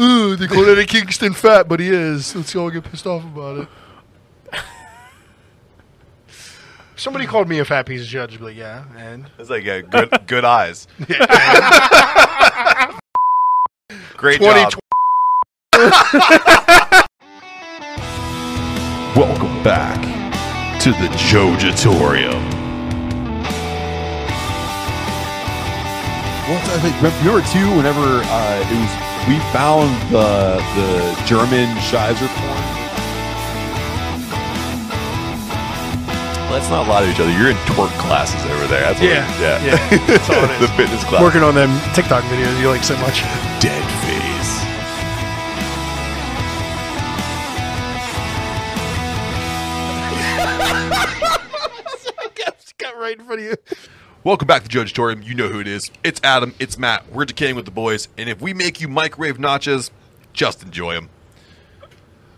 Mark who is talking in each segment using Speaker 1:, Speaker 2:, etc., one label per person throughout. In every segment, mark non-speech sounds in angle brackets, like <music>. Speaker 1: Ooh, they call Eddie Kingston fat, but he is. Let's all get pissed off about it. Somebody called me a fat piece of shit. I'd just be like, yeah, and
Speaker 2: It's like yeah, good good eyes. Great job.
Speaker 1: 2020.
Speaker 2: Welcome back to the Jojatorium.
Speaker 3: Well, I think remember too. Whenever uh, it was, we found the the German Shizer porn. Let's not lie to each other. You're in twerk classes over there. That's what
Speaker 1: Yeah,
Speaker 3: it- yeah.
Speaker 1: yeah,
Speaker 3: <laughs>
Speaker 1: that's all it
Speaker 3: the
Speaker 1: is.
Speaker 3: fitness class.
Speaker 1: Working on them TikTok videos you like so <laughs> much.
Speaker 3: dead face.
Speaker 1: Got right in front of you.
Speaker 2: Welcome back to Jojatorium. You know who it is. It's Adam. It's Matt. We're decaying with the boys, and if we make you microwave nachos, just enjoy them.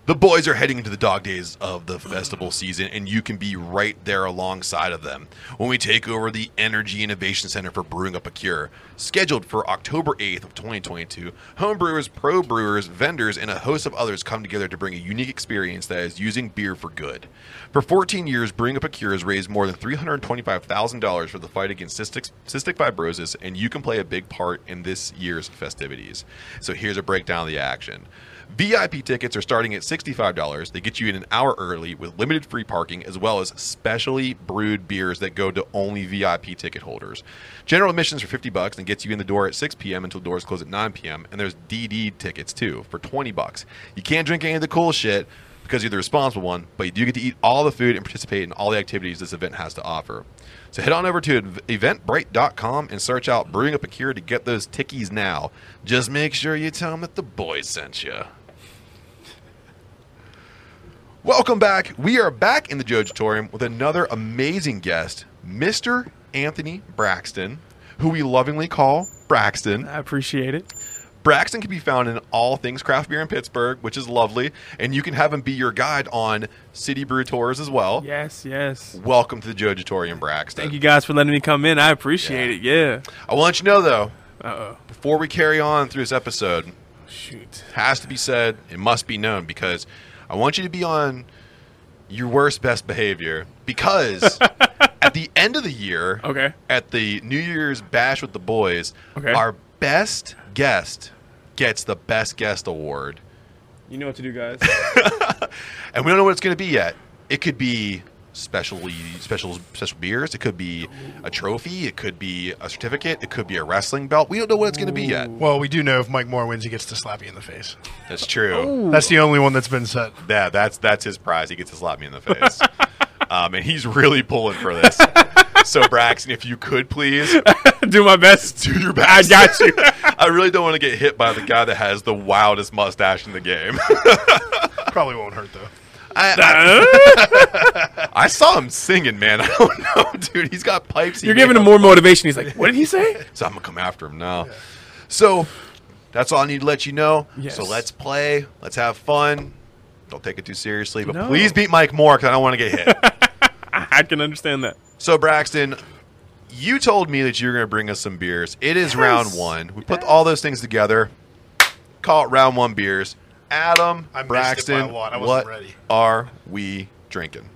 Speaker 2: The boys are heading into the dog days of the festival season, and you can be right there alongside of them when we take over the Energy Innovation Center for Brewing Up a Cure, scheduled for October 8th of 2022. Homebrewers, pro brewers, vendors, and a host of others come together to bring a unique experience that is using beer for good. For 14 years, Brewing Up a Cure has raised more than $325,000 for the fight against cystic, cystic fibrosis, and you can play a big part in this year's festivities. So here's a breakdown of the action. VIP tickets are starting at $65. They get you in an hour early with limited free parking, as well as specially brewed beers that go to only VIP ticket holders. General admissions for 50 bucks and gets you in the door at 6 p.m. until doors close at 9 p.m. And there's DD tickets too for 20 bucks. You can't drink any of the cool shit because you're the responsible one, but you do get to eat all the food and participate in all the activities this event has to offer. So head on over to ev- eventbrite.com and search out Brewing Up a Cure to get those tickies now. Just make sure you tell them that the boys sent you. Welcome back. We are back in the Jojatorium with another amazing guest, Mr. Anthony Braxton, who we lovingly call Braxton.
Speaker 4: I appreciate it.
Speaker 2: Braxton can be found in all things craft beer in Pittsburgh, which is lovely, and you can have him be your guide on city brew tours as well.
Speaker 4: Yes, yes.
Speaker 2: Welcome to the Jojatorium, Braxton.
Speaker 4: Thank you guys for letting me come in. I appreciate it.
Speaker 2: I want you to know though,
Speaker 4: Yeah. Uh oh.
Speaker 2: before we carry on through this episode,
Speaker 4: Shoot.
Speaker 2: has to be said, it must be known because I want you to be on your worst best behavior
Speaker 4: <laughs>
Speaker 2: because at the end of the year,
Speaker 4: Okay.
Speaker 2: at the New Year's bash with the boys,
Speaker 4: Okay.
Speaker 2: our best guest gets the best guest award.
Speaker 4: You know what to do, guys.
Speaker 2: And we don't know what it's going to be yet. It could be specially special special beers, it could be a trophy, it could be a certificate, it could be a wrestling belt. We don't know what it's going to be yet.
Speaker 1: Well, we do know if Mike Moore wins, he gets to slap you in the face.
Speaker 2: That's true.
Speaker 1: That's the only one that's been set.
Speaker 2: Yeah, that's that's his prize. He gets to slap me in the
Speaker 4: <laughs>
Speaker 2: face, um, and he's really pulling for this. so Braxton, if you could
Speaker 4: <laughs>
Speaker 2: please
Speaker 4: <laughs> do my best.
Speaker 2: do your best.
Speaker 4: I got <laughs> you.
Speaker 2: I really don't want to get hit by the guy that has the wildest mustache in the
Speaker 4: <laughs>
Speaker 2: game.
Speaker 1: Probably won't hurt though.
Speaker 2: I, I, I saw him singing, man. <laughs> I don't know, dude. He's got pipes. he
Speaker 4: You're
Speaker 2: made
Speaker 4: giving him
Speaker 2: up.
Speaker 4: more motivation. He's like, what did he say?
Speaker 2: so I'm gonna come after him now. So that's all I need to let you know.
Speaker 4: Yes.
Speaker 2: So let's play. Let's have fun. Don't take it too seriously, but
Speaker 4: No.
Speaker 2: please beat Mike Moore because I don't want to get hit.
Speaker 4: I, I can understand that.
Speaker 2: So Braxton, you told me that you were going to bring us some beers. It is round one. We put all those things together. Call it round one beers. Adam,
Speaker 1: I missed it by
Speaker 2: Braxton,
Speaker 1: a lot. I wasn't
Speaker 2: what
Speaker 1: ready.
Speaker 2: are we drinking?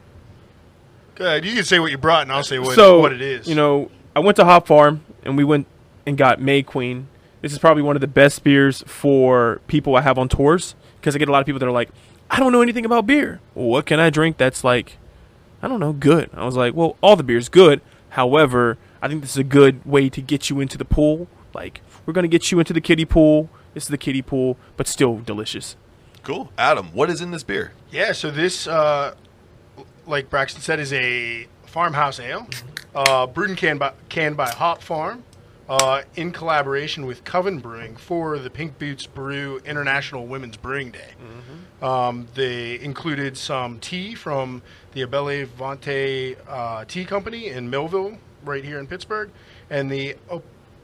Speaker 1: Good. You can say what you brought, and I'll say what,
Speaker 4: so
Speaker 1: what it is.
Speaker 4: You know, I went to Hop Farm and we went and got May Queen. This is probably one of the best beers for people I have on tours because I get a lot of people that are like, I don't know anything about beer. What can I drink that's like, I don't know, good? I was like, well, all the beer's good. However, I think this is a good way to get you into the pool. Like, we're gonna get you into the kiddie pool. This is the kiddie pool, but still delicious.
Speaker 2: Cool. Adam, what is in this beer?
Speaker 1: Yeah, so this, uh, like Braxton said, is a farmhouse ale, uh, brewed and canned by, canned by Hop Farm, uh, in collaboration with Coven Brewing for the Pink Boots Brew International Women's Brewing Day. Um, they included some tea from the Abele Vante uh, Tea Company in Millville, right here in Pittsburgh, and the Op-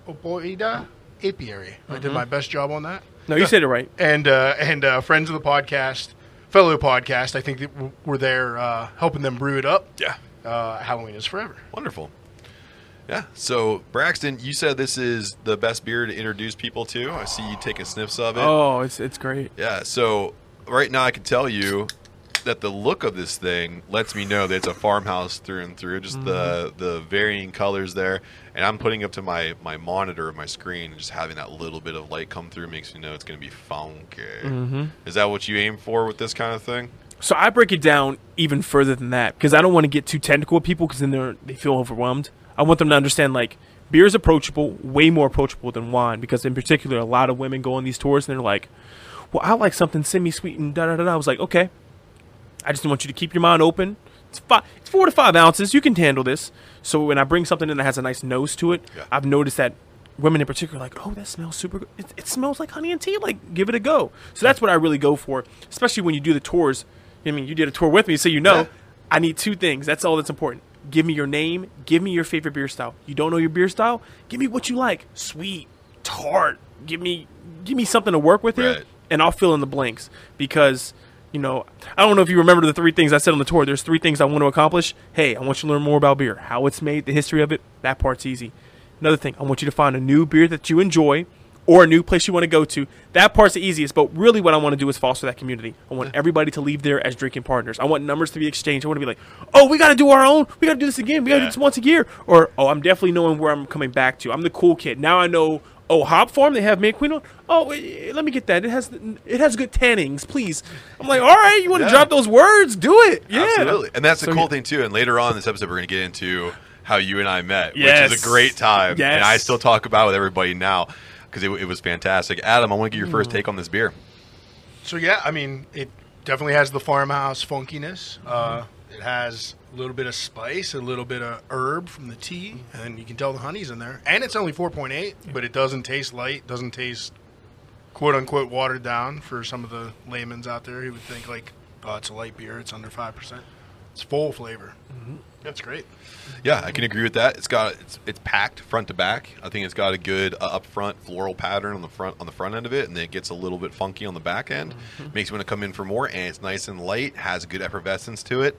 Speaker 1: Opoida Apiary. I did my best job on that
Speaker 4: No, you said it right.
Speaker 1: and uh, and uh, friends of the podcast, fellow podcast. I think that w- we're there uh, helping them brew it up.
Speaker 2: Yeah.
Speaker 1: Uh, Halloween is forever.
Speaker 2: Wonderful. Yeah. So Braxton, you said this is the best beer to introduce people to. I see you taking sniffs of it.
Speaker 4: Oh, it's it's great.
Speaker 2: Yeah. So right now, I can tell you that the look of this thing lets me know that it's a farmhouse through and through. Just the
Speaker 4: Mm-hmm.
Speaker 2: the varying colors there, and I'm putting up to my my monitor, my screen, and just having that little bit of light come through makes me know it's going to be funky.
Speaker 4: Mm-hmm.
Speaker 2: Is that what you aim for with this kind of thing?
Speaker 4: So I break it down even further than that because I don't want to get too technical with people because then they they feel overwhelmed. I want them to understand like beer is approachable, way more approachable than wine because in particular a lot of women go on these tours and they're like, "Well, I like something semi-sweet and da da da." da." I was like, "Okay, I just want you to keep your mind open. It's five, it's four to five ounces. You can handle this." So when I bring something in that has a nice nose to it,
Speaker 2: Yeah.
Speaker 4: I've noticed that women in particular are like, "Oh, that smells super. good. It, it smells like honey and tea. Like, give it a go." So that's what I really go for, especially when you do the tours. I mean, you did a tour with me, so you know.
Speaker 2: Yeah.
Speaker 4: I need two things. That's all that's important. Give me your name. Give me your favorite beer style. You don't know your beer style? Give me what you like. Sweet, tart. Give me give me something to work with
Speaker 2: Right.
Speaker 4: here, and I'll fill in the blanks because you know I don't know if you remember the three things I said on the tour. There's three things I want to accomplish. Hey, I want you to learn more about beer, how it's made, the history of it. That part's easy. Another thing, I want you to find a new beer that you enjoy or a new place you want to go to. That part's the easiest, but really what I want to do is foster that community. I want everybody to leave there as drinking partners. I want numbers to be exchanged. I want to be like, oh, we got to do our own. We got to do this again. We got to
Speaker 2: Yeah.
Speaker 4: do this once a year. Or, oh, I'm definitely knowing where I'm coming back to. I'm the cool kid. Now I know, oh, Hop Farm, they have May Queen on. Oh, eh, eh, let me get that. It has it has good tannings, please. I'm like, all right, you want to
Speaker 2: Yeah.
Speaker 4: drop those words? Do it. Yeah.
Speaker 2: Absolutely. And that's the
Speaker 4: So
Speaker 2: cool
Speaker 4: you-
Speaker 2: thing too. And later on in this episode, we're going to get into how you and I met, which
Speaker 4: Yes.
Speaker 2: is a great time.
Speaker 4: Yes.
Speaker 2: And I still talk about it with everybody now because it, it was fantastic. Adam, I want to get your
Speaker 4: Mm.
Speaker 2: first take on this beer.
Speaker 1: So yeah, I mean, it definitely has the farmhouse funkiness. Uh, it has a little bit of spice, a little bit of herb from the tea, and you can tell the honey's in there. And it's only 4.8, but it doesn't taste light, doesn't taste quote unquote watered down for some of the layman's out there who would think like, oh, it's a light beer, it's under 5%. It's full flavor. That's great.
Speaker 2: Yeah, I can agree with that. It's got it's, it's packed front to back. I think it's got a good uh, up front floral pattern on the front on the front end of it, and then it gets a little bit funky on the back end. Makes you want to come in for more, and it's nice and light. Has a good effervescence to it.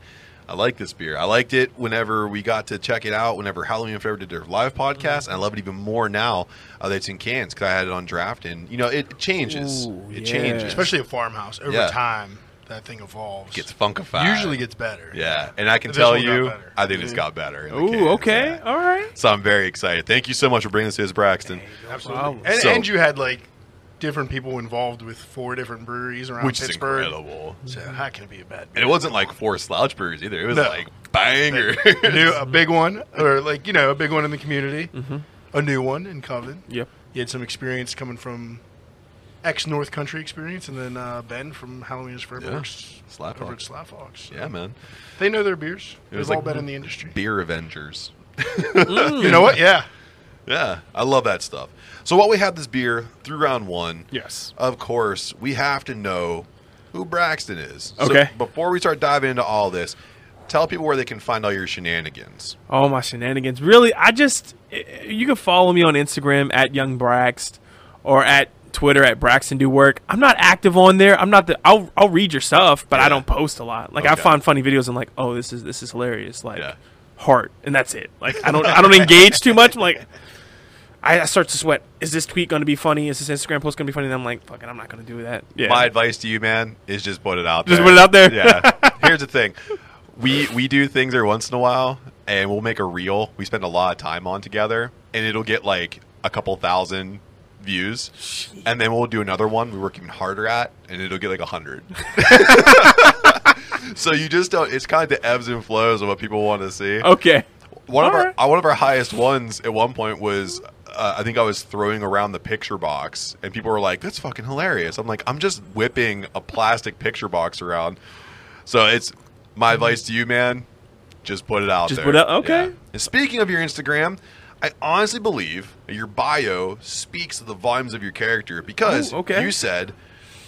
Speaker 2: I like this beer. I liked it whenever we got to check it out. Whenever Halloween and Forever did their live podcast, and I love it even more now uh, that it's in cans because I had it on draft, and you know it changes.
Speaker 4: Ooh,
Speaker 2: it
Speaker 4: yeah.
Speaker 2: changes,
Speaker 1: Especially a farmhouse. Over
Speaker 2: Yeah.
Speaker 1: time, that thing evolves.
Speaker 2: gets funkified.
Speaker 1: Usually gets better.
Speaker 2: yeah, and I can
Speaker 1: This
Speaker 2: tell
Speaker 1: one got
Speaker 2: you,
Speaker 1: better.
Speaker 2: I think it's got better. in the cans,
Speaker 4: Ooh, okay.
Speaker 2: yeah.
Speaker 4: All right.
Speaker 2: So I'm very excited. Thank you so much for bringing this to us, Braxton.
Speaker 1: Absolutely.
Speaker 4: problem.
Speaker 1: And,
Speaker 2: So-
Speaker 1: and you had like different people involved with four different breweries around
Speaker 2: Which is
Speaker 1: Pittsburgh.
Speaker 2: incredible.
Speaker 1: So how can it be a bad
Speaker 2: And
Speaker 1: beer?
Speaker 2: it wasn't like four slouch brews either. It was
Speaker 1: No.
Speaker 2: like banger.
Speaker 1: A new, a big one, or like you know, a big one in the community, a new one in Coven.
Speaker 4: Yep.
Speaker 1: You had some experience coming from ex North Country experience, and then uh, Ben from Halloween's Forever
Speaker 2: Yeah.
Speaker 1: Works
Speaker 2: Slap
Speaker 1: over at
Speaker 2: Fox.
Speaker 1: Slap Fox.
Speaker 2: <laughs> yeah, man.
Speaker 1: They know their beers. They've
Speaker 2: was
Speaker 1: all
Speaker 2: like-
Speaker 1: been in the industry.
Speaker 2: Beer Avengers.
Speaker 1: You know what? Yeah.
Speaker 2: Yeah, I love that stuff. So while we have this beer through round one,
Speaker 4: Yes.
Speaker 2: of course, we have to know who Braxton is.
Speaker 4: Okay.
Speaker 2: So before we start diving into all this, tell people where they can find all your shenanigans.
Speaker 4: All my shenanigans. Really, I just eh, you can follow me on Instagram at Young Braxt or at Twitter at Braxton Do Work. I'm not active on there. I'm not the I'll I'll read your stuff, but I don't post a lot. Like I
Speaker 2: Okay.
Speaker 4: find funny videos and like, oh this is this is hilarious. Like
Speaker 2: Yeah.
Speaker 4: heart and that's it. Like I don't I don't engage too much. I'm like I I start to sweat. Is this tweet going to be funny? Is this Instagram post going to be funny? And I'm like, fucking, I'm not going to do that. Yeah.
Speaker 2: My advice to you, man, is just put it out there.
Speaker 4: Just put it out there? <laughs>
Speaker 2: Yeah. Here's the thing. We we do things every once in a while and we'll make a reel we spend a lot of time on together and it'll get like a couple thousand views. And then we'll do another one we work even harder at and it'll get like a
Speaker 4: <laughs>
Speaker 2: hundred. <laughs> so you just don't it's kind of the ebbs and flows of what people want to see.
Speaker 4: okay.
Speaker 2: One of our
Speaker 4: Alright.
Speaker 2: uh, one of our highest ones at one point was uh, I think I was throwing around the picture box, and people were like, "That's fucking hilarious." I'm like, "I'm just whipping a plastic picture box around." So it's my advice to you, man. Just put it out
Speaker 4: Just
Speaker 2: there.
Speaker 4: put it out- okay.
Speaker 2: And speaking of your Instagram, I honestly believe that your bio speaks to the volumes of your character because
Speaker 4: Ooh, okay.
Speaker 2: you said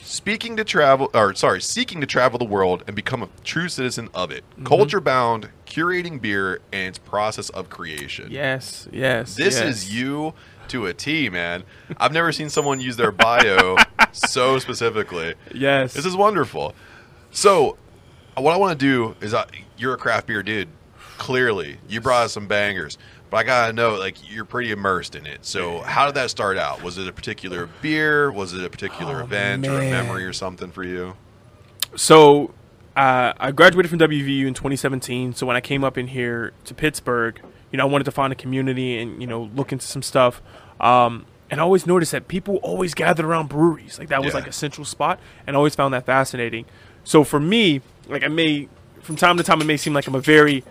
Speaker 2: speaking to travel or sorry seeking to travel the world and become a true citizen of it
Speaker 4: Mm-hmm.
Speaker 2: culture bound curating beer and its process of creation
Speaker 4: Yes. Yes.
Speaker 2: this
Speaker 4: yes.
Speaker 2: is you to a t man i've never seen someone use their
Speaker 4: <laughs>
Speaker 2: bio so specifically
Speaker 4: Yes.
Speaker 2: this is wonderful so uh, what i want to do is I, you're a craft beer dude clearly you brought us some bangers But I gotta know, like, you're pretty immersed in it. So, how did that start out? Was it a particular beer? Was it a particular
Speaker 4: Oh,
Speaker 2: event or a
Speaker 4: man.
Speaker 2: memory or something for you?
Speaker 4: So uh, I graduated from WVU in 2017. So when I came up in here to Pittsburgh, you know, I wanted to find a community and you know look into some stuff. Um, and I always noticed that people always gathered around breweries. Like that was
Speaker 2: Yeah.
Speaker 4: like a central spot, and I always found that fascinating. So for me, like I may, from time to time, it may seem like I'm a very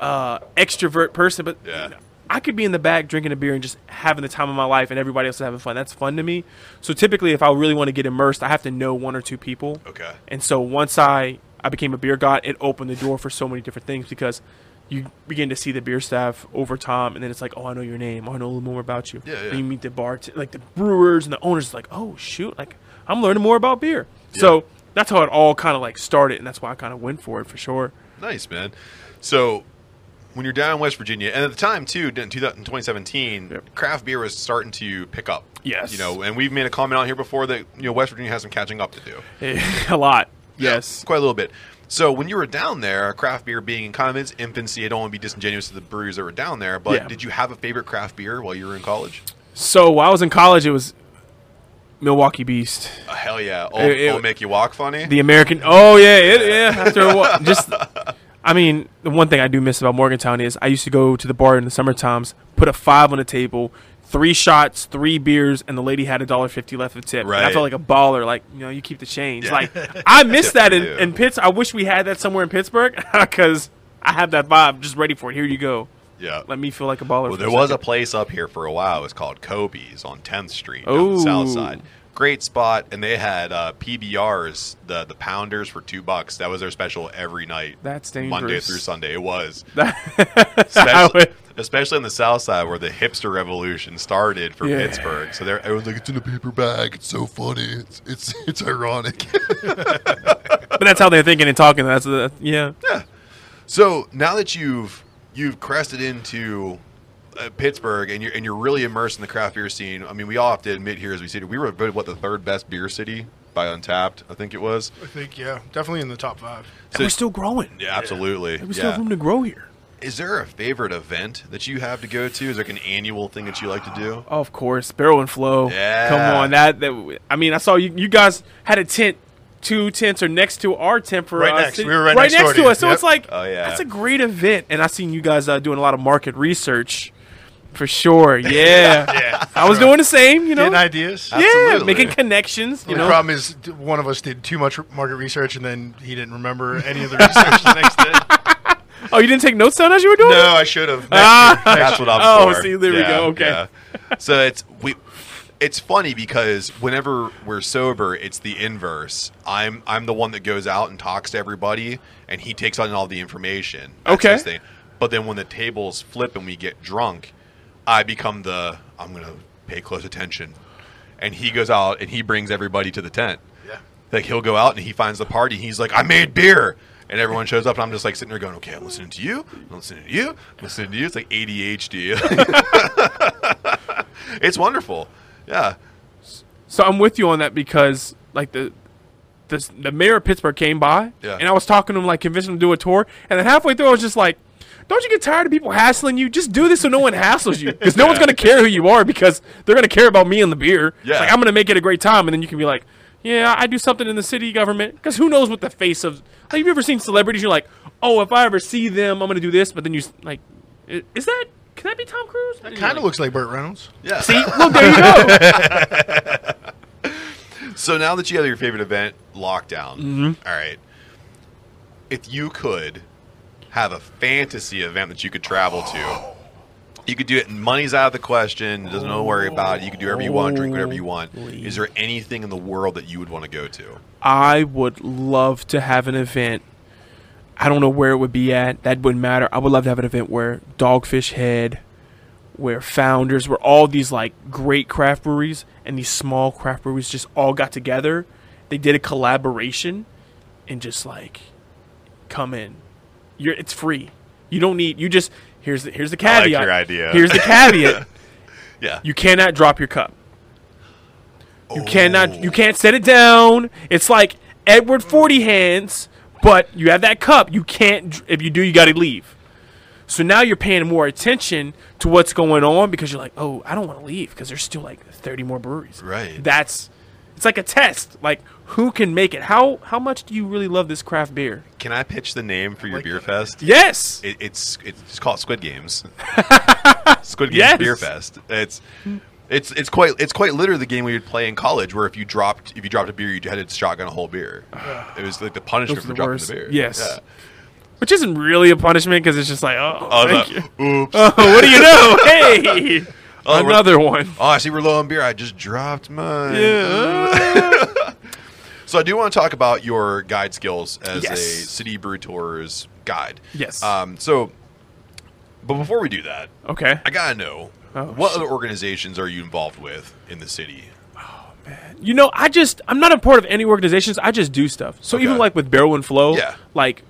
Speaker 4: uh, extrovert person, but
Speaker 2: Yeah.
Speaker 4: I could be in the back drinking a beer and just having the time of my life, and everybody else is having fun. That's fun to me. So typically, if I really want to get immersed, I have to know one or two people.
Speaker 2: Okay.
Speaker 4: And so once I I became a beer god, it opened the door for so many different things because you begin to see the beer staff over time, and then it's like, oh, I know your name. Oh, I know a little more about you.
Speaker 2: Yeah, yeah.
Speaker 4: And you meet the bar, like the brewers and the owners. Like, oh shoot, like I'm learning more about beer. So that's how it all kind of like started, and that's why I kind of went for it for sure. <laughs>
Speaker 2: Nice, man. So, when you're down in West Virginia, and at the time too, in 2017,
Speaker 4: Yep.
Speaker 2: craft beer was starting to pick up.
Speaker 4: Yes.
Speaker 2: you know, and we've made a comment on here before that you know West Virginia has some catching up to do.
Speaker 4: a lot. Yes.
Speaker 2: quite a little bit. So when you were down there, craft beer being in kind of its infancy, I don't want to be disingenuous to the breweries that were down there, but
Speaker 4: Yeah.
Speaker 2: did you have a favorite craft beer while you were in college?
Speaker 4: So while I was in college, it was Milwaukee Beast.
Speaker 2: Uh, hell yeah! Oh,
Speaker 4: It- it-
Speaker 2: will make you walk funny.
Speaker 4: The American. Oh yeah, it, yeah. After a while, just. I mean, the one thing I do miss about Morgantown is I used to go to the bar in the summer times, put a five on the table, three shots, three beers, and the lady had a dollar fifty left of tip. And I
Speaker 2: Right.
Speaker 4: felt like a baller. Like you know, you keep the change.
Speaker 2: Yeah.
Speaker 4: Like
Speaker 2: <laughs>
Speaker 4: I miss that in,
Speaker 2: do.
Speaker 4: in Pitts. I wish we had that somewhere in Pittsburgh <laughs> because I have that vibe, just ready for it. Here you go.
Speaker 2: yeah.
Speaker 4: Let me feel like a baller.
Speaker 2: Well,
Speaker 4: for
Speaker 2: there was a place up here for a while. It was called Kobe's on 10th Street, on the
Speaker 4: Oh.
Speaker 2: south side. Great spot, and they had uh, PBRs, the the pounders for two bucks. That was their special every night.
Speaker 4: That's
Speaker 2: Monday
Speaker 4: dangerous.
Speaker 2: through Sunday. It
Speaker 4: <laughs>
Speaker 2: was.
Speaker 4: a
Speaker 2: especially, especially on the south side where the hipster revolution started for
Speaker 4: Yeah.
Speaker 2: Pittsburgh. So they're everyone's like, it's in a paper bag. It's so funny. It's it's, it's ironic.
Speaker 4: but that's how they're thinking and talking. That's the yeah.
Speaker 2: so now that you've you've crested into uh, Pittsburgh and you're and you're really immersed in the craft beer scene. I mean, we all have to admit here as we sit here, we were voted, what the third best beer city by Untapped, I think it was.
Speaker 1: I think yeah, definitely in the top five.
Speaker 2: So-
Speaker 4: we're still growing.
Speaker 2: Yeah, absolutely.
Speaker 4: There was
Speaker 2: yeah.
Speaker 4: still room to grow here.
Speaker 2: Is there a favorite event that you have to go to? Is there like an annual thing that you like to
Speaker 1: <laughs>
Speaker 2: do?
Speaker 4: Of course, barrel and flow.
Speaker 2: Yeah.
Speaker 4: Come on, that that. I mean, I saw you. You guys had a tent, two tents, or next to our tent for
Speaker 1: Right
Speaker 4: uh,
Speaker 1: next.
Speaker 4: city-
Speaker 1: We were right next
Speaker 4: next,
Speaker 1: door to
Speaker 4: to
Speaker 1: you.
Speaker 4: us. So
Speaker 1: Yep.
Speaker 4: it's like,
Speaker 2: Oh, yeah.
Speaker 4: that's a great event. And I seen you guys uh, doing a lot of market research,
Speaker 1: <laughs>
Speaker 4: for sure. Yeah,
Speaker 1: Yeah,
Speaker 4: I was doing the same. You know,
Speaker 1: Getting ideas.
Speaker 4: yeah,
Speaker 2: Absolutely.
Speaker 4: making connections. You
Speaker 1: the
Speaker 4: know,
Speaker 1: problem is d- one of us did too much market research and then he didn't remember any of the
Speaker 4: <laughs>
Speaker 1: research the next day.
Speaker 4: oh, you didn't take notes down as you were doing. it?
Speaker 1: No, I should have.
Speaker 4: Ah.
Speaker 2: That's what I'm
Speaker 4: <laughs> Oh,
Speaker 2: for.
Speaker 4: see, there we go. Okay.
Speaker 2: So it's we. It's funny because whenever we're sober, it's the inverse. I'm I'm the one that goes out and talks to everybody, and he takes on all the information. That's
Speaker 4: Okay.
Speaker 2: his thing. But then when the tables flip and we get drunk, I become the I'm gonna pay close attention, and he goes out and he brings everybody to the tent.
Speaker 1: Yeah.
Speaker 2: Like he'll go out and he finds the party. He's like, I made beer. And everyone shows up, and I'm just like sitting there going, "Okay, I'm listening to you. I'm listening to you. I'm listening to you." It's like ADHD. <laughs> it's wonderful. Yeah.
Speaker 4: So I'm with you on that because like the the, the mayor of Pittsburgh came by
Speaker 2: Yeah.
Speaker 4: and I was talking to him like convincing him to do a tour and then halfway through I was just like don't you get tired of people hassling you? Just do this so no one hassles you
Speaker 2: <laughs>
Speaker 4: because no one's gonna care who you are because they're gonna care about me and the beer. It's
Speaker 2: Yeah.
Speaker 4: like I'm gonna make it a great time and then you can be like, yeah, I do something in the city government because who knows what the face of like you ever seen celebrities? You're like, oh, if I ever see them, I'm gonna do this, but then you s- like, i- is that can that be Tom Cruise? That
Speaker 1: Kind of looks like Burt Reynolds.
Speaker 2: Yeah.
Speaker 4: See, look,
Speaker 2: <laughs>
Speaker 4: there you go.
Speaker 2: So now that you have your favorite event, lockdown.
Speaker 4: Mm-hmm.
Speaker 2: All right. If you could have a fantasy event that you could travel to, you could do it. and Money's out of the question. Doesn't no worry about it. You could do whatever you want, drink whatever you want.
Speaker 4: Holy.
Speaker 2: Is there anything in the world that you would want to go to?
Speaker 4: I would love to have an event. I don't know where it would be at. That wouldn't matter. I would love to have an event where Dogfish Head, where Founders, where all these like great craft breweries and these small craft breweries just all got together. They did a collaboration and just like come in. You're it's free. You don't need you just here's the here's the
Speaker 2: like
Speaker 4: caveat.
Speaker 2: your idea.
Speaker 4: Here's
Speaker 2: <laughs>
Speaker 4: the caveat.
Speaker 2: Yeah.
Speaker 4: You cannot drop your cup.
Speaker 2: Oh.
Speaker 4: You cannot. You can't set it down. It's like Edward Forty Hands, but you have that cup. You can't. dr- If you do, you got to leave. So now you're paying more attention to what's going on because you're like, oh, I don't want to leave because there's still like 30 more breweries.
Speaker 5: Right.
Speaker 4: That's it's like a test. Like who can make it? How how much do you really love this craft beer?
Speaker 2: Can I pitch the name for your
Speaker 1: like
Speaker 2: beer
Speaker 1: that.
Speaker 2: fest?
Speaker 4: Yes.
Speaker 2: It, it's it's called Squid
Speaker 4: <laughs>
Speaker 2: Games. Squid Games
Speaker 4: Yes.
Speaker 2: Beer Fest. It's it's it's quite it's quite literally the game we would play in college where if you dropped if you dropped a beer you had to shotgun a whole
Speaker 4: <sighs>
Speaker 2: beer. it was like the punishment
Speaker 4: Those
Speaker 2: for
Speaker 4: are the
Speaker 2: dropping
Speaker 4: worst.
Speaker 2: the beer.
Speaker 4: Yes.
Speaker 2: Yeah.
Speaker 4: Which isn't really a punishment because it's just like, oh,
Speaker 2: Oh,
Speaker 4: <laughs> thank
Speaker 2: the-
Speaker 4: you. Oh, <laughs> what do you know? <laughs> hey,
Speaker 2: Oh, we're-
Speaker 4: another one.
Speaker 2: Oh, I see we're low on beer. I just dropped mine.
Speaker 4: Yeah.
Speaker 2: <laughs> So I do want to talk about your guide skills as a
Speaker 4: Yes.
Speaker 2: city brew tours guide.
Speaker 4: Yes.
Speaker 2: Um, so, but before we do that,
Speaker 4: okay.
Speaker 2: I gotta know
Speaker 4: Oh,
Speaker 2: what
Speaker 4: shit.
Speaker 2: other organizations are you involved with in the city?
Speaker 4: You know, I just I'm not a part of any organizations. I just do stuff. So
Speaker 2: Okay.
Speaker 4: even like with Barrel and Flow,
Speaker 2: Yeah.
Speaker 4: like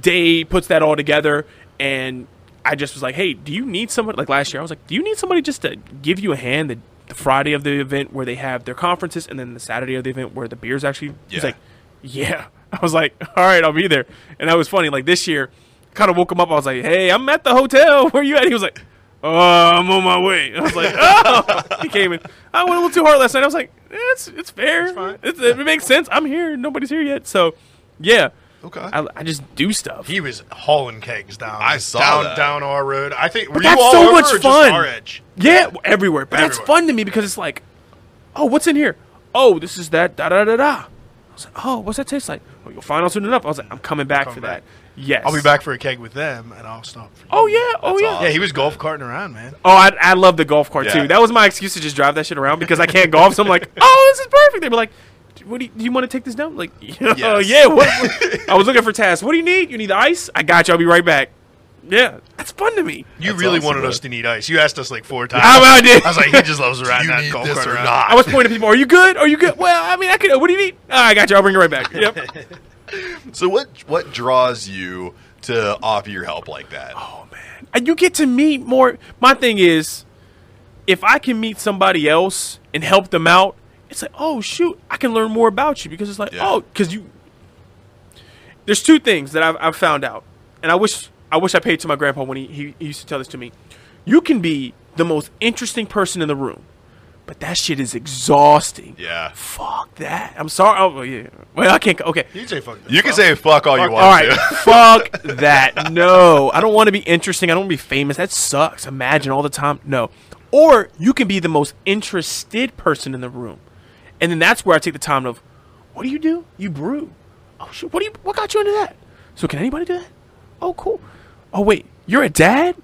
Speaker 4: Day puts that all together, and I just was like, hey, do you need someone? Like last year, I was like, do you need somebody just to give you a hand the, the Friday of the event where they have their conferences, and then the Saturday of the event where the beers actually.
Speaker 2: Yeah.
Speaker 4: He's like, yeah. <laughs> I was like, all right, I'll be there. And that was funny. Like this year, kind of woke him up. I was like, hey, I'm at the hotel. <laughs> Where you at? He was like. Oh, I'm on my way. I was like, oh, <laughs> he came in. I went a little too hard last night. I was like, eh, it's it's fair.
Speaker 1: fine.
Speaker 4: It's- it makes sense. I'm here. Nobody's here yet. So, yeah.
Speaker 2: Okay.
Speaker 4: I, I just do stuff.
Speaker 1: He was hauling kegs down.
Speaker 2: I saw
Speaker 1: down,
Speaker 2: that.
Speaker 1: down our road. I think were
Speaker 4: that's
Speaker 1: you all
Speaker 4: so
Speaker 1: over
Speaker 4: much
Speaker 1: or just
Speaker 4: fun.
Speaker 1: our edge?
Speaker 4: Yeah, w- everywhere. But that's
Speaker 1: Everywhere.
Speaker 4: fun to me because it's like, oh, what's in here? Oh, this is that da da da da. I was like, oh, what's that taste like? Well, you'll find out soon enough. I was like, I'm coming back
Speaker 1: Coming
Speaker 4: for
Speaker 1: back.
Speaker 4: that. Yes,
Speaker 1: I'll be back for a keg with them, and I'll stop. For you.
Speaker 4: Oh yeah, oh yeah.
Speaker 1: yeah, he was golf carting around, man.
Speaker 4: Oh, I, I love the golf cart
Speaker 2: Yeah.
Speaker 4: too. That was my excuse to just drive that shit around because I can't golf. So I'm like, <laughs> oh, this is perfect. They were like, what do you, do you want to take this down? Like, <laughs> oh
Speaker 2: Yes.
Speaker 4: yeah.
Speaker 2: <laughs>
Speaker 4: What, what- I was looking for tasks. What do you need? You need the ice? I got you. I'll be right back. Yeah, that's fun to me.
Speaker 1: You really
Speaker 2: awesome,
Speaker 1: wanted
Speaker 2: bro.
Speaker 1: us to need ice. You asked us like four times.
Speaker 4: I, I did.
Speaker 1: I was like, he just
Speaker 2: <laughs>
Speaker 1: loves riding
Speaker 2: You
Speaker 1: that
Speaker 2: need
Speaker 1: golf
Speaker 2: this
Speaker 1: cart
Speaker 2: or
Speaker 1: around.
Speaker 2: not.
Speaker 4: I was pointing at people. Are you good? Are you good? Well, I mean, I could. What do you need? Ah, I got you. I'll bring you right back. Yep.
Speaker 2: so what what draws you to offer your help like that?
Speaker 4: Oh, and Uh, you get to meet more. My thing is, if I can meet somebody else and help them out, it's like, oh shoot, I can learn more about you because it's like,
Speaker 2: Yeah.
Speaker 4: oh, because you. There's two things that I've, I've found out, and I wish I wish I paid to my grandpa when he, he, he used to tell this to me. You can be the most interesting person in the room, but that shit is exhausting.
Speaker 2: yeah.
Speaker 4: Fuck that. I'm sorry. Oh yeah. Well, I can't. Okay.
Speaker 1: You say fuck that.
Speaker 2: You can say fuck all you want
Speaker 4: All
Speaker 2: <laughs>
Speaker 4: right,
Speaker 2: to.
Speaker 4: <laughs> fuck that. No, I don't want to be interesting. I don't want to be famous. That sucks. Imagine all the time. No. Or you can be the most interested person in the room, and then that's where I take the time of, what do you do? You brew. Oh shit. What do you? What got you into that? So can anybody do that? Oh cool. Oh wait, you're a dad.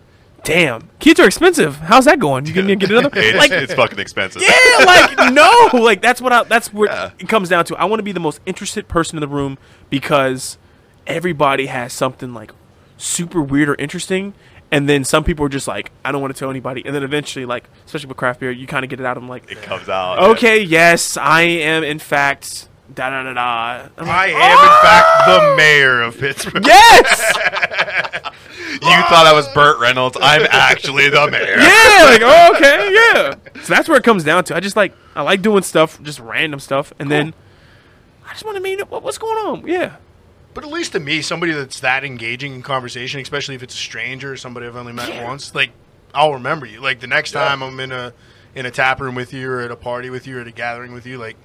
Speaker 4: Damn, kids are expensive. How's that going? You gonna
Speaker 2: <laughs>
Speaker 4: get another?
Speaker 2: It's,
Speaker 4: like,
Speaker 2: it's fucking expensive.
Speaker 4: yeah, like no, like that's what I, that's where
Speaker 2: Yeah.
Speaker 4: it comes down to. I want to be the most interested person in the room because everybody has something like super weird or interesting, and then some people are just like, I don't want to tell anybody, and then eventually, like especially with craft beer, you kind of get it out of them, like,
Speaker 2: It comes out.
Speaker 4: okay, yes, I am in fact da da da da. I'm
Speaker 1: I
Speaker 4: like, "Oh,
Speaker 1: am in fact
Speaker 4: <laughs>
Speaker 1: the mayor of Pittsburgh.
Speaker 4: yes,
Speaker 2: You thought I was Burt Reynolds. I'm
Speaker 4: <laughs>
Speaker 2: actually the mayor.
Speaker 4: yeah, like oh, okay, yeah. So that's where it comes down to. I just like I like doing stuff, just random stuff, and then I just want to meet up. What, what's going on? Yeah.
Speaker 1: But at least to me, somebody that's that engaging in conversation, especially if it's a stranger or somebody I've only met once, like I'll remember you. Like the next time I'm in a in a tap room with you, or at a party with you, or at a gathering with you, like,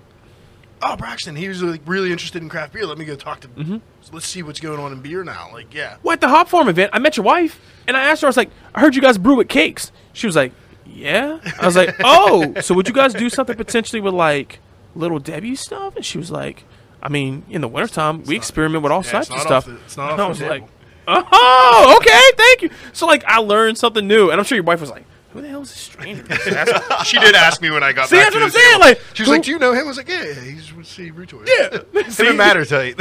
Speaker 1: oh Braxton, he was like really interested in craft beer. Let me go talk to.
Speaker 4: Mm-hmm.
Speaker 1: Let's see what's going on in beer now. Like,
Speaker 4: <laughs>
Speaker 1: yeah,
Speaker 4: Well, at the Hop Farm event, I met your wife, and I asked her, I was like, I heard you guys brew with cakes. She was like, Yeah. I
Speaker 1: <laughs>
Speaker 4: was like, Oh, so would you guys do something potentially with like Little Debbie stuff? And she was like, I mean, in the wintertime, we experiment with all
Speaker 1: yeah,
Speaker 4: types
Speaker 1: it's
Speaker 4: of
Speaker 1: not off
Speaker 4: stuff.
Speaker 1: the- it's not off
Speaker 4: And I
Speaker 1: the
Speaker 4: was
Speaker 1: table.
Speaker 4: like, Oh, okay, thank you. So, like, I learned something new, and I'm sure your wife was like, Who the hell is
Speaker 1: <laughs>
Speaker 4: this <laughs> stranger?
Speaker 1: she did ask me when I got.
Speaker 4: See,
Speaker 1: back
Speaker 4: that's
Speaker 1: to
Speaker 4: what I'm
Speaker 1: the
Speaker 4: saying.
Speaker 1: table.
Speaker 4: Like,
Speaker 1: she was like, "Do you know him?" I was like, "Yeah, yeah, he's with C. Brutoy. <laughs> Yeah,
Speaker 4: See?
Speaker 1: doesn't matter
Speaker 4: <laughs>
Speaker 1: tight."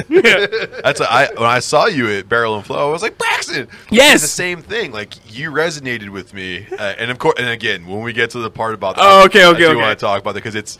Speaker 2: <laughs> That's a, I when I saw you at Barrel and Flow, I was like Braxton.
Speaker 4: Yes.
Speaker 2: the same thing. Like you resonated with me, uh, and of course, and again, when we get to the part about that,
Speaker 4: Oh, okay, okay,
Speaker 2: I do
Speaker 4: okay.
Speaker 2: want to talk about that because it's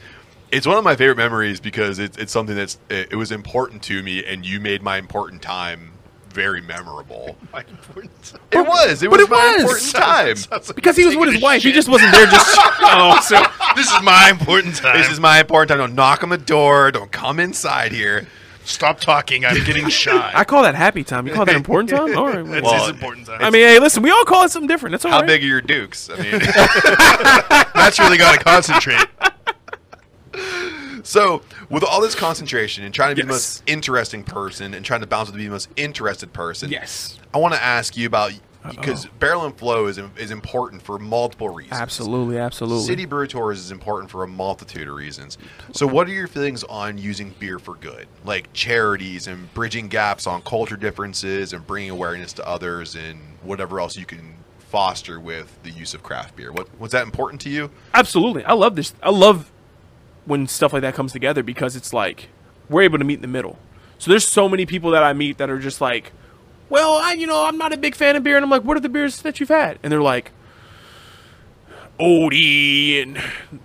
Speaker 2: it's one of my favorite memories because it's it's something that's it, it was important to me, and you made my important time very memorable.
Speaker 1: My importance.
Speaker 2: It was, it
Speaker 4: But
Speaker 2: was
Speaker 4: it
Speaker 2: my
Speaker 4: was. <laughs>
Speaker 2: important time.
Speaker 1: <laughs> Sounds like
Speaker 4: Because he
Speaker 1: you're
Speaker 4: was with his
Speaker 1: taking a
Speaker 4: wife, he
Speaker 1: shit.
Speaker 4: just wasn't there. Just
Speaker 1: <laughs>
Speaker 4: oh, so
Speaker 2: <laughs>
Speaker 1: This is my important time.
Speaker 2: This is my important time. Don't knock on the door. Don't come inside here.
Speaker 1: Stop talking. I'm
Speaker 4: <laughs>
Speaker 1: getting shy.
Speaker 4: I call that happy time. You call that
Speaker 1: <laughs>
Speaker 4: important time? All right.
Speaker 1: That's
Speaker 4: well,
Speaker 1: his important time.
Speaker 4: I mean, hey, listen, we all call it something different. That's all
Speaker 2: How
Speaker 4: right.
Speaker 2: big are your dukes? I mean, <laughs>
Speaker 1: that's really got to concentrate.
Speaker 2: so with all this concentration and trying to be the
Speaker 4: Yes.
Speaker 2: most interesting person and trying to bounce to be the most interested person,
Speaker 4: Yes.
Speaker 2: I want to ask you about because barrel and flow is is important for multiple reasons.
Speaker 4: Absolutely, absolutely.
Speaker 2: City brew tours is important for a multitude of reasons. So, what are your feelings on using beer for good, like charities and bridging gaps on culture differences and bringing awareness to others and whatever else you can foster with the use of craft beer? What was that important to you?
Speaker 4: Absolutely. I love this. I love when stuff like that comes together because it's like we're able to meet in the middle. So there's so many people that I meet that are just like, well, I you know I'm not a big fan of beer, and I'm like, what are the beers that you've had? And they're like, Odie and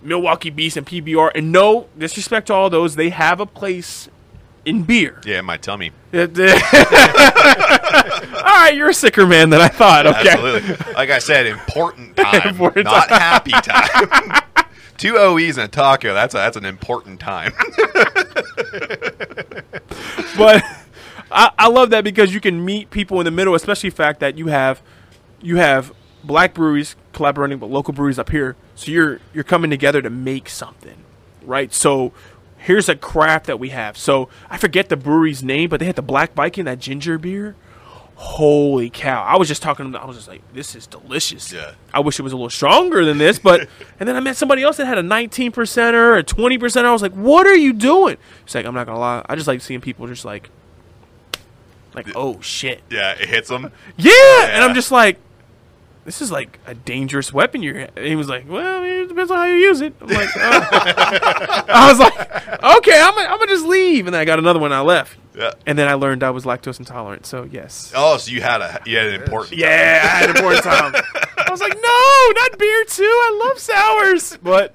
Speaker 4: Milwaukee Beast and PBR. And no disrespect to all those, they have a place in beer.
Speaker 2: Yeah, my tummy.
Speaker 4: <laughs> all right, you're a sicker man than I thought. Okay.
Speaker 2: <laughs> Absolutely. Like I said, <laughs> important time,
Speaker 4: Important
Speaker 2: not happy time. <laughs> Two OEs and a taco. That's a, that's an important time.
Speaker 4: but I, I love that because you can meet people in the middle, especially the fact that you have you have black breweries collaborating with local breweries up here. So you're you're coming together to make something, right? So here's a craft that we have. So I forget the brewery's name, but they had the Black Viking, that ginger beer. Holy cow! I was just talking. to them, I was just like, "This is delicious."
Speaker 2: Yeah.
Speaker 4: I wish it was a little stronger than this, but and then I met somebody else that had a 19 percenter, a 20 percenter. I was like, "What are you doing?" She's like, "I'm not gonna lie. I just like seeing people just like, like, oh shit,
Speaker 2: <laughs> <laughs> yeah, it hits them.
Speaker 4: yeah. And I'm just like, this is like a dangerous weapon you're. And he was like, well, it depends on how you use it. I'm like, oh. <laughs> I was like, okay, I'm gonna, I'm gonna just leave. And then I got another one. And I left.
Speaker 2: Yeah.
Speaker 4: And then I learned I was lactose intolerant. So yes.
Speaker 2: Oh, so you had a you had an important.
Speaker 4: Yeah, I had a boring time. I was like, no, not beer too. I love sours, but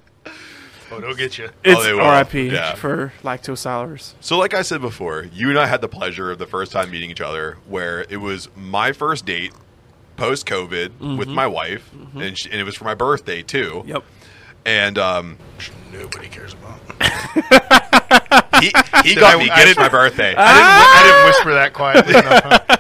Speaker 1: Oh, they'll get you.
Speaker 4: it's
Speaker 2: they will.
Speaker 4: R.I.P.
Speaker 2: Yeah.
Speaker 4: for lactose sours.
Speaker 2: So, like I said before, you and I had the pleasure of the first time meeting each other, where it was my first date post COVID
Speaker 1: Mm-hmm.
Speaker 2: with my wife, and, she, and it was for my birthday too.
Speaker 4: Yep.
Speaker 2: And
Speaker 1: <laughs>
Speaker 2: um,
Speaker 1: Nobody cares about.
Speaker 2: he, he got
Speaker 1: I-
Speaker 2: me
Speaker 1: I
Speaker 2: gifts
Speaker 1: didn't-
Speaker 2: for my birthday.
Speaker 1: I didn't, I didn't whisper that quietly enough. huh?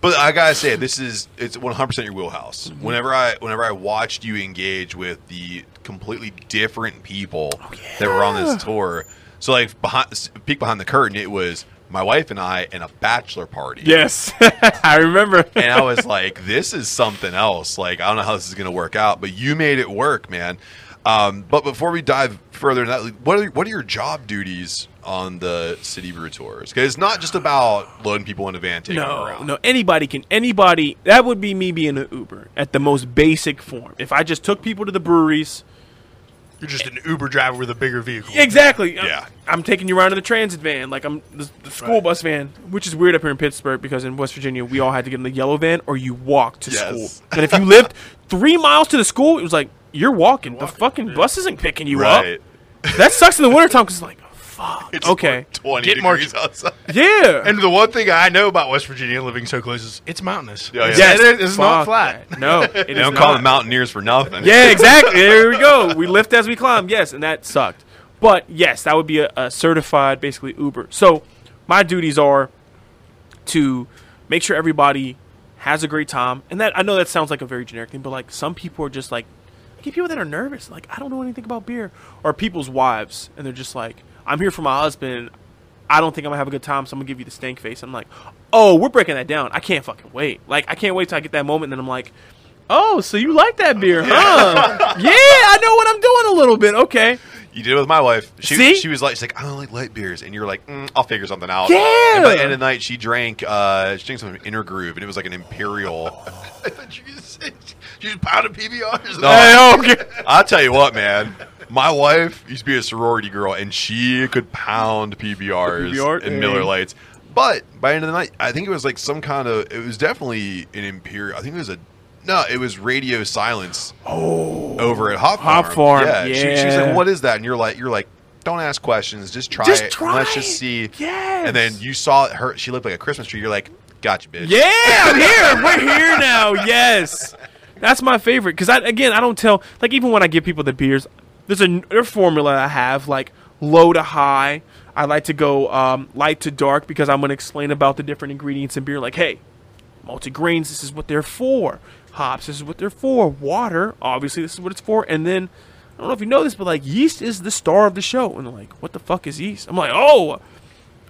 Speaker 2: But I gotta say, this is it's 100% your wheelhouse.
Speaker 1: Mm-hmm.
Speaker 2: Whenever I whenever I watched you engage with the completely different people
Speaker 1: Oh,
Speaker 2: that were on this tour, so like behind s- peek behind the curtain, it was my wife and I and a bachelor party.
Speaker 4: Yes, <laughs> I remember.
Speaker 2: and I was like, "This is something else." Like, I don't know how this is going to work out, but you made it work, man. Um, but before we dive further, into that, like, what are what are your job duties on the city brew tours? 'Cause it's not just about loading people in a van, taking them
Speaker 4: No,
Speaker 2: around.
Speaker 4: no, anybody can. Anybody. That would be me being an Uber at the most basic form. If I just took people to the breweries,
Speaker 1: <laughs> You're just an Uber driver with a bigger vehicle.
Speaker 4: Exactly. I'm-
Speaker 2: Yeah.
Speaker 4: I'm, taking you around in the transit van, like I'm the, the school
Speaker 1: Right.
Speaker 4: bus van, which is weird up here in Pittsburgh because in West Virginia we all had to get in the yellow van or you walk to
Speaker 2: Yes.
Speaker 4: school.
Speaker 1: <laughs>
Speaker 4: And if you lived three miles to the school, it was like you're walking. the
Speaker 1: walking,
Speaker 4: fucking bus isn't picking you
Speaker 2: right?
Speaker 4: up. <laughs> That sucks in the wintertime because
Speaker 1: <laughs>
Speaker 4: it's like, fuck. okay.
Speaker 2: like twenty
Speaker 1: Get
Speaker 2: degrees outside.
Speaker 4: yeah.
Speaker 1: And the one thing I know about West Virginia, living so close, is it's mountainous.
Speaker 2: Yeah, yeah.
Speaker 1: It's- it is not
Speaker 4: Fuck
Speaker 1: flat.
Speaker 4: that. No, it
Speaker 2: They
Speaker 4: is
Speaker 2: don't call
Speaker 4: not.
Speaker 2: them mountaineers for nothing.
Speaker 4: Yeah, exactly. there we go. We lift as we climb. Yes, and that sucked. But yes, that would be a, a certified basically Uber. So my duties are to make sure everybody has a great time. And that I know that sounds like a very generic thing, but like some people are just like I get people that are nervous, like I don't know anything about beer, or people's wives, and they're just like, I'm here for my husband. I don't think I'm gonna have a good time, so I'm gonna give you the stank face. I'm like, oh, we're breaking that down. I can't fucking wait. Like I can't wait till I get that moment. And then I'm like, oh, so you like that beer, huh? yeah, I know what I'm doing a little bit. Okay.
Speaker 2: You did it with my wife. She,
Speaker 4: See?
Speaker 2: she was like, she's like, I don't like light beers, and you're like, mm, I'll figure something out.
Speaker 4: Yeah.
Speaker 2: And by the end of the night, she drank, uh, she drank some Inner Groove, and it was like an imperial.
Speaker 1: <laughs> I thought you were gonna say- you just pounded PBRs.
Speaker 2: <laughs> No.
Speaker 4: I don't care.
Speaker 2: I'll tell you what, man. My wife used to be a sorority girl, and she could pound PBRs
Speaker 4: PBR?
Speaker 2: and Miller
Speaker 4: Mm.
Speaker 2: Lights. But by the end of the night, I think it was like some kind of. It was definitely an imperial. I think it was a. No, it was radio silence. Oh, over at Hop Farm.
Speaker 4: Hop Farm,
Speaker 2: She, she's
Speaker 4: yeah.
Speaker 2: like, "What is that?" And you're like, "You're like, don't ask questions. Just try
Speaker 4: Just
Speaker 2: it.
Speaker 4: try
Speaker 2: Let's
Speaker 4: it.
Speaker 2: just see."
Speaker 4: Yes.
Speaker 2: And then you saw her. She looked like a Christmas tree. You're like, "Gotcha, bitch."
Speaker 4: Yeah, I'm here. We're here now. Yes, that's my favorite because I again I don't tell like even when I give people the beers, there's a n- their formula I have like low to high. I like to go um, light to dark because I'm going to explain about the different ingredients in beer. Like, hey, multigrains, this is what they're for. Hops, this is what they're for. Water, obviously, this is what it's for. And then, I don't know if you know this, but like, yeast is the star of the show. And they're like, what the fuck is yeast? I'm like, oh,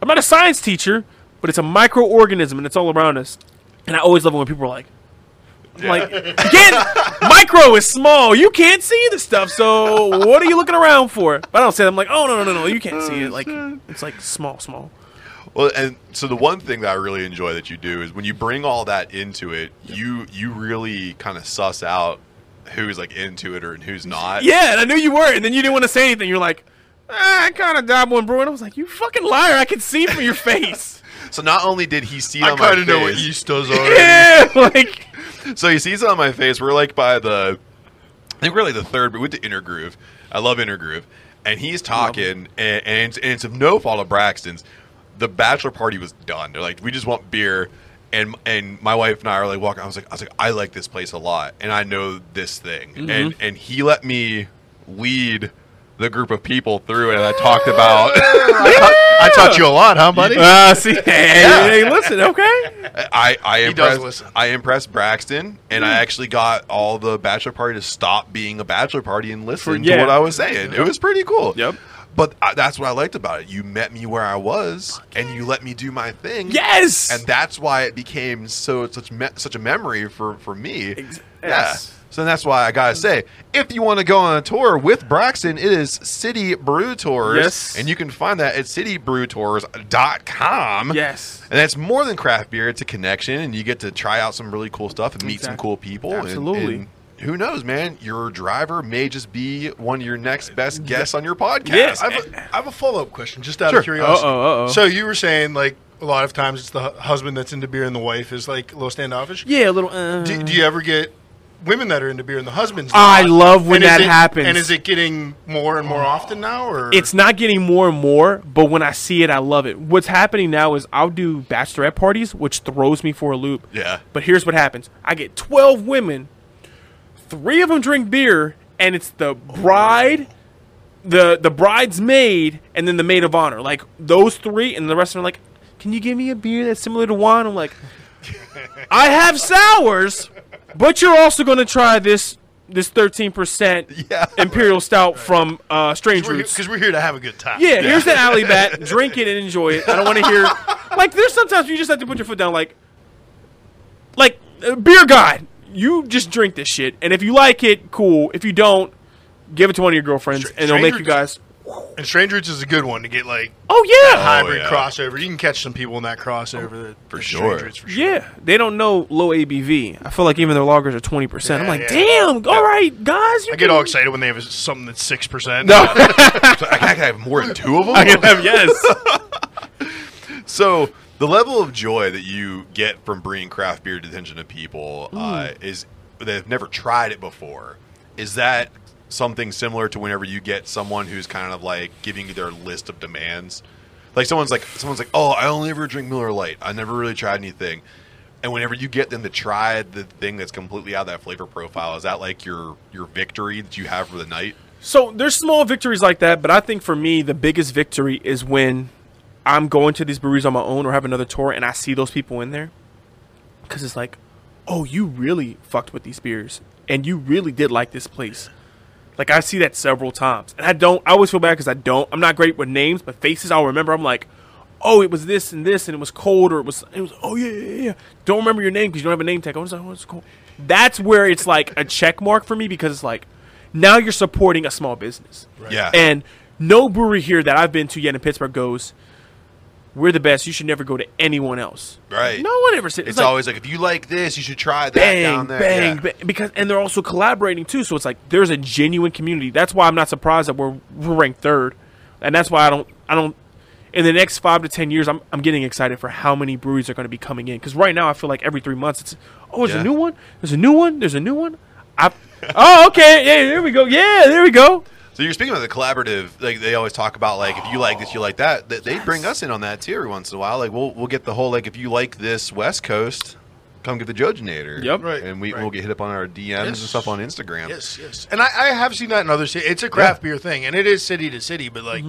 Speaker 4: I'm not a science teacher, but it's a microorganism and it's all around us. And I always love it when people are like, I'm like, again, micro is small. You can't see the stuff, so what are you looking around for? But I don't say that. I'm like, oh, no, no, no, no. You can't see it. Like, it's like small, small.
Speaker 2: Well, and so the one thing that I really enjoy that you do is when you bring all that into it, you you really kind of suss out who's like into it or and who's not.
Speaker 4: Yeah, and I knew you were, and then you didn't want to say anything. You're like, ah, I kind of dabbed one brew, and I was like, you fucking liar! I can see from your face. <laughs>
Speaker 2: So not only did he see it
Speaker 1: I
Speaker 2: on my
Speaker 1: kind of know what
Speaker 2: face,
Speaker 1: yeast <laughs> does already.
Speaker 4: yeah, like
Speaker 2: so he sees it on my face. We're like by the, I think we're like the third, but we went to Inner Groove. I love Inner Groove, and he's talking, and, and, it's, and it's of no fault of Braxton's. The bachelor party was done. They're like, we just want beer, and and my wife and I are like walking. I was like, I was like, I like this place a lot, and I know this thing, and and he let me lead the group of people through it, and I talked about.
Speaker 1: I taught you a lot, huh, buddy?
Speaker 4: ah, <laughs> see, hey, hey, listen, okay.
Speaker 2: I I
Speaker 1: He does
Speaker 2: impressed,
Speaker 1: listen.
Speaker 2: I impressed Braxton, and
Speaker 4: Hmm.
Speaker 2: I actually got all the bachelor party to stop being a bachelor party and listen
Speaker 4: yeah.
Speaker 2: to what I was saying. It was pretty cool.
Speaker 4: Yep.
Speaker 2: But I, that's what I liked about it. You met me where I was, and you let me do my thing.
Speaker 4: Yes,
Speaker 2: And that's why it became so such me- such a memory for for me.
Speaker 4: Ex-
Speaker 2: Yeah.
Speaker 4: yes.
Speaker 2: So that's why I gotta say, if you want to go on a tour with Braxton, it is City Brew Tours.
Speaker 4: Yes.
Speaker 2: And you can find that at citybrewtours.com.
Speaker 4: yes.
Speaker 2: And that's more than craft beer. It's a connection, and you get to try out some really cool stuff and meet some
Speaker 4: Exact-
Speaker 2: cool people. and-
Speaker 4: Absolutely.
Speaker 2: and who knows, man? Your driver may just be one of your next best guests on your podcast.
Speaker 4: Yes.
Speaker 1: I have a, I have a follow up question, just out
Speaker 2: Sure.
Speaker 1: of curiosity.
Speaker 4: Uh-oh, uh-oh.
Speaker 1: So you were saying like a lot of times it's the hu- husband that's into beer and the wife is like a little standoffish.
Speaker 4: Yeah, a little. Uh,
Speaker 1: Do, do you ever get women that are into beer and the husband's?
Speaker 4: I
Speaker 1: not?
Speaker 4: love when
Speaker 1: And is
Speaker 4: that
Speaker 1: it-
Speaker 4: happens.
Speaker 1: And is it getting more and more often now, or
Speaker 4: it's not getting more and more, but when I see it, I love it. What's happening now is I'll do bachelorette parties, which throws me for a loop.
Speaker 2: Yeah.
Speaker 4: But here's what happens I get 12 women, three of them drink beer, and it's the bride, the, the bridesmaid, and then the maid of honor. Like those three, and the rest of them are like, Can you give me a beer that's similar to wine? I'm like, I have sours, but you're also going to try this. This thirteen percent
Speaker 2: <laughs> Yeah.
Speaker 4: imperial stout from uh, Strange Roots
Speaker 1: because we're here to have a good time?
Speaker 4: yeah, here's
Speaker 1: <laughs>
Speaker 4: the alley bat. Drink it and enjoy it. I don't want to hear. Like, there's sometimes you just have to put your foot down. Like, like uh, beer god, you just drink this shit, and if you like it, cool. If you don't, give it to one of your girlfriends,
Speaker 1: Stra-
Speaker 4: and it'll make you
Speaker 1: strangers-
Speaker 4: guys.
Speaker 1: And Strange Roots is a good one to get like
Speaker 4: Oh yeah,
Speaker 1: hybrid
Speaker 2: yeah.
Speaker 1: crossover. You can catch some people in that crossover. that-
Speaker 2: For
Speaker 1: that
Speaker 2: sure.
Speaker 1: Strange Roots for sure.
Speaker 4: yeah. They don't know low ABV. I feel like even their loggers are twenty percent. I'm
Speaker 1: Yeah,
Speaker 4: like,
Speaker 1: yeah.
Speaker 4: damn. All right, guys. You
Speaker 1: I get all
Speaker 4: can- <laughs>
Speaker 1: excited when they have something that's six percent.
Speaker 4: No.
Speaker 2: So I can have more than
Speaker 4: <laughs>
Speaker 2: two of them.
Speaker 4: yes.
Speaker 2: So the level of joy that you get from bringing craft beer to the attention of people uh,
Speaker 4: Mm.
Speaker 2: is that have never tried it before. Is that something similar to whenever you get someone who's kind of like giving you their list of demands? Like someone's like someone's like, oh, I only ever drink Miller Lite. I never really tried anything. And whenever you get them to try the thing that's completely out of that flavor profile, is that like your your victory that you have for the night?
Speaker 4: So there's small victories like that, but I think for me the biggest victory is when I'm going to these breweries on my own or have another tour and I see those people in there. Cause it's like, oh, you really fucked with these beers and you really did like this place. Like I see that several times, and I don't. I always feel bad because I don't. I'm not great with names, but faces I'll remember. I'm like, oh, it was this and this, and it was cold, or it was. It was. Oh yeah, yeah, yeah. Don't remember your name because you don't have a name tag. I was like, oh, it's cool. That's where it's like a check mark for me because it's like, now you're supporting a small business.
Speaker 2: Yeah.
Speaker 4: And no brewery here that I've been to yet in Pittsburgh goes, we're the best. You should never go to anyone else.
Speaker 2: Right.
Speaker 4: No one ever said.
Speaker 2: It's,
Speaker 4: like-
Speaker 2: always like if you like this, you should try that
Speaker 4: bang,
Speaker 2: down there.
Speaker 4: bang,
Speaker 2: Yeah.
Speaker 4: bang, because and they're also collaborating too. So it's like there's a genuine community. That's why I'm not surprised that we're, we're ranked third, and that's why I don't, I don't. In the next five to ten years, I'm, I'm getting excited for how many breweries are going to be coming in. Because right now, I feel like every three months, it's oh, there's
Speaker 2: Yeah.
Speaker 4: a new one, there's a new one, there's a new one. I, oh, okay, yeah, there we go, yeah, there we go.
Speaker 2: So you're speaking about the collaborative, like they always talk about, like if you like this, you like that. Th- They bring us in on that too every once in a while. Like we'll we'll get the whole like if you like this West Coast, come get the Judgeinator.
Speaker 4: Yep.
Speaker 1: Right,
Speaker 2: And we
Speaker 1: right.
Speaker 2: we'll get hit up on our DMs and
Speaker 1: Yes.
Speaker 2: stuff on Instagram.
Speaker 1: Yes, yes, and I, I have seen that in other cities. It's a craft beer thing, and it is city to city. But like,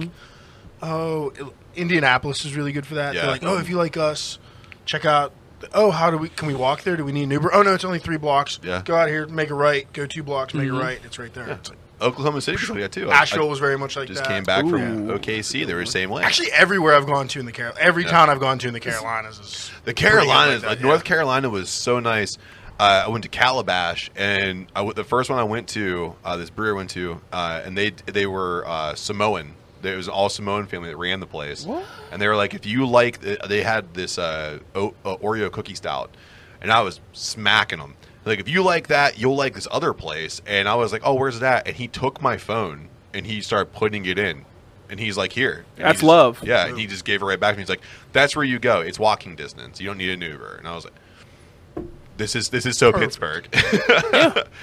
Speaker 1: oh, Il- Indianapolis is really good for that.
Speaker 2: Mm-hmm. Yeah.
Speaker 1: They're like, oh, if you like us, check out. Oh, how do we? Can we walk there? Do we need an Uber? Oh no, it's only three blocks.
Speaker 2: Yeah.
Speaker 1: Go out here, make a right, go two blocks, make a right. It's right there. It's like,
Speaker 2: Oklahoma City, yeah, too. I- I
Speaker 1: Asheville was very much like
Speaker 2: just
Speaker 1: that.
Speaker 2: came back from
Speaker 3: Ooh.
Speaker 2: OKC. They were the same way.
Speaker 1: Actually, everywhere I've gone to in the Carol, every town I've gone to in the Carolinas is
Speaker 2: The
Speaker 1: pretty good like
Speaker 2: Carolinas,
Speaker 1: that,
Speaker 2: like
Speaker 1: yeah.
Speaker 2: North Carolina, was so nice. Uh, I went to Calabash, and I w- the first one I went to, uh, this brewer went to, uh, and they they were uh, Samoan. There was an all Samoan family that ran the place, and they were like, if you like, they had this uh, o- uh, Oreo cookie stout, and I was smacking them. Like, if you like that, you'll like this other place. And I was like, oh, where's that? And he took my phone and he started putting it in, and he's like, here. And he
Speaker 4: That's
Speaker 2: just-
Speaker 4: love.
Speaker 2: yeah, and he just gave it right back to me. He's like, "That's where you go. It's walking distance. You don't need an Uber." And I was like, "This is this is so Pittsburgh."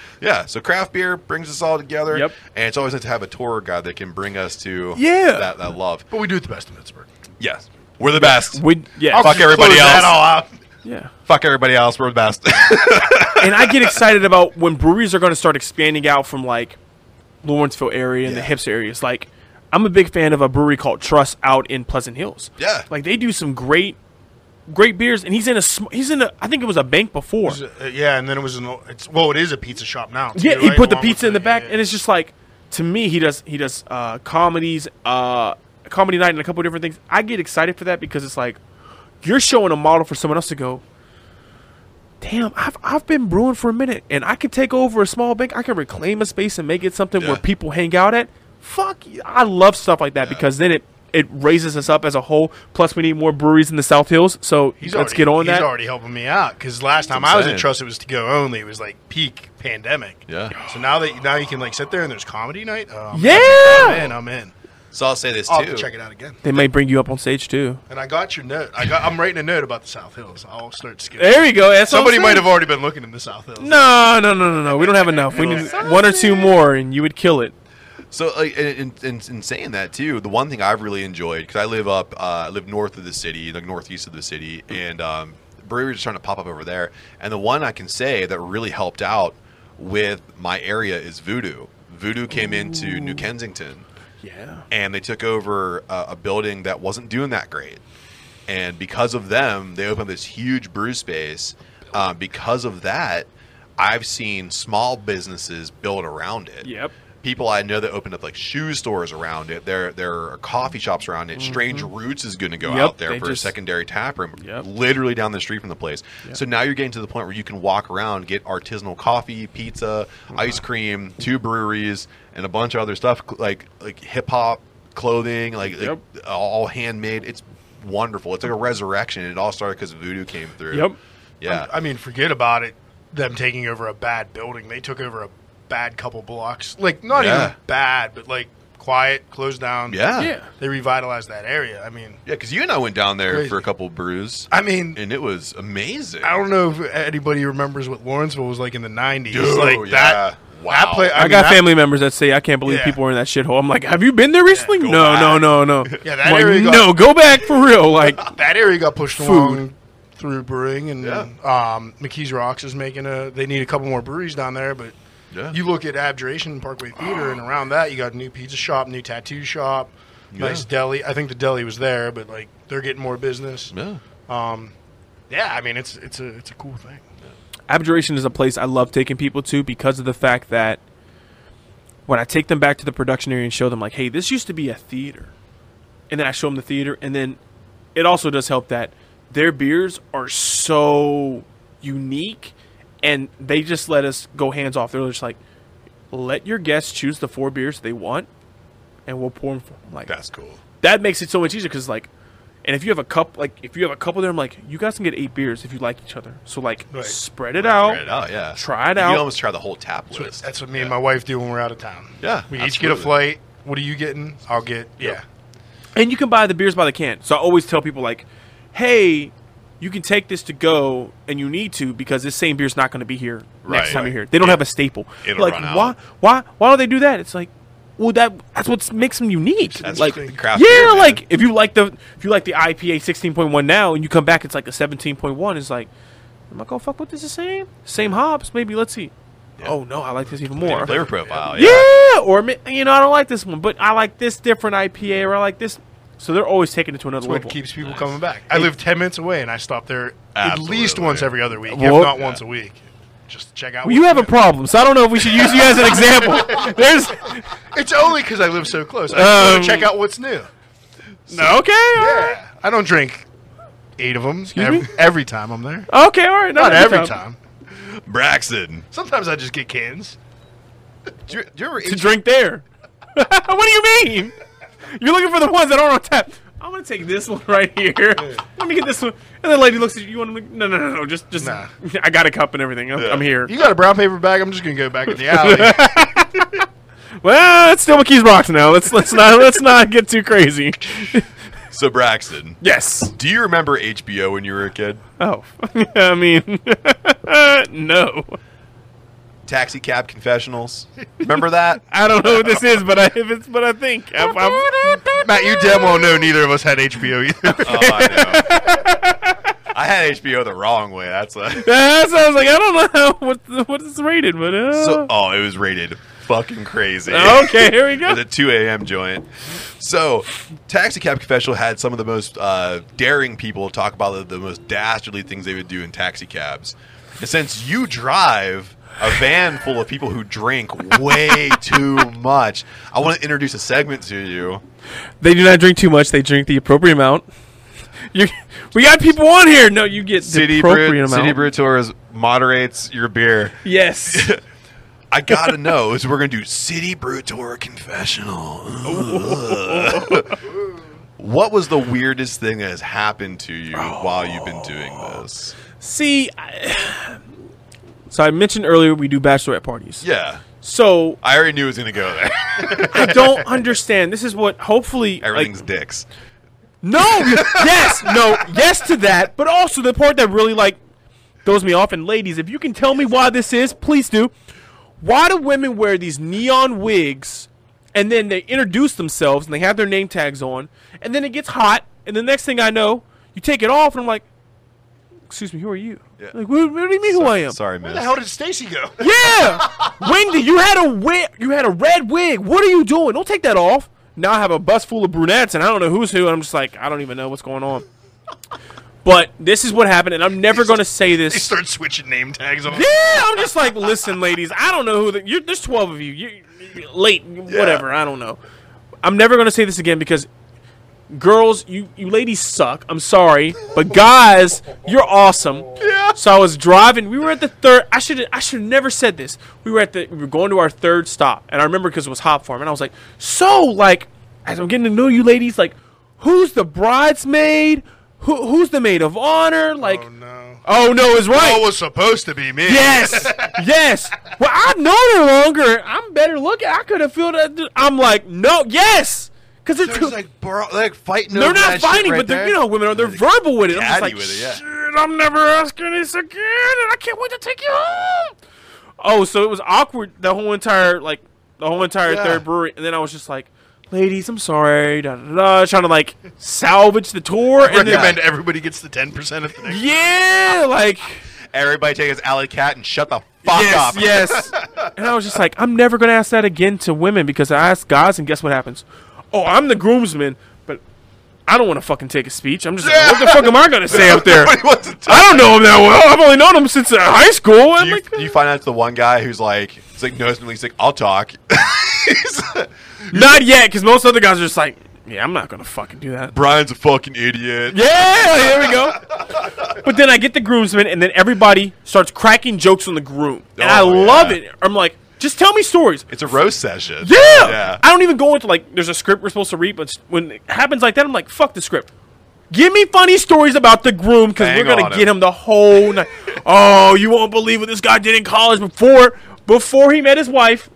Speaker 2: <laughs> yeah. So craft beer brings us all together.
Speaker 4: Yep.
Speaker 2: And it's always nice to have a tour guide that can bring us to
Speaker 4: Yeah.
Speaker 2: that, that love.
Speaker 1: But we do it the best in Pittsburgh.
Speaker 2: Yes, we're the best.
Speaker 4: We yeah
Speaker 1: I'll
Speaker 2: Fuck
Speaker 1: just
Speaker 2: everybody
Speaker 1: close
Speaker 2: else.
Speaker 1: That all out.
Speaker 4: yeah.
Speaker 2: Fuck everybody else. We're the best. <laughs>
Speaker 4: and I get excited about when breweries are going to start expanding out from like Lawrenceville area and the hipster areas. Like, I'm a big fan of a brewery called Trust out in Pleasant Hills.
Speaker 2: Yeah.
Speaker 4: like they do some great, great beers. And he's in a sm- he's in a I think it was a bank before.
Speaker 1: Uh, yeah, and then it was an. o- It's well, it is a pizza shop now. too,
Speaker 4: yeah, he
Speaker 1: right?
Speaker 4: put the
Speaker 1: Along with
Speaker 4: pizza in the back,
Speaker 1: yeah.
Speaker 4: and it's just like to me he does he does uh, comedies, uh, comedy night, and a couple different things. I get excited for that because it's like you're showing a model for someone else to go. Damn, I've I've been brewing for a minute, and I could take over a small bank. I can reclaim a space and make it something where
Speaker 2: Yeah.
Speaker 4: people hang out at. Fuck, y- I love stuff like that because then it it raises us up as a whole. Plus, we need more breweries in the South Hills, so
Speaker 1: He's
Speaker 4: let's
Speaker 1: already-
Speaker 4: get on that.
Speaker 1: He's already helping me out because last time
Speaker 2: what I'm
Speaker 1: I was
Speaker 2: saying.
Speaker 1: at Trust, it was to go only. It was like peak pandemic.
Speaker 2: Yeah.
Speaker 1: So now that now you can like sit there and there's comedy night. Oh, I'm-
Speaker 4: yeah,
Speaker 1: I'm in. I'm in.
Speaker 2: so I'll say this
Speaker 1: I'll have
Speaker 2: too.
Speaker 1: to check it out again.
Speaker 4: they might bring you up on stage too.
Speaker 1: And I got your note. I got. I'm writing a note about the South Hills. I'll start skipping.
Speaker 4: There we go. That's what I'm
Speaker 1: Somebody
Speaker 4: saying.
Speaker 1: might have already been looking in the South Hills.
Speaker 4: No, no, no, no, no. We don't have enough. We need one or two more, and you would kill it.
Speaker 2: So, like, in, in, in, in saying that too, the one thing I've really enjoyed because I live up, uh, I live north of the city, like northeast of the city, and um, breweries are starting to pop up over there. And the one I can say that really helped out with my area is Voodoo. Voodoo came into New Kensington,
Speaker 4: Yeah.
Speaker 2: and they took over uh, a building that wasn't doing that great. And because of them, they opened this huge brew space. Um, because of that, I've seen small businesses build around it
Speaker 4: Yep.
Speaker 2: people I know that opened up like shoe stores around it. There there are coffee shops around it. Strange Roots is going to go
Speaker 4: Mm-hmm. Yep,
Speaker 2: out there
Speaker 4: they
Speaker 2: for
Speaker 4: just-
Speaker 2: a secondary tap room,
Speaker 4: Yep.
Speaker 2: literally down the street from the place. So now you're getting to the point where you can walk around, get artisanal coffee, pizza,
Speaker 4: Uh-huh.
Speaker 2: ice cream, two breweries, and a bunch of other stuff cl- like like hip hop clothing, like, like,
Speaker 4: Yep.
Speaker 2: all handmade. It's wonderful. It's like a resurrection. It all started because voodoo came through.
Speaker 4: Yep.
Speaker 2: Yeah.
Speaker 1: I mean, forget about it. Them taking over a bad building. They took over a bad couple blocks. Like not
Speaker 2: Yeah.
Speaker 1: even bad, but like quiet, closed down.
Speaker 2: yeah.
Speaker 4: Yeah.
Speaker 2: Yeah.
Speaker 1: They revitalized that area. I mean,
Speaker 2: Because you and I went down there
Speaker 1: Crazy.
Speaker 2: for a couple brews,
Speaker 1: I mean,
Speaker 2: and it was amazing.
Speaker 1: I don't know if anybody remembers what Lawrenceville was like in the '90s.
Speaker 2: Dude,
Speaker 1: like
Speaker 2: yeah.
Speaker 1: that.
Speaker 2: Wow.
Speaker 1: that pla-
Speaker 4: I,
Speaker 1: mean,
Speaker 4: got
Speaker 1: that-
Speaker 4: family members that say I can't believe
Speaker 1: Yeah.
Speaker 4: people are in that shithole. I'm like, have you been there recently?
Speaker 2: go
Speaker 4: no,
Speaker 2: back.
Speaker 4: no, no, no,
Speaker 1: <laughs> Yeah, that
Speaker 4: I'm like,
Speaker 1: area got-
Speaker 4: no, go back for
Speaker 1: <laughs>
Speaker 4: real. Like,
Speaker 1: That area got pushed
Speaker 4: Food.
Speaker 1: along through brewing, and
Speaker 2: Yeah.
Speaker 1: um, McKees Rocks is making a. They need a couple more breweries down there, but
Speaker 2: Yeah.
Speaker 1: you look at Abjuration Parkway Theater, and around that you got a new pizza shop, new tattoo shop, nice deli. I think the deli was there, but like they're getting more business.
Speaker 2: yeah.
Speaker 1: Yeah, I mean it's it's a it's a cool thing.
Speaker 4: Abjuration is a place I love taking people to because of the fact that when I take them back to the production area and show them, like, hey, this used to be a theater. And then I show them the theater. And then it also does help that their beers are so unique and they just let us go hands off. They're just like, let your guests choose the four beers they want and we'll pour them for them. Like,
Speaker 2: That's cool.
Speaker 4: that makes it so much easier because like and if you have a cup like if you have a couple there i'm like you guys can get eight beers if you like each other so like
Speaker 1: Right.
Speaker 4: spread it out
Speaker 2: Try it out, Oh, yeah.
Speaker 4: Try it
Speaker 2: you
Speaker 4: Oh. out.
Speaker 2: can almost try the whole tap
Speaker 1: That's what,
Speaker 2: list.
Speaker 1: that's what me and my wife do when we're out of town.
Speaker 2: Yeah,
Speaker 1: we each get a
Speaker 2: absolutely.
Speaker 1: flight. What are you getting? I'll get yeah.
Speaker 4: and you can buy the beers by the can so i always tell people like hey you can take this to go and you need to because this same beer's not going to be here next
Speaker 2: Right.
Speaker 4: time you're here they don't have a staple
Speaker 2: It'll
Speaker 4: like
Speaker 2: run out.
Speaker 4: why why why do they do that it's like well that that's what makes them unique
Speaker 2: That's
Speaker 4: like
Speaker 2: the craft
Speaker 4: yeah,
Speaker 2: beer, man.
Speaker 4: like if you like the if you like the IPA sixteen point one now, and you come back, it's like a seventeen point one. It's like, am I gonna fuck with this the same same hops? Maybe let's see. Oh no, I like this even more.
Speaker 2: flavor profile.
Speaker 4: Yeah, or ma- you know, I don't like this one, but I like this different IPA, or I like this. So they're always taking it to another
Speaker 1: That's what
Speaker 4: level.
Speaker 1: keeps people coming back. I live 10 minutes away and I stop there at least
Speaker 2: Absolutely.
Speaker 1: once every other week,
Speaker 4: Well,
Speaker 1: if not once a week. Just to check out.
Speaker 4: Well, Oh, you
Speaker 1: what's
Speaker 4: have a
Speaker 1: new.
Speaker 4: problem, so I don't know if we should use you as
Speaker 1: <laughs>
Speaker 4: an example. <laughs> There's
Speaker 1: It's only because I live so close. I just wanna
Speaker 4: Um,
Speaker 1: check out what's new.
Speaker 4: no, okay, all right.
Speaker 1: Yeah. I don't drink eight of them
Speaker 4: me? Uh,
Speaker 1: every, every time I'm there.
Speaker 4: okay, all right,
Speaker 1: Not every time.
Speaker 2: Braxton.
Speaker 1: Sometimes I just get cans.
Speaker 6: Do you, do you remember
Speaker 4: to drink there. <laughs> what do you mean? You're looking for the ones that aren't on tap. I'm gonna take this one right here. Let me get this one. And the lady looks at you. You want to? No, no, no, no. Just, just.
Speaker 1: Nah.
Speaker 4: <laughs> I got a cup and everything. I'm, I'm here.
Speaker 1: You got a brown paper bag? I'm just gonna go back in the
Speaker 4: <laughs>
Speaker 1: alley.
Speaker 4: Well, it's still McKee's box now. Let's let's not let's not get
Speaker 1: <laughs>
Speaker 4: too crazy.
Speaker 2: So Braxton,
Speaker 4: Yes.
Speaker 2: do you remember HBO when you were a kid?
Speaker 4: Oh, <laughs> I mean, <laughs> no.
Speaker 2: Taxi cab confessionals. Remember that?
Speaker 4: I don't know what this is, but I if it's but I think I, I'm,
Speaker 1: Matt, you damn well know neither of us had
Speaker 4: <laughs>
Speaker 1: HBO either.
Speaker 2: Oh, I know. I had HBO the wrong way. That's a,
Speaker 4: that sounds like I don't know what the- what it's rated, but uh, <laughs>
Speaker 2: so. Oh, it was rated fucking crazy.
Speaker 4: okay, here
Speaker 2: <laughs>
Speaker 4: we go.
Speaker 2: At a 2 a.m. joint. So, Taxi Cab Confessional had some of the most uh, daring people talk about the, the most dastardly things they would do in taxi cabs. And since you drive a van full of people who drink
Speaker 4: <laughs>
Speaker 2: way too much, I want to introduce a segment to you.
Speaker 4: They do not drink too much. They drink the appropriate amount. <laughs> You, we got people on here. No, you get the
Speaker 2: City
Speaker 4: appropriate
Speaker 2: Brew,
Speaker 4: amount.
Speaker 2: City Brew Tours moderates your beer. <laughs>
Speaker 4: Yes.
Speaker 2: I gotta know is we're gonna do City Brew Tour confessional. Ugh. what was the weirdest thing that has happened to you while you've been doing this?
Speaker 4: See, I, so I mentioned earlier we do bachelorette parties.
Speaker 2: Yeah,
Speaker 4: So
Speaker 2: I already knew it was gonna go there. <laughs>
Speaker 4: I don't <laughs> understand. This is what hopefully like,
Speaker 2: Everything's dicks.
Speaker 4: No, yes, no, yes to that, but also the part that really like throws me off. And ladies, if you can tell me why this is, please do. Why do women wear these neon wigs and then they introduce themselves and they have their name tags on, and then it gets hot, and the next thing I know, you take it off, and I'm like, "Excuse me, who are you?" Like, what, what do you mean who I am?
Speaker 2: Sorry,
Speaker 1: Where the
Speaker 2: miss.
Speaker 1: hell did Stacy go?
Speaker 4: Yeah, Wendy, you had a wig. You had a red wig. What are you doing? Don't take that off. Now I have a bus full of brunettes, and I don't know who's who. And I'm just like, I don't even know what's going on. But this is what happened, and I'm never going to say
Speaker 1: They
Speaker 4: this.
Speaker 1: start switching name tags on.
Speaker 4: Yeah, I'm just like, listen, ladies, I don't know who. The, you're, there's 12 of you. You you- late, whatever. I don't know. I'm never going to say this again because girls, you you ladies suck. I'm sorry, but guys, you're awesome. Yeah. So I was driving. We were at the third. I should I should have never said this. We were at the. We were going to our third stop, and I remember because it was Hop Farm, and I was like, so like, as I'm getting to know you ladies, like, who's the bridesmaid? Who, who's the maid of honor? Like,
Speaker 1: Oh no.
Speaker 4: oh no, is right.
Speaker 1: That was supposed to be me.
Speaker 4: Yes, yes. Well, I've known her longer. I'm better looking. I could have feel that. I'm like, no, yes, because they're
Speaker 6: There's
Speaker 4: too,
Speaker 6: like, bro, like fighting.
Speaker 4: they're
Speaker 6: over that
Speaker 4: not
Speaker 6: shit
Speaker 4: fighting,
Speaker 6: right
Speaker 4: but they're
Speaker 6: there.
Speaker 4: you know women are they're verbal with it. I'm just
Speaker 2: catty
Speaker 4: like,
Speaker 2: with it, yeah.
Speaker 4: shit, I'm never asking this again, and I can't wait to take you home. Oh, so it was awkward the whole entire like the whole entire third brewery, and then I was just like. Ladies, I'm sorry. Da, da, da, trying to like salvage the tour, and then
Speaker 1: Recommend everybody gets the ten percent of the
Speaker 4: <laughs>
Speaker 1: next.
Speaker 4: yeah, like
Speaker 2: Everybody take his alley cat and shut the fuck
Speaker 4: yes,
Speaker 2: up. <laughs>
Speaker 4: Yes. <laughs> and I was just like, I'm never gonna ask that again to women because I ask guys, and guess what happens? Oh, I'm the groomsman, but I don't want to fucking take a speech. I'm just like, what the fuck am I gonna say up there?
Speaker 2: Nobody wants to talk.
Speaker 4: I don't know him that well. I've only known him since uh, high school. I'm
Speaker 2: Do you,
Speaker 4: like,
Speaker 2: do you find out it's the one guy who's like, it's like knows me, he's like, I'll talk. <laughs> He's-
Speaker 4: not yet, because most other guys are just like, yeah, I'm not gonna fucking do that.
Speaker 2: Brian's a fucking idiot.
Speaker 4: Yeah, here we go. But then I get the groomsman, and then everybody starts cracking jokes on the groom, and I
Speaker 2: Oh, yeah.
Speaker 4: love it. I'm like, just tell me stories.
Speaker 2: It's a roast session.
Speaker 4: Yeah.
Speaker 2: Yeah.
Speaker 4: I don't even go into like there's a script we're supposed to read, but s- when it happens like that, I'm like, fuck the script. Give me funny stories about the groom because we're
Speaker 2: Bang
Speaker 4: gonna
Speaker 2: on
Speaker 4: get
Speaker 2: him.
Speaker 4: him the whole night. <laughs> oh, you won't believe what this guy did in college before before he met his wife.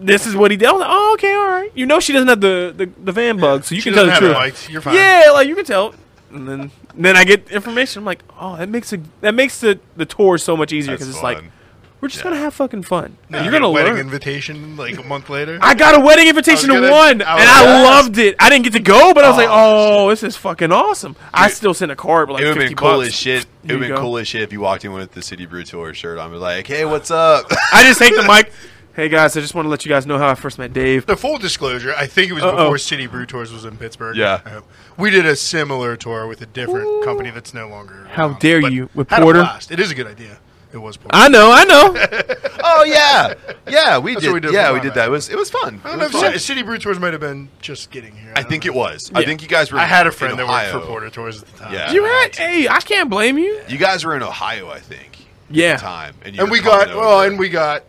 Speaker 4: This is what he did. I was like, oh, okay, all right. You know she doesn't have the the, the van bug, so you
Speaker 1: She
Speaker 4: can tell
Speaker 1: doesn't
Speaker 4: the
Speaker 1: have it
Speaker 4: truth.
Speaker 1: liked. You're fine.
Speaker 4: Yeah, like you can tell. And then then I get information. I'm like, oh, that makes a, that makes the the tour so much easier because
Speaker 2: That's
Speaker 4: it's like
Speaker 2: fun.
Speaker 4: we're just gonna have fucking fun.
Speaker 1: No,
Speaker 4: You're
Speaker 1: you get
Speaker 4: gonna
Speaker 1: a wedding
Speaker 4: learn.
Speaker 1: invitation like a month later.
Speaker 4: I got a wedding invitation
Speaker 1: I was
Speaker 4: to
Speaker 1: gonna-
Speaker 4: one,
Speaker 1: I was
Speaker 4: and I
Speaker 1: gonna
Speaker 4: loved it. I didn't get to go, but I was like, "Oh, this is fucking awesome!" I still sent a card,
Speaker 2: It
Speaker 4: with like
Speaker 2: would have
Speaker 4: fifty
Speaker 2: been cool
Speaker 4: bucks.
Speaker 2: as shit. It
Speaker 4: Here
Speaker 2: would
Speaker 4: you
Speaker 2: have been
Speaker 4: go.
Speaker 2: cool as shit if you walked in with the City Brew Tour shirt on. Be like, hey, what's up? <laughs>
Speaker 1: <laughs>
Speaker 4: I just hate the mic. Hey guys, I just want to let you guys know how I first met Dave.
Speaker 1: The full disclosure, I think it was
Speaker 4: Uh-oh.
Speaker 1: before City Brew Tours was in Pittsburgh.
Speaker 2: Yeah.
Speaker 1: Uh, we did a similar tour with a different company that's no longer.
Speaker 4: How
Speaker 1: around,
Speaker 4: dare
Speaker 1: but
Speaker 4: you, with
Speaker 1: had a
Speaker 4: Porter?
Speaker 1: blast. It is a good idea. It was Porter.
Speaker 4: I know, I know.
Speaker 7: Oh yeah, yeah, we
Speaker 1: That's
Speaker 7: did.
Speaker 1: what we did
Speaker 7: yeah,
Speaker 1: for
Speaker 7: we
Speaker 1: Live
Speaker 7: did
Speaker 1: Aid.
Speaker 7: that. It was it was fun.
Speaker 1: I
Speaker 7: It
Speaker 1: don't know
Speaker 7: was
Speaker 1: if
Speaker 7: fun.
Speaker 1: City, City Brew Tours might have been just getting here.
Speaker 2: I think
Speaker 1: don't
Speaker 2: it
Speaker 1: know.
Speaker 2: was. I
Speaker 4: Yeah.
Speaker 2: think you guys were.
Speaker 1: I had a
Speaker 2: in
Speaker 1: friend that worked
Speaker 2: Ohio.
Speaker 1: for Porter Tours at the time. <laughs>
Speaker 2: Yeah.
Speaker 4: you had. Hey, I can't blame you.
Speaker 2: You guys were in Ohio, I think.
Speaker 4: Yeah.
Speaker 2: At the time, you
Speaker 1: and
Speaker 2: were
Speaker 1: we got
Speaker 2: coming
Speaker 1: well,
Speaker 2: over.
Speaker 1: and we got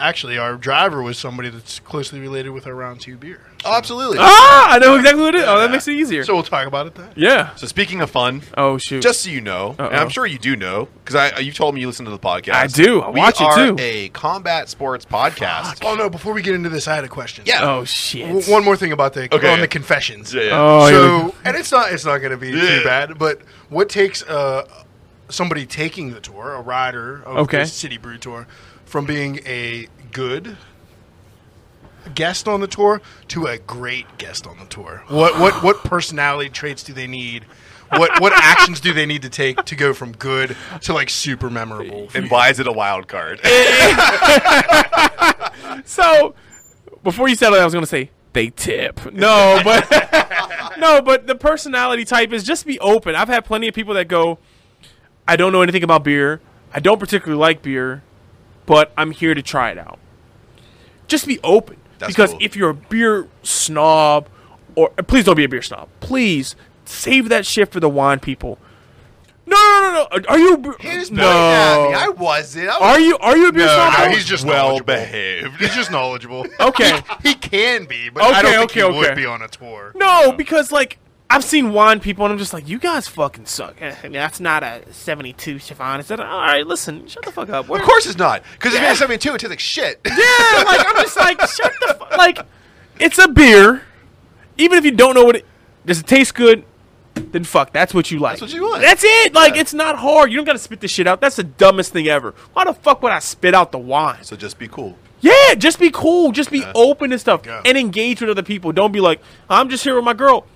Speaker 1: actually our driver was somebody that's closely related with our round two beer.
Speaker 2: Oh, absolutely.
Speaker 4: Ah, I know exactly what it is. Oh, that makes it easier.
Speaker 1: So we'll talk about it then.
Speaker 4: yeah.
Speaker 2: So speaking of fun,
Speaker 4: Oh shoot.
Speaker 2: just so you know, and
Speaker 4: Uh-oh.
Speaker 2: I'm sure you do know because I you told me you listen to the podcast.
Speaker 4: I do. I
Speaker 2: we
Speaker 4: watch it
Speaker 2: are
Speaker 4: too.
Speaker 2: A combat sports podcast.
Speaker 1: Oh no! Before we get into this, I had a question.
Speaker 2: Yeah.
Speaker 4: oh shit.
Speaker 1: W- one more thing about the
Speaker 2: Okay.
Speaker 1: on the confessions.
Speaker 2: Yeah, yeah.
Speaker 4: Oh, here we
Speaker 1: so, and it's not it's not going to be
Speaker 2: Yeah.
Speaker 1: too bad. But what takes uh, somebody taking the tour, a rider of
Speaker 4: Okay.
Speaker 1: the City Brew Tour, from being a good guest on the tour to a great guest on the tour? What what what personality traits do they need? What what actions do they need to take to go from good to like super
Speaker 2: <laughs>
Speaker 1: memorable?
Speaker 2: and why is it a wild card? <laughs>
Speaker 4: So, before you said that, I was gonna say they tip. No, but no, but <laughs> the personality type is just be open. I've had plenty of people that go, I don't know anything about beer. I don't particularly like beer, but I'm here to try it out. Just be open,
Speaker 2: That's
Speaker 4: because
Speaker 2: cool.
Speaker 4: if you're a beer snob, or uh, please don't be a beer snob. Please save that shit for the wine people. No, no, no, no. Are- Are you? a beer-
Speaker 7: Who's pointing at me? I
Speaker 4: no.
Speaker 7: wasn't. I was
Speaker 4: Are you? Are you a beer
Speaker 1: No,
Speaker 4: snob?
Speaker 1: no, he's just
Speaker 2: well
Speaker 1: knowledgeable.
Speaker 2: behaved.
Speaker 1: He's just knowledgeable.
Speaker 4: okay.
Speaker 1: He can be, but
Speaker 4: Okay,
Speaker 1: I don't think
Speaker 4: okay,
Speaker 1: he
Speaker 4: okay.
Speaker 1: would be on a tour.
Speaker 4: No, because like I've seen wine people, and I'm just like, you guys fucking suck. Eh, I mean, that's not a 72 Siobhan. Is that all right? Listen, shut the fuck up. We're-
Speaker 7: Of course it's not. Because if you had something too, it tastes like shit.
Speaker 4: Yeah, like I'm just like, shut the fuck. Like, it's a beer. Even if you don't know what it does, it taste good. Then fuck, that's what you like.
Speaker 7: That's what you want.
Speaker 4: That's it. Like, it's not hard. You don't gotta spit this shit out. That's the dumbest thing ever. Why the fuck would I spit out the wine?
Speaker 2: so just be cool.
Speaker 4: Yeah, just be cool. Just be open to stuff
Speaker 1: Yeah.
Speaker 4: and engage with other people. Don't be like, I'm just here with my girl.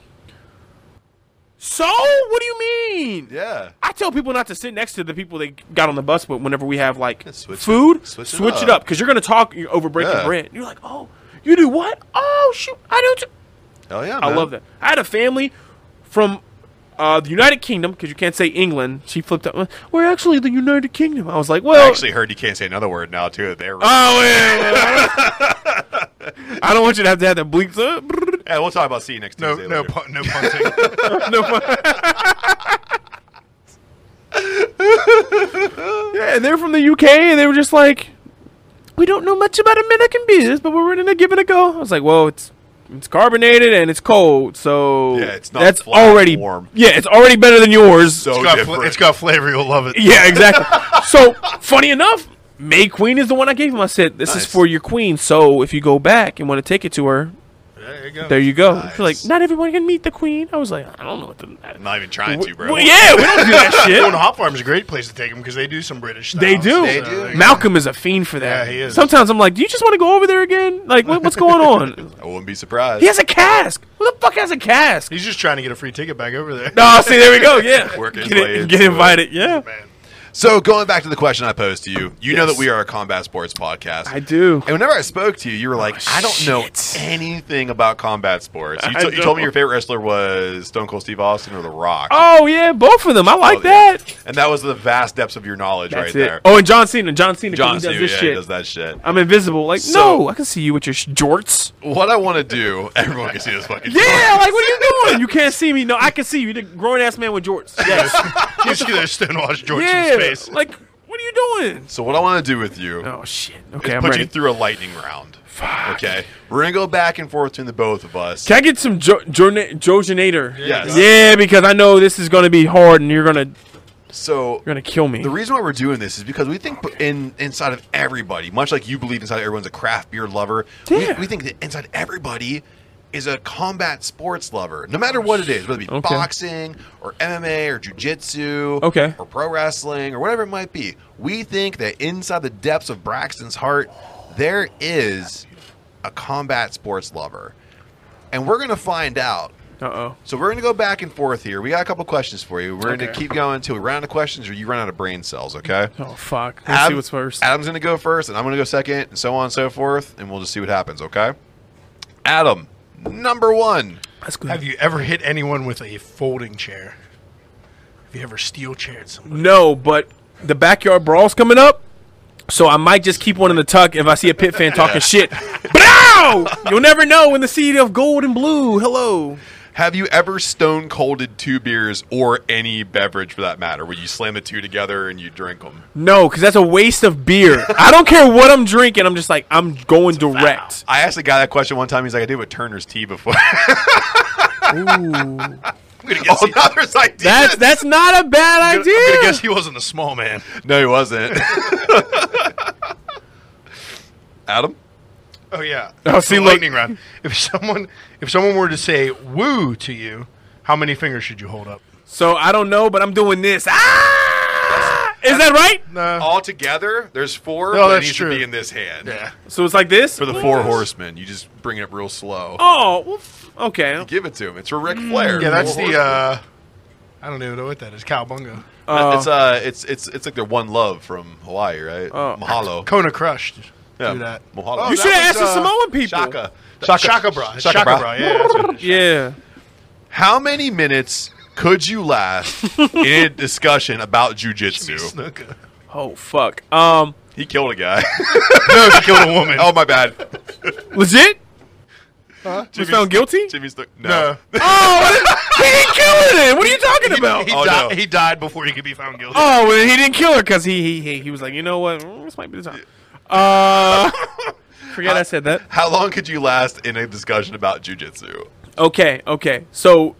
Speaker 4: So, what do you mean?
Speaker 2: Yeah.
Speaker 4: I tell people not to sit next to the people they got on the bus with whenever we have like
Speaker 2: switch-
Speaker 4: food.
Speaker 2: switch it
Speaker 4: switch it
Speaker 2: up.
Speaker 4: up because you're gonna talk you're over breaking
Speaker 2: Yeah.
Speaker 4: bread. You're like, oh, you do what? Oh shoot, I do. Too.
Speaker 2: Oh yeah.
Speaker 4: I
Speaker 2: man.
Speaker 4: love that. I had a family from uh, the United Kingdom because you can't say England. She flipped up. We're actually the United Kingdom. I was like,
Speaker 2: I
Speaker 4: well,
Speaker 2: actually heard you can't say another word now too. There.
Speaker 4: Oh, yeah, yeah. I don't want you to have to have that bleep. <laughs>
Speaker 2: yeah, we'll talk about see you
Speaker 1: <laughs>
Speaker 2: next
Speaker 1: No,
Speaker 2: Tuesday.
Speaker 1: no,
Speaker 2: later.
Speaker 1: pun, no <laughs> punting.
Speaker 4: yeah, they're from the UK, and they were just like, we don't know much about American beers, but we're willing to give it a go. I was like, well, it's it's carbonated and it's cold, so
Speaker 2: Yeah, it's not
Speaker 4: that's
Speaker 2: flat
Speaker 4: already
Speaker 2: warm.
Speaker 4: Yeah, it's already better than yours.
Speaker 2: So
Speaker 1: It's got, fla-
Speaker 2: different.
Speaker 1: it's got flavor. You'll love it.
Speaker 4: Yeah, exactly. so funny enough, May Queen is the one I gave him. I said, "This is
Speaker 2: Nice.
Speaker 4: for your queen. So if you go back and want to take it to her,
Speaker 1: There you go. <laughs>
Speaker 4: there you go." She's
Speaker 2: Nice.
Speaker 4: like, "Not everyone can meet the queen." I was like, "I don't know what the."
Speaker 2: I'm not even trying to, bro.
Speaker 4: Well, yeah, we don't do
Speaker 2: <laughs>
Speaker 4: that
Speaker 1: Going to
Speaker 4: shit.
Speaker 1: Hop Farm is a great place to take them because they do some British stuff.
Speaker 4: They do.
Speaker 7: They do.
Speaker 4: Malcolm is a fiend for that.
Speaker 1: Yeah, he is.
Speaker 4: Sometimes I'm like, do you just want to go over there again? Like, what, what's
Speaker 2: <laughs>
Speaker 4: going on?
Speaker 2: I wouldn't be surprised.
Speaker 4: he has a cask. Who the fuck has a cask?
Speaker 1: He's just trying to get a free ticket back over there.
Speaker 4: No, see, there we go.
Speaker 2: <laughs>
Speaker 4: Yeah,
Speaker 2: Work his
Speaker 4: get,
Speaker 2: way
Speaker 4: it,
Speaker 2: into
Speaker 4: get
Speaker 2: it.
Speaker 4: invited. Yeah,
Speaker 1: Man.
Speaker 2: So going back to the question I posed to you, you know that we are a combat sports podcast.
Speaker 4: I do. Oh,
Speaker 2: And whenever I spoke to you, you were like, "I don't
Speaker 4: shit.
Speaker 2: know anything about combat sports." You,
Speaker 4: <laughs> I
Speaker 2: to- you told me
Speaker 4: know.
Speaker 2: your favorite wrestler was Stone Cold Steve Austin or The Rock.
Speaker 4: Oh yeah, both of them. I like
Speaker 2: Oh, yeah.
Speaker 4: that.
Speaker 2: And that was the vast depths of your knowledge
Speaker 4: That's
Speaker 2: right
Speaker 4: it.
Speaker 2: there.
Speaker 4: Oh, and John Cena. John Cena. 'cause
Speaker 2: John
Speaker 4: he does
Speaker 2: Cena,
Speaker 4: this
Speaker 2: yeah, he
Speaker 4: shit.
Speaker 2: does that shit.
Speaker 4: I'm invisible. Like,
Speaker 2: So-
Speaker 4: no, I can see you with your sh- jorts. <laughs>
Speaker 2: What I want to do, <laughs> everyone can see this fucking.
Speaker 4: Yeah, like what are you doing? You can't see me. No, I can see you. You're the grown ass man with jorts.
Speaker 2: <laughs>
Speaker 4: Yes.
Speaker 1: You see those stonewashed George
Speaker 4: yeah.
Speaker 1: in space.
Speaker 4: Like, what are you doing?
Speaker 2: So what I want to do with you
Speaker 4: Oh shit.
Speaker 2: is
Speaker 4: Okay, I'm
Speaker 2: put
Speaker 4: ready.
Speaker 2: you through a lightning round. Okay, we're gonna go back and forth between the both of us.
Speaker 4: Can I get some jo- jorna- Jojonator?
Speaker 2: Yes.
Speaker 4: Yeah, because I know this is gonna be hard, and you're gonna you're
Speaker 2: So
Speaker 4: gonna kill me.
Speaker 2: The reason why we're doing this is because we think in inside of everybody, much like you believe inside everyone's a craft beer lover,
Speaker 4: Yeah.
Speaker 2: we, we think that inside everybody is a combat sports lover, no matter what it is, whether it be
Speaker 4: Okay.
Speaker 2: boxing or MMA or jujitsu
Speaker 4: Okay.
Speaker 2: or pro wrestling or whatever it might be. We think that inside the depths of Braxton's heart, there is a combat sports lover. And we're going to find out
Speaker 4: Uh oh.
Speaker 2: So we're going to go back and forth here. We got a couple questions for you. We're going
Speaker 4: Okay.
Speaker 2: to keep going until we run out of questions or you run out of brain cells, okay?
Speaker 4: Oh fuck. Let's see
Speaker 2: Adam-
Speaker 4: what's first.
Speaker 2: Adam's going to go first, and I'm going to go second, and so on and so forth, and we'll just see what happens, okay? Adam, number one.
Speaker 4: That's good.
Speaker 1: Have you ever hit anyone with a folding chair? Have you ever steel chaired someone?
Speaker 4: No, but the backyard brawl's coming up, so I might just keep one in the tuck if I see a pit <laughs> fan talking shit. Blow! You'll never know when the seed of gold and blue. Hello.
Speaker 2: Have you ever stone colded two beers or any beverage for that matter, where you slam the two together and you drink them?
Speaker 4: No, because that's a waste of beer. I don't care what I'm drinking. I'm just like I'm going direct.
Speaker 2: I asked a guy that question one time. He's like, I did with Turner's Tea before. <laughs>
Speaker 4: Ooh,
Speaker 2: oh, now there's ideas.
Speaker 4: that's that's not a bad
Speaker 1: I'm gonna
Speaker 4: idea.
Speaker 1: guess he wasn't a small man.
Speaker 2: no, he wasn't. <laughs> Adam?
Speaker 1: Oh yeah.
Speaker 4: Oh, see,
Speaker 1: The
Speaker 4: look-
Speaker 1: lightning round. If someone if someone were to say "woo" to you, how many fingers should you hold up?
Speaker 4: So I don't know, but I'm doing this. Ah! Is that right?
Speaker 1: No.
Speaker 2: All together, there's four,
Speaker 1: Uh. No,
Speaker 2: but it
Speaker 1: that's
Speaker 2: needs
Speaker 1: true.
Speaker 2: to be in this hand.
Speaker 1: Yeah.
Speaker 4: So it's like this
Speaker 2: For the four horsemen, you just bring it up real slow.
Speaker 4: Oh, Mm. well, f- okay.
Speaker 2: Give it to him. It's for Ric Flair.
Speaker 1: Yeah, that's the.
Speaker 2: Four horsemen.
Speaker 1: uh Oh. I don't even know what that is. Cowbunga.
Speaker 4: Uh,
Speaker 2: it's uh, it's it's it's like their one love from Hawaii, right?
Speaker 4: Oh.
Speaker 2: Mahalo.
Speaker 1: Kona crushed.
Speaker 2: Yeah,
Speaker 1: Do that.
Speaker 2: Mahalo.
Speaker 1: Oh,
Speaker 4: You
Speaker 1: that
Speaker 4: should have
Speaker 1: was,
Speaker 4: asked the
Speaker 1: uh,
Speaker 4: Samoan people.
Speaker 2: Shaka.
Speaker 1: Shaka, Shaka bra. Shaka,
Speaker 2: Shaka bra.
Speaker 1: bra. Yeah. that's what it is.
Speaker 4: Yeah.
Speaker 2: How many minutes could
Speaker 1: <laughs>
Speaker 2: you last in a discussion about <laughs> jujitsu?
Speaker 1: Snooker.
Speaker 4: Oh fuck. Um,
Speaker 2: He killed a guy.
Speaker 1: No, he killed a woman.
Speaker 2: <laughs> oh
Speaker 1: <laughs>
Speaker 2: my bad.
Speaker 4: legit?
Speaker 2: Jimmy's-
Speaker 4: found guilty?
Speaker 2: Jimmy's the- no.
Speaker 1: no.
Speaker 4: Oh, <laughs> what is- he didn't kill her. Then what are you talking about?
Speaker 1: He,
Speaker 2: Oh,
Speaker 1: di-
Speaker 2: no.
Speaker 1: he died before he could be found guilty.
Speaker 4: Oh, well, he didn't kill her because he, he he he was like, you know what? Mm, This might be the time. Uh, <laughs> forget I said that.
Speaker 2: How long could you last in a discussion about jujitsu?
Speaker 4: Okay, okay. So,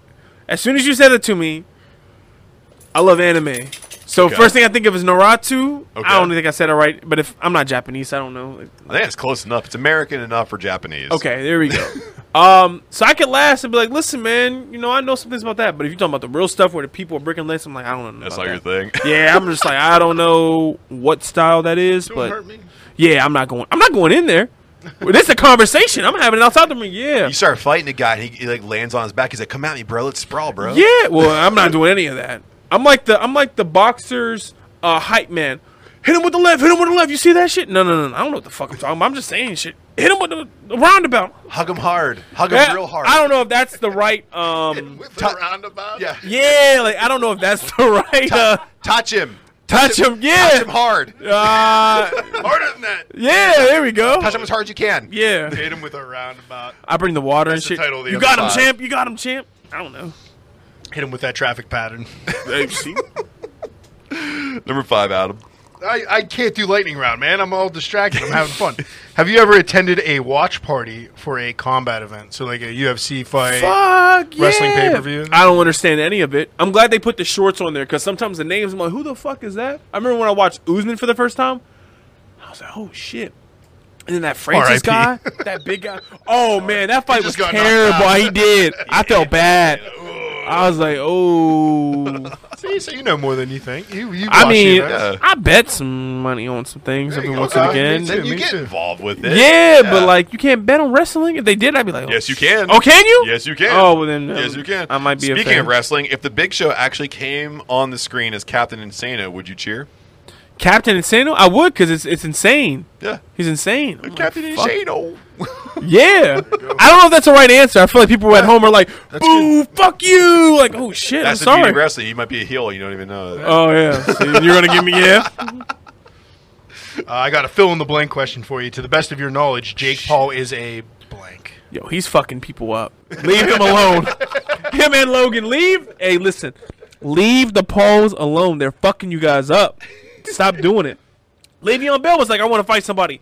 Speaker 4: as soon as you said it to me, I love anime. So
Speaker 2: Okay.
Speaker 4: first thing I think of is Naruto.
Speaker 2: Okay.
Speaker 4: I don't think I said it right, but if I'm not Japanese, I don't know.
Speaker 2: I think it's close enough. It's American enough for Japanese.
Speaker 4: Okay, there
Speaker 2: <laughs>
Speaker 4: we go. um, so I could last and be like, listen, man, you know, I know some things about that, but if you're talking about the real stuff where the people are breaking legs, I'm like, I don't know.
Speaker 2: That's
Speaker 4: about
Speaker 2: not your
Speaker 4: that.
Speaker 2: thing. <laughs>
Speaker 4: Yeah, I'm just like, I don't know what style that is,
Speaker 1: Don't
Speaker 4: but
Speaker 1: hurt me.
Speaker 4: yeah, I'm not going. I'm not going in there. Well, this is a conversation. I'm having it outside the ring. Yeah,
Speaker 2: You start fighting a guy and he, he like lands on his back. He's like, "Come at me, bro. Let's sprawl, bro."
Speaker 4: yeah. Well, I'm not doing any of that. I'm like the I'm like the boxer's uh, hype man. Hit him with the left. Hit him with the left. You see that shit? No, no, no. I don't know what the fuck I'm talking about. I'm just saying shit. Hit him with the, the roundabout.
Speaker 2: Hug him hard. Hug him
Speaker 4: Yeah,
Speaker 2: real hard.
Speaker 4: I don't know if that's the right um
Speaker 1: With the roundabout.
Speaker 2: Yeah.
Speaker 4: Yeah, like I don't know if that's the right uh,
Speaker 2: Touch him.
Speaker 4: touch
Speaker 2: Touch him
Speaker 4: him. Yeah,
Speaker 2: hard.
Speaker 1: <laughs>
Speaker 4: uh,
Speaker 1: Harder than that.
Speaker 4: yeah. There we go.
Speaker 2: Touch him as hard as you can.
Speaker 4: Yeah,
Speaker 1: Hit him with a roundabout.
Speaker 4: I bring the water
Speaker 1: That's the
Speaker 4: and shit.
Speaker 1: title of the
Speaker 4: you
Speaker 1: other
Speaker 4: got him,
Speaker 1: pod.
Speaker 4: champ. You got him, champ. I don't know.
Speaker 1: Hit him with that traffic pattern.
Speaker 2: Number five, Adam.
Speaker 1: <laughs> I, I can't do lightning round, man. I'm all distracted. I'm having fun. <laughs> Have you ever attended a watch party for a combat event? So like a UFC fight.
Speaker 4: Fuck
Speaker 1: Wrestling
Speaker 4: yeah.
Speaker 1: pay-per-view?
Speaker 4: I don't understand any of it. I'm glad they put the shorts on there because sometimes the names. I'm like, who the fuck is that? I remember when I watched Usman for the first time. I was like, oh shit. And then that
Speaker 1: R.I.P..
Speaker 4: Francis guy, that big guy. Oh man, that fight was
Speaker 1: just got knocked
Speaker 4: terrible.
Speaker 1: out. <laughs>
Speaker 4: He did. I felt bad. I was like,
Speaker 1: <laughs>
Speaker 4: oh.
Speaker 1: See, so you know more than you think. You, you
Speaker 4: I
Speaker 1: watch
Speaker 4: mean,
Speaker 1: the events.
Speaker 4: I bet some money on some things every
Speaker 1: you go,
Speaker 4: once
Speaker 1: dog.
Speaker 4: and again.
Speaker 1: Me too,
Speaker 2: Then you
Speaker 1: me
Speaker 2: get
Speaker 1: too.
Speaker 2: involved with it.
Speaker 4: Yeah, but
Speaker 2: Yeah.
Speaker 4: like you can't bet on wrestling. If they did, I'd be like, oh,
Speaker 2: Yes, you can.
Speaker 4: Oh, can you?
Speaker 2: Yes, you can.
Speaker 4: Oh, well then,
Speaker 2: Yes,
Speaker 4: um,
Speaker 2: you can.
Speaker 4: I might be a
Speaker 2: Speaking
Speaker 4: fan.
Speaker 2: of wrestling, if the Big Show actually came on the screen as Captain Insano, would you cheer?
Speaker 4: Captain Insano. I would because it's it's insane.
Speaker 2: Yeah.
Speaker 4: He's insane.
Speaker 2: <laughs>
Speaker 4: I'm like, fuck.
Speaker 2: Insano.
Speaker 4: Yeah. I don't know if that's the right answer. I feel like people at home are like, boo, fuck you. Like, oh shit,
Speaker 2: That's the
Speaker 4: I'm
Speaker 2: beauty of
Speaker 4: sorry.
Speaker 2: wrestling. You might be a heel. You don't even know. it.
Speaker 4: Oh yeah. See, you're gonna give me yeah.
Speaker 1: Uh, I got a fill in the blank question for you. To the best of your knowledge, Jake Paul is a blank.
Speaker 4: Yo, he's fucking people up. Leave him alone. him and Logan, leave. Hey, listen, leave the polls alone. They're fucking you guys up. Stop doing it. Le'Veon Bell was like, I want to fight somebody.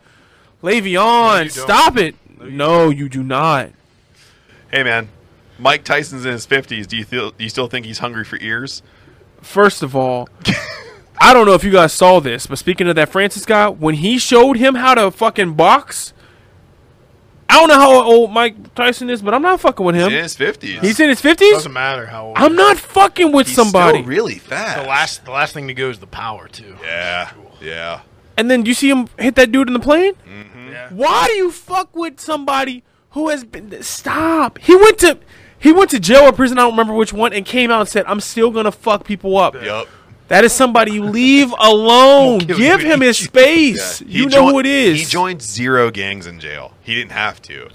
Speaker 4: Le'Veon,
Speaker 1: don't.
Speaker 4: stop it. No, you do not.
Speaker 2: Hey, man. Mike Tyson's in his 50s. Do you, feel, do you still think he's hungry for ears?
Speaker 4: First of all, <laughs> I don't know if you guys saw this, but speaking of that Francis guy, when he showed him how to fucking box, I don't know how old Mike Tyson is, but I'm not fucking with
Speaker 2: In
Speaker 4: him.
Speaker 2: his 50s.
Speaker 4: He's in his
Speaker 1: Doesn't
Speaker 4: 50s.
Speaker 1: matter how old.
Speaker 4: I'm not fucking with
Speaker 2: He's
Speaker 4: somebody.
Speaker 2: still really fast.
Speaker 1: The last, the last thing to go is the power too.
Speaker 2: Yeah. Yeah.
Speaker 4: And then you see him hit that dude in the plane?
Speaker 1: Yeah.
Speaker 4: Why do you fuck with somebody who has been stop? He went to He went to jail or prison, I don't remember which one, and came out and said, I'm still going to fuck people up.
Speaker 2: Yep.
Speaker 4: That is somebody you leave alone.
Speaker 1: kill
Speaker 4: Give
Speaker 1: you.
Speaker 4: him his space.
Speaker 2: He
Speaker 4: You know
Speaker 2: joined-
Speaker 4: who it is.
Speaker 2: He joined zero gangs in jail. He didn't have to.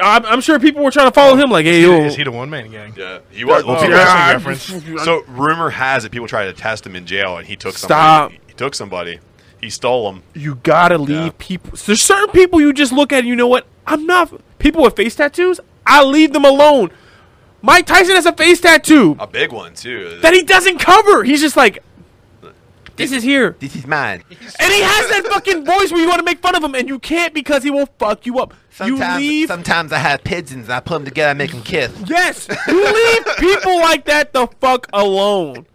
Speaker 4: I'm, I'm sure people were trying to follow him like, hey, yo.
Speaker 1: Mm-hmm. Is he the one man gang?
Speaker 2: Yeah, he was.
Speaker 1: Oh, wrestling
Speaker 2: he was-
Speaker 4: God.
Speaker 1: reference.
Speaker 2: So rumor has it people tried to test him in jail, and he took
Speaker 4: Stop.
Speaker 2: somebody. He took somebody. He stole him.
Speaker 4: you gotta leave
Speaker 2: Yeah.
Speaker 4: people. So there's certain people you just look at and you know what? I'm not. People with face tattoos, I leave them alone. Mike Tyson has a face tattoo
Speaker 2: A big one too.
Speaker 4: that he doesn't cover. He's just like, this is here.
Speaker 2: this is mine.
Speaker 4: And he has that fucking voice where you want to make fun of him and you can't because he will fuck you up. you leave.
Speaker 2: sometimes I have pigeons. and I put them together. I make them kiss.
Speaker 4: Yes, you leave people like that the fuck alone.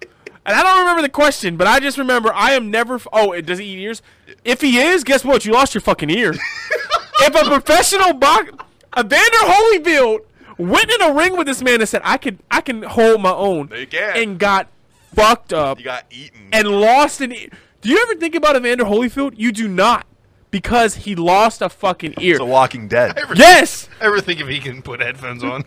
Speaker 4: And I don't remember the question, but I just remember I am never. F- oh, it does he eat ears? If he is, guess what? You lost your fucking ear. if a professional box, Evander Holyfield went in a ring with this man and said, "I can, I can hold my own,"
Speaker 2: No, you can't.
Speaker 4: and got fucked up
Speaker 2: You got eaten.
Speaker 4: and lost an ear. Do you ever think about Evander Holyfield? You do not, because he lost a fucking ear.
Speaker 2: The Walking Dead.
Speaker 4: yes,
Speaker 1: Ever think if he can put headphones
Speaker 2: <laughs>
Speaker 1: on?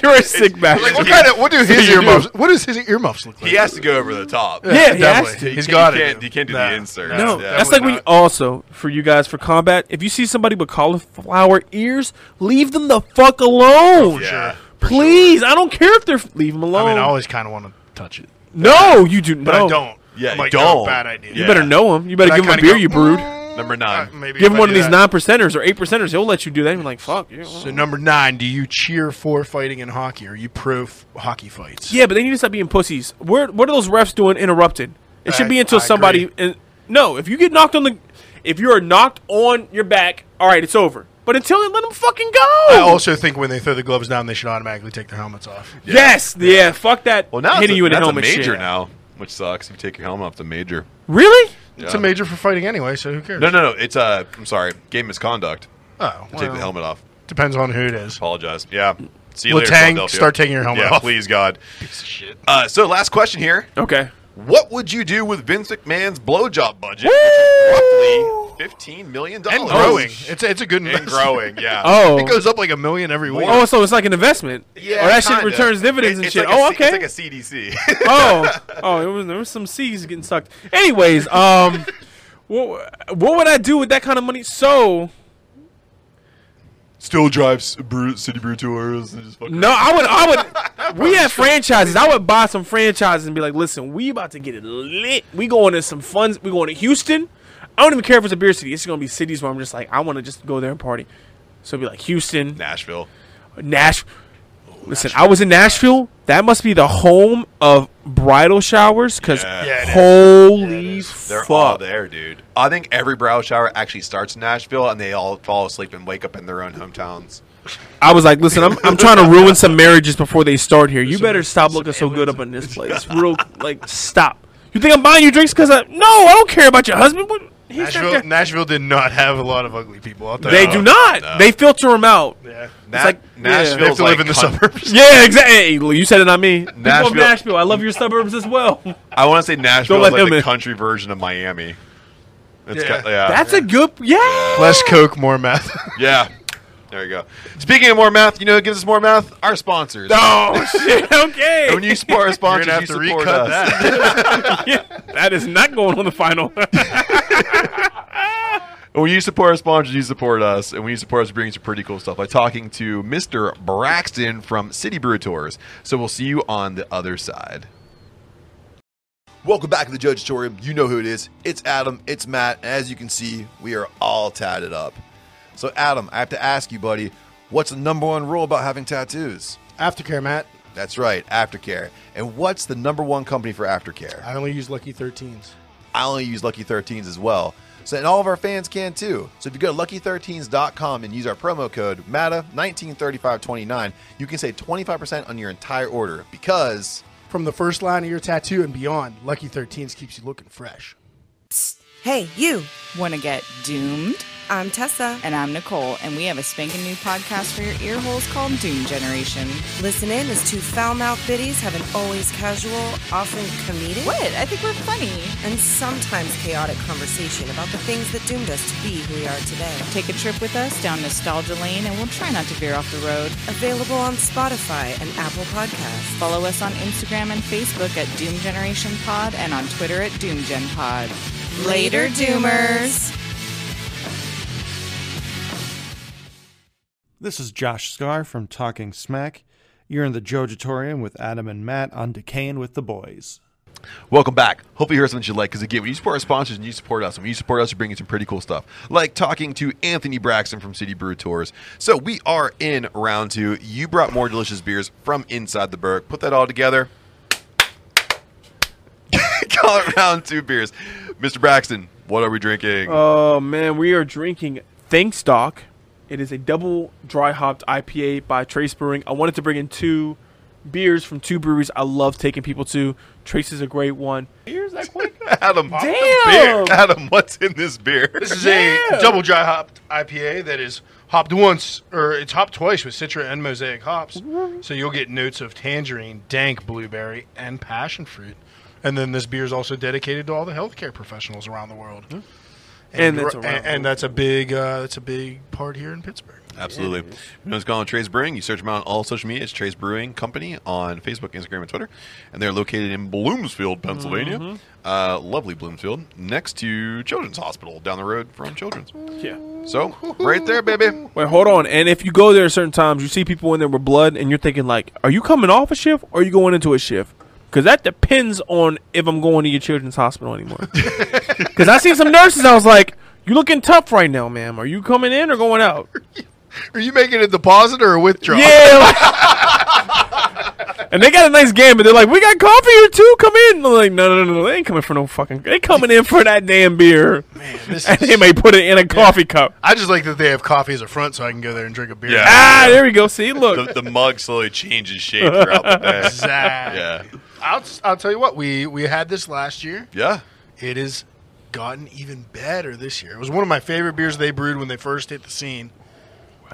Speaker 4: you're a sick bastard.
Speaker 1: like what kind of what do his
Speaker 2: you do.
Speaker 1: earmuffs? What does his earmuffs look like?
Speaker 2: He has to go over the top.
Speaker 4: yeah, he has
Speaker 1: definitely.
Speaker 4: to.
Speaker 1: He's
Speaker 2: he
Speaker 1: got
Speaker 2: can't,
Speaker 1: it.
Speaker 2: He can't do
Speaker 1: Nah.
Speaker 2: the insert.
Speaker 4: No,
Speaker 1: Yeah,
Speaker 4: that's
Speaker 1: that
Speaker 4: like
Speaker 1: would
Speaker 4: when you,
Speaker 1: not-
Speaker 4: also for you guys for combat. If you see somebody with cauliflower ears, leave them the fuck
Speaker 1: Oh,
Speaker 4: alone.
Speaker 2: Yeah.
Speaker 4: Please, I don't care if they're leave them
Speaker 1: I
Speaker 4: alone.
Speaker 1: mean, I always kind of want to touch it,
Speaker 4: no, you do.
Speaker 1: but
Speaker 4: no.
Speaker 1: I don't.
Speaker 2: Yeah,
Speaker 1: I'm like,
Speaker 2: don't.
Speaker 1: "Oh, bad idea.
Speaker 4: You
Speaker 2: Yeah.
Speaker 4: Oh. better know him. You better
Speaker 1: But I
Speaker 4: give him a
Speaker 1: kinda
Speaker 4: beer
Speaker 1: go,
Speaker 4: you brewed.
Speaker 2: "Mm, Number
Speaker 1: Uh,
Speaker 2: nine.
Speaker 1: maybe
Speaker 4: Give
Speaker 1: if
Speaker 4: him
Speaker 1: I
Speaker 4: one of
Speaker 1: do
Speaker 4: these
Speaker 1: that.
Speaker 4: nine percenters or eight percenters. He'll let you do that. You're like, fuck. Yeah.
Speaker 1: So number nine, do you cheer for fighting in hockey? Are you pro f- hockey fights?
Speaker 4: yeah, but they need to stop being pussies. Where what are those refs doing? Interrupted. It should
Speaker 1: I-
Speaker 4: be until
Speaker 1: I
Speaker 4: somebody. And, no, if you get knocked on the, if you are knocked on your back, all right, it's over. But until then, let them fucking go.
Speaker 1: I also think when they throw the gloves down, they should automatically take their helmets off.
Speaker 4: Yes, yeah. Fuck that.
Speaker 2: Well, now it's
Speaker 4: hitting
Speaker 2: a,
Speaker 4: you in the
Speaker 2: that's a
Speaker 4: helmet.
Speaker 2: major
Speaker 4: shit.
Speaker 2: now, which sucks. If you take your helmet off, the major.
Speaker 4: Really?
Speaker 1: It's a
Speaker 2: Yeah.
Speaker 1: major for fighting anyway, so who cares?
Speaker 2: No, no, no. It's uh, I'm sorry. Game misconduct.
Speaker 1: Oh,
Speaker 2: Take
Speaker 1: well,
Speaker 2: the helmet off.
Speaker 1: Depends on who it
Speaker 4: Oh,
Speaker 1: is.
Speaker 2: Apologize. Yeah. See you later,
Speaker 1: Latang,
Speaker 2: Philadelphia.
Speaker 1: start taking your helmet
Speaker 2: yeah,
Speaker 1: off.
Speaker 2: please, God. Uh, so last question here.
Speaker 4: Okay.
Speaker 2: What would you do with Vince McMahon's blowjob budget, which is roughly fifteen million dollars?
Speaker 1: And growing. It's a, it's a good
Speaker 2: And
Speaker 1: investment.
Speaker 2: growing. Yeah.
Speaker 4: <laughs> Oh.
Speaker 1: It goes up like a million every week.
Speaker 4: Oh, so it's like an investment.
Speaker 2: Yeah.
Speaker 4: Oh, that shit
Speaker 2: kinda.
Speaker 4: returns dividends and
Speaker 2: It's
Speaker 4: shit.
Speaker 2: like a
Speaker 4: oh,
Speaker 2: C- <laughs>
Speaker 4: okay.
Speaker 2: It's like a CDC.
Speaker 4: oh, oh, there was, there was some C's getting sucked. Anyways, um, <laughs> what what would I do with that kind of money? So
Speaker 2: Still drives brew, city brew tours. And just fucking
Speaker 4: no, I would, I
Speaker 2: <laughs>
Speaker 4: would. We have franchises. I would buy some franchises and be like, listen, we about to get it lit. We going to some funds. We going to Houston. I don't even care if it's a beer city. It's gonna be cities where I'm just like, I want to just go there and party. So it'd be like Houston,
Speaker 2: Nashville.
Speaker 4: Nash. Listen, I was in Nashville. That must be the home of bridal showers, because
Speaker 2: Yeah.
Speaker 1: Yeah, it is.
Speaker 4: holy
Speaker 2: They're
Speaker 4: fuck!
Speaker 2: all there, dude. I think every brow shower actually starts in Nashville, and they all fall asleep and wake up in their own hometowns.
Speaker 4: I was like, listen, I'm, I'm trying to ruin some marriages before they start here. You better stop looking so good up in this place. Real, like, stop. You think I'm buying you drinks because I? No, I don't care about your husband. What? He's not
Speaker 1: Nashville,
Speaker 4: there.
Speaker 1: Nashville did not have a lot of ugly people. I'll tell
Speaker 4: they
Speaker 1: you
Speaker 4: do
Speaker 1: that.
Speaker 4: not. They filter him out.
Speaker 1: Yeah.
Speaker 2: Na-
Speaker 4: like- yeah.
Speaker 2: Nashville's
Speaker 1: They have to
Speaker 2: like
Speaker 1: live in the
Speaker 2: coun-
Speaker 1: suburbs.
Speaker 4: <laughs> Yeah, exactly. you said it, not me. People of
Speaker 2: Nashville-
Speaker 4: Nashville, I love your suburbs as well.
Speaker 2: I want to say Nashville is
Speaker 4: let
Speaker 2: like
Speaker 4: him
Speaker 2: the
Speaker 4: in.
Speaker 2: country version of Miami. It's
Speaker 1: Yeah.
Speaker 2: ki- yeah.
Speaker 4: That's a good.
Speaker 1: <laughs>
Speaker 4: Yeah.
Speaker 1: Less coke, more meth. <laughs>
Speaker 2: yeah. There you go. Speaking of more math, you know who gives us more math? Our sponsors.
Speaker 4: Oh shit. Okay.
Speaker 2: And When you support
Speaker 1: <laughs>
Speaker 2: our
Speaker 1: You're
Speaker 2: sponsors,
Speaker 1: gonna have
Speaker 2: you
Speaker 1: to
Speaker 2: support
Speaker 1: recut
Speaker 2: us.
Speaker 1: that.
Speaker 4: <laughs> Yeah, that is not going on the final. <laughs>
Speaker 2: And When you support our sponsors, you support us, and when you support us, we bring you some pretty cool stuff. By talking to Mr. Braxton from City Brew Tours. So we'll see you on the other side.
Speaker 5: Welcome back to the Judge Torium. You know who it is. It's Adam. It's Matt. And as you can see, we are all tatted up. So, Adam, I have to ask you, buddy, what's the number one rule about having tattoos?
Speaker 1: Aftercare, Matt.
Speaker 5: That's right, aftercare. And what's the number one company for aftercare?
Speaker 1: I only use Lucky 13s.
Speaker 5: I only use Lucky 13s as well. So, and all of our fans can too. So, if you go to lucky13s.com and use our promo code MATA193529, you can save 25% on your entire order because
Speaker 1: From the first line of your tattoo and beyond, Lucky 13s keeps you looking fresh.
Speaker 8: Hey, you! Want to get doomed? I'm Tessa.
Speaker 9: And I'm Nicole, and we have a spanking new podcast for your ear holes called Doom Generation.
Speaker 8: Listen in as two foul-mouthed biddies have an always casual, often comedic,
Speaker 9: What? I think we're funny.
Speaker 8: and sometimes chaotic conversation about the things that doomed us to be who we are today.
Speaker 9: Take a trip with us down nostalgia lane, and we'll try not to veer off the road.
Speaker 8: Available on Spotify and Apple Podcasts.
Speaker 9: Follow us on Instagram and Facebook at Doom Generation Pod and on Twitter at Doom Gen Pod.
Speaker 8: Later, Doomers.
Speaker 10: This is Josh Scar from Talking Smack. You're in the Jojatorium with Adam and Matt on Decaying with the Boys.
Speaker 2: Welcome back. Hope you heard something you like because again, when you support our sponsors and you support us, and when you support us, you bring you some pretty cool stuff. Like talking to Anthony Braxton from City Brew Tours. So we are in round two. You brought more delicious beers from inside the Berg. Put that all together. <laughs> Call it round two beers. Mr. Braxton, what are we drinking?
Speaker 4: Oh man, we are drinking Thanks Doc. It is a double dry hopped IPA by Trace Brewing. I wanted to bring in two beers from two breweries I love taking people to. Trace is a great one. Beers that quick?
Speaker 2: Adam,
Speaker 4: Damn!
Speaker 2: Beer. <laughs> Adam, what's in this beer?
Speaker 1: This is
Speaker 4: Yeah.
Speaker 1: a double dry hopped IPA that is hopped once, or it's hopped twice with Citra and Mosaic hops. So you'll get notes of tangerine, dank blueberry, and passion fruit. And then this beer is also dedicated to all the healthcare professionals around the world.
Speaker 4: And that's
Speaker 1: gr-
Speaker 4: around
Speaker 1: and,
Speaker 4: the
Speaker 1: and that's a big uh, that's a big part here in Pittsburgh.
Speaker 2: Absolutely. You know, it's called Trace Brewing. You search them out on all social media. It's Trace Brewing Company on Facebook, Instagram, and Twitter. And they're located in Bloomsfield, Pennsylvania. Uh, lovely Bloomsfield, next to Children's Hospital down the road from Children's.
Speaker 4: Yeah.
Speaker 2: So, right there, baby.
Speaker 4: Wait, hold on. And if you go there at certain times, you see people in there with blood, and you're thinking like, are you coming off a shift or are you going into a shift? Because that depends on if I'm going to your children's hospital anymore. <laughs> Because I seen some nurses, I was like, you looking tough right now, ma'am. Are you coming in or going out?
Speaker 2: <laughs> Are you making a deposit or a withdrawal? <laughs>
Speaker 4: Yeah. like- and they got a nice game, but they're like, "We got coffee here too. Come in." I'm like, "No, no, no, no. They ain't coming for no fucking. They coming in for that damn beer."
Speaker 1: Man, this
Speaker 4: <laughs> And
Speaker 1: is,
Speaker 4: they may put it in a coffee cup.
Speaker 1: I just like that they have coffee as a front, so I can go there and drink a beer.
Speaker 2: Yeah.
Speaker 1: <laughs>
Speaker 4: Ah, there we go. See, look.
Speaker 2: The, the mug slowly changes shape throughout the <laughs> day.
Speaker 1: Exactly.
Speaker 2: Yeah.
Speaker 1: I'll, I'll tell you what we we had this last year.
Speaker 2: Yeah.
Speaker 1: It has gotten even better this year. It was one of my favorite beers they brewed when they first hit the scene.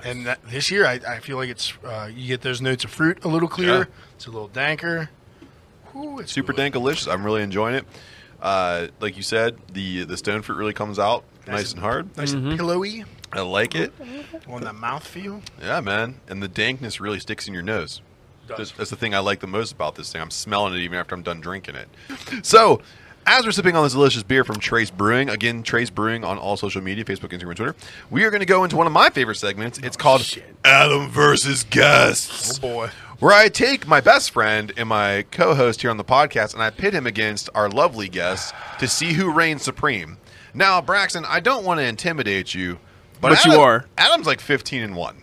Speaker 1: And that, this year, I, I feel like it's uh, you get those notes of fruit a little clearer.
Speaker 2: Yeah.
Speaker 1: It's a little danker. Ooh, it's
Speaker 2: Super
Speaker 1: good.
Speaker 2: dankalicious. I'm really enjoying it. Uh, like you said, the, the stone fruit really comes out nice, and hard.
Speaker 1: nice
Speaker 4: Mm-hmm.
Speaker 1: and pillowy
Speaker 2: I like it.
Speaker 1: on the mouthfeel.
Speaker 2: Yeah, man. And the dankness really sticks in your nose.
Speaker 1: Does.
Speaker 2: That's, that's the thing I like the most about this thing. I'm smelling it even after I'm done drinking it. <laughs> So, as we're sipping on this delicious beer from Trace Brewing, again, Trace Brewing on all social media Facebook, Instagram, and Twitter, we are going to go into one of my favorite segments. It's called Adam versus Guests,
Speaker 1: Oh boy,
Speaker 2: where I take my best friend and my co host here on the podcast and I pit him against our lovely guest to see who reigns supreme. Now, Braxton, I don't want to intimidate you, but,
Speaker 4: But you
Speaker 2: Adam-
Speaker 4: are.
Speaker 2: Adam's like 15 and 1.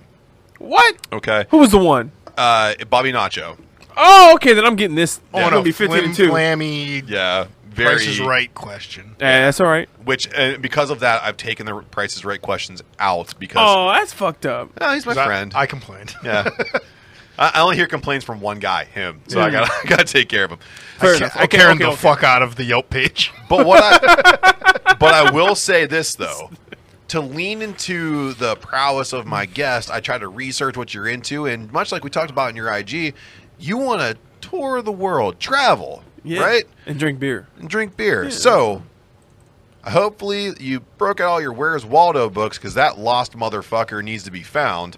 Speaker 4: What?
Speaker 2: Okay.
Speaker 4: Who was the one?
Speaker 2: Uh, Bobby Nacho.
Speaker 4: Oh, okay. Then I'm getting this. It's
Speaker 1: on
Speaker 4: gonna
Speaker 1: a
Speaker 4: be 15
Speaker 1: flim
Speaker 4: and two.
Speaker 1: flammy
Speaker 2: Yeah. Very.
Speaker 1: Price is Right question.
Speaker 4: Eh, that's all right.
Speaker 2: Which, uh, because of that, I've taken the Price is Right questions out because.
Speaker 4: Oh, that's fucked up.
Speaker 2: Oh, he's my
Speaker 1: 'Cause I-
Speaker 2: friend.
Speaker 1: I, complained. <laughs>
Speaker 2: yeah. I I only hear complaints from one guy, him. So I
Speaker 1: Hmm.
Speaker 4: Yeah.
Speaker 2: gotta, <laughs> I gotta take care of him.
Speaker 4: Fair
Speaker 1: I
Speaker 4: enough.
Speaker 1: okay,
Speaker 4: Okay,
Speaker 1: Karen
Speaker 4: okay,
Speaker 1: the
Speaker 4: okay.
Speaker 1: fuck out of the Yelp page.
Speaker 2: But what I,
Speaker 1: <laughs>
Speaker 2: but I will say this though, to lean into the prowess of my guest, I try to research what you're into, and much like we talked about in your IG, you want to tour the world, travel, right?
Speaker 4: And drink beer.
Speaker 2: and drink beer. So, hopefully, you broke out all your Where's Waldo books because that lost motherfucker needs to be found.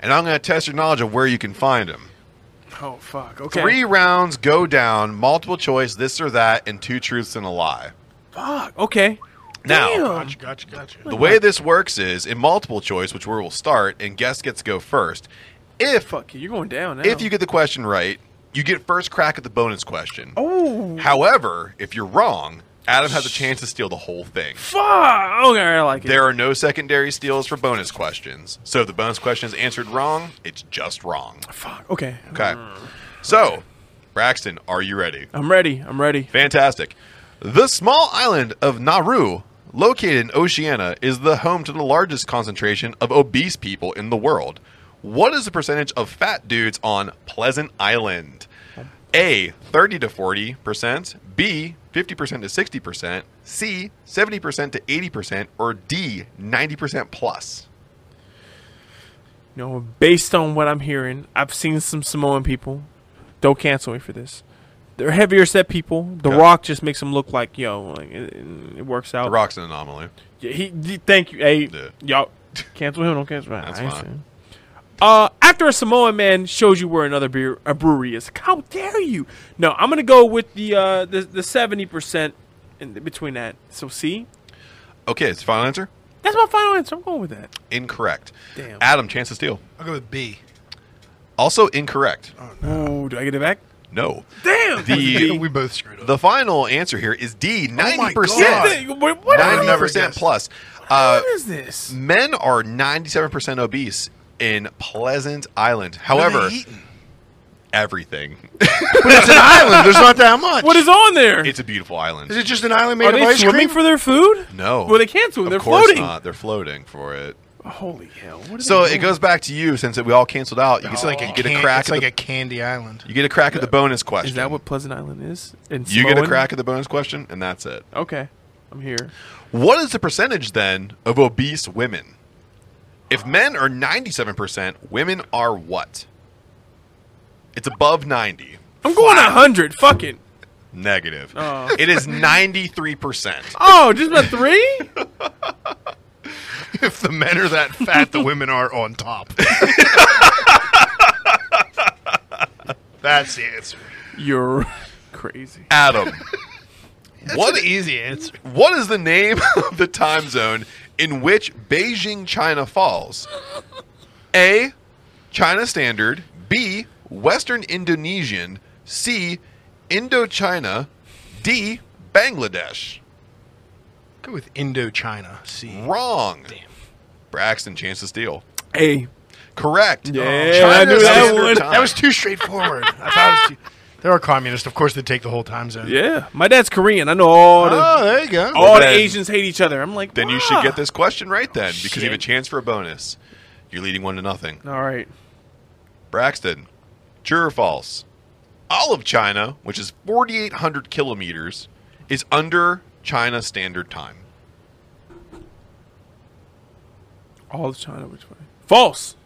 Speaker 2: And I'm going to test your knowledge of where you can find him.
Speaker 4: Oh fuck. Okay.
Speaker 2: Three rounds go down, multiple choice, this or that, and two truths and a lie.
Speaker 4: Fuck. Okay.
Speaker 2: Now,
Speaker 4: Damn.
Speaker 1: Gotcha, gotcha, gotcha.
Speaker 2: The way this works is in multiple choice, which where we'll start, and guest gets to go first. If
Speaker 4: Fuck you. You're going down now.
Speaker 2: if you get the question right, you get first crack at the bonus question.
Speaker 4: Oh.
Speaker 2: However, if you're wrong, Adam has a chance to steal the whole thing.
Speaker 4: Fuck. Okay, I like it.
Speaker 2: There are no secondary steals for bonus questions. So if the bonus question is answered wrong, it's just wrong.
Speaker 4: Fuck. Okay.
Speaker 2: Okay. So, Braxton, are you ready?
Speaker 4: I'm ready. I'm ready.
Speaker 2: Fantastic. The small island of Nauru, located in Oceania, is the home to the largest concentration of obese people in the world. What is the percentage of fat dudes on Pleasant Island? A A, 30 to 40%, B, 50% to 60%, C, 70% to 80%, or D, 90% plus?
Speaker 4: You know, based on what I'm hearing, I've seen some Samoan people. Don't cancel me for this. They're heavier set people. The
Speaker 2: Yeah.
Speaker 4: Rock just makes them look like yo. Like it, it works out.
Speaker 2: The Rock's an anomaly.
Speaker 4: Yeah, he, he- thank you. Hey,
Speaker 2: Yeah.
Speaker 4: y'all, cancel him. Don't cancel him.
Speaker 2: That's
Speaker 4: I ain't
Speaker 2: fine.
Speaker 4: saying. Uh, after a Samoan man shows you where another beer a brewery is, how dare you? No, I'm gonna go with the uh the the seventy percent in between that. So see,
Speaker 2: Okay, it's the final answer?
Speaker 4: that's my final answer. I'm going with that.
Speaker 2: Incorrect.
Speaker 4: Damn.
Speaker 2: Adam, chance to steal.
Speaker 1: I'll go with B.
Speaker 2: Also incorrect.
Speaker 4: Oh, do I get it back?
Speaker 2: No.
Speaker 4: Damn. <laughs>
Speaker 2: The
Speaker 1: we both screwed up.
Speaker 2: the final answer here is D, 90%.
Speaker 1: God.
Speaker 4: Dang, what, what
Speaker 1: I've
Speaker 4: is-
Speaker 1: never
Speaker 2: 90%
Speaker 1: guessed.
Speaker 2: plus. Uh,
Speaker 4: what is this?
Speaker 2: men are 97% obese in Pleasant Island.
Speaker 1: What are
Speaker 2: However,
Speaker 1: they eating?
Speaker 2: everything.
Speaker 1: but it's an island. There's not that much.
Speaker 4: What is on there?
Speaker 2: it's a beautiful island.
Speaker 1: Is it just an island made of
Speaker 4: Are they
Speaker 1: ice
Speaker 4: swimming
Speaker 1: cream?
Speaker 4: for their food?
Speaker 2: No.
Speaker 4: Well, they can't swim.
Speaker 2: Of
Speaker 4: They're
Speaker 2: course
Speaker 4: floating.
Speaker 2: not. They're floating for it.
Speaker 4: Holy hell! What are
Speaker 2: So
Speaker 4: they
Speaker 2: it
Speaker 4: doing?
Speaker 2: goes back to you since we all canceled out. You,
Speaker 1: it's
Speaker 2: get,
Speaker 1: like a
Speaker 2: you get a
Speaker 1: can-
Speaker 2: crack.
Speaker 1: Oh, It's
Speaker 2: at
Speaker 1: like
Speaker 2: the,
Speaker 1: a candy island.
Speaker 2: you get a crack at the bonus question.
Speaker 4: Is that what Pleasant Island is? In
Speaker 2: you get a
Speaker 4: Samoan?
Speaker 2: crack at the bonus question, and that's it.
Speaker 4: Okay, I'm here.
Speaker 2: What is the percentage then of obese women? If men are ninety-seven percent, women are what? It's above ninety.
Speaker 4: I'm going a hundred. Fuck it.
Speaker 2: Negative.
Speaker 4: Oh.
Speaker 2: It is ninety-three percent.
Speaker 4: Oh, just about
Speaker 2: <laughs>
Speaker 4: three?
Speaker 1: if the men are that <laughs> fat, the women are on top. <laughs> That's the answer.
Speaker 4: You're crazy.
Speaker 2: Adam,
Speaker 1: What
Speaker 2: what
Speaker 1: an easy answer.
Speaker 2: What is the name <laughs> of the time zone in which Beijing, China falls? A. China Standard. B. Western Indonesian. C. Indochina. D. Bangladesh.
Speaker 1: Go with Indochina. See.
Speaker 2: Wrong. Braxton, chance to steal.
Speaker 4: Hey,
Speaker 2: Correct.
Speaker 4: Yeah, I knew that
Speaker 2: Standard
Speaker 4: one.
Speaker 2: Time.
Speaker 1: That was too straightforward. I thought it was <laughs> too. They are communist. Of course, they take the whole time zone.
Speaker 4: yeah, my dad's Korean. I know all the
Speaker 1: Oh, there you go.
Speaker 4: all
Speaker 2: then-
Speaker 4: the Asians hate each other. I'm like, "Ah."
Speaker 2: Then you should
Speaker 4: "Why?"
Speaker 2: get this question right then because you have a
Speaker 4: Shit.
Speaker 2: chance for a bonus. You're leading one to nothing.
Speaker 4: All right.
Speaker 2: Braxton, true or false? All of China, which is 4,800 kilometers, is under China Standard Time.
Speaker 4: All of China, which way? False.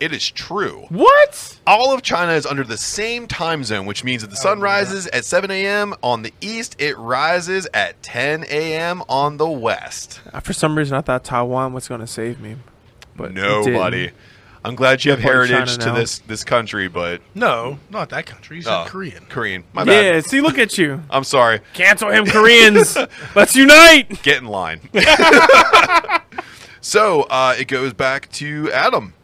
Speaker 2: It is true.
Speaker 4: What?
Speaker 2: All of China is under the same time zone, which means
Speaker 4: Oh,
Speaker 2: that the sun rises at 7 a.m. on the east, it rises at 10 a.m. on the west.
Speaker 4: Uh, For some reason, I thought Taiwan was going to save me, but it didn't.
Speaker 2: Nobody. I'm glad you have
Speaker 4: Part of
Speaker 2: heritage
Speaker 4: China
Speaker 2: to
Speaker 4: now.
Speaker 2: this this country, but
Speaker 1: No, not that country. You said
Speaker 2: oh,
Speaker 1: Korean.
Speaker 2: Korean. My bad.
Speaker 4: Yeah. See, look at you.
Speaker 2: I'm sorry.
Speaker 4: Cancel him,
Speaker 2: <laughs>
Speaker 4: Koreans. Let's unite.
Speaker 2: get in
Speaker 4: <laughs>
Speaker 2: line. so uh, it goes back to Adam.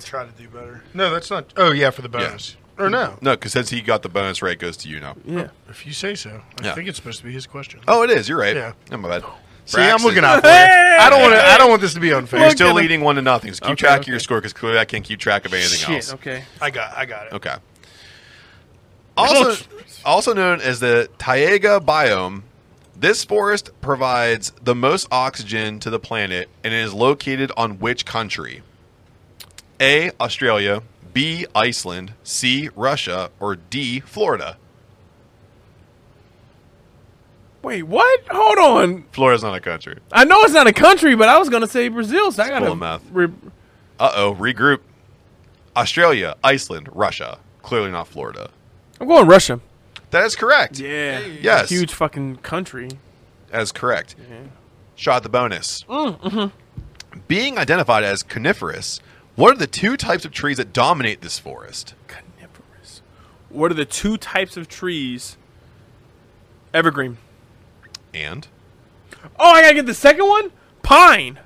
Speaker 1: Try to do better. No, that's not. Oh yeah, for the bonus. Or no,
Speaker 2: No, because since he got the bonus right, it goes to you now.
Speaker 4: Yeah.
Speaker 1: if you say so. I
Speaker 2: Yeah.
Speaker 1: think it's supposed to be his question.
Speaker 2: Oh, it is. You're right.
Speaker 1: Yeah.
Speaker 2: Oh, my bad.
Speaker 1: See, I'm looking out for you.
Speaker 4: Hey!
Speaker 1: I don't want to. I don't want this to be unfair.
Speaker 2: You're still leading one to nothing. So keep
Speaker 4: Okay,
Speaker 2: track of your
Speaker 4: okay.
Speaker 2: score because clearly I can't keep track of anything
Speaker 4: Shit.
Speaker 2: else.
Speaker 4: Okay.
Speaker 1: I got. I got it.
Speaker 2: Okay. Also, also known as the Taiga biome, this forest provides the most oxygen to the planet and it is located on which country? A. Australia, B. Iceland, C. Russia, or D. Florida.
Speaker 4: Wait, what? Hold on.
Speaker 2: Florida's not a country.
Speaker 4: I know it's not a country, but I was gonna say Brazil, so I gotta.
Speaker 2: full of mouth.
Speaker 4: re-
Speaker 2: Uh oh, regroup. Australia, Iceland, Russia. Clearly not Florida.
Speaker 4: I'm going Russia.
Speaker 2: That is correct.
Speaker 4: Yeah.
Speaker 2: Yes.
Speaker 4: Huge fucking country.
Speaker 2: That is correct.
Speaker 4: Mm-hmm.
Speaker 2: Shot the bonus.
Speaker 4: Mm,
Speaker 2: Being identified as coniferous, what are the two types of trees that dominate this forest?
Speaker 4: Coniferous. What are the two types of trees? Evergreen.
Speaker 2: And
Speaker 4: Oh, I gotta get the second one. Pine.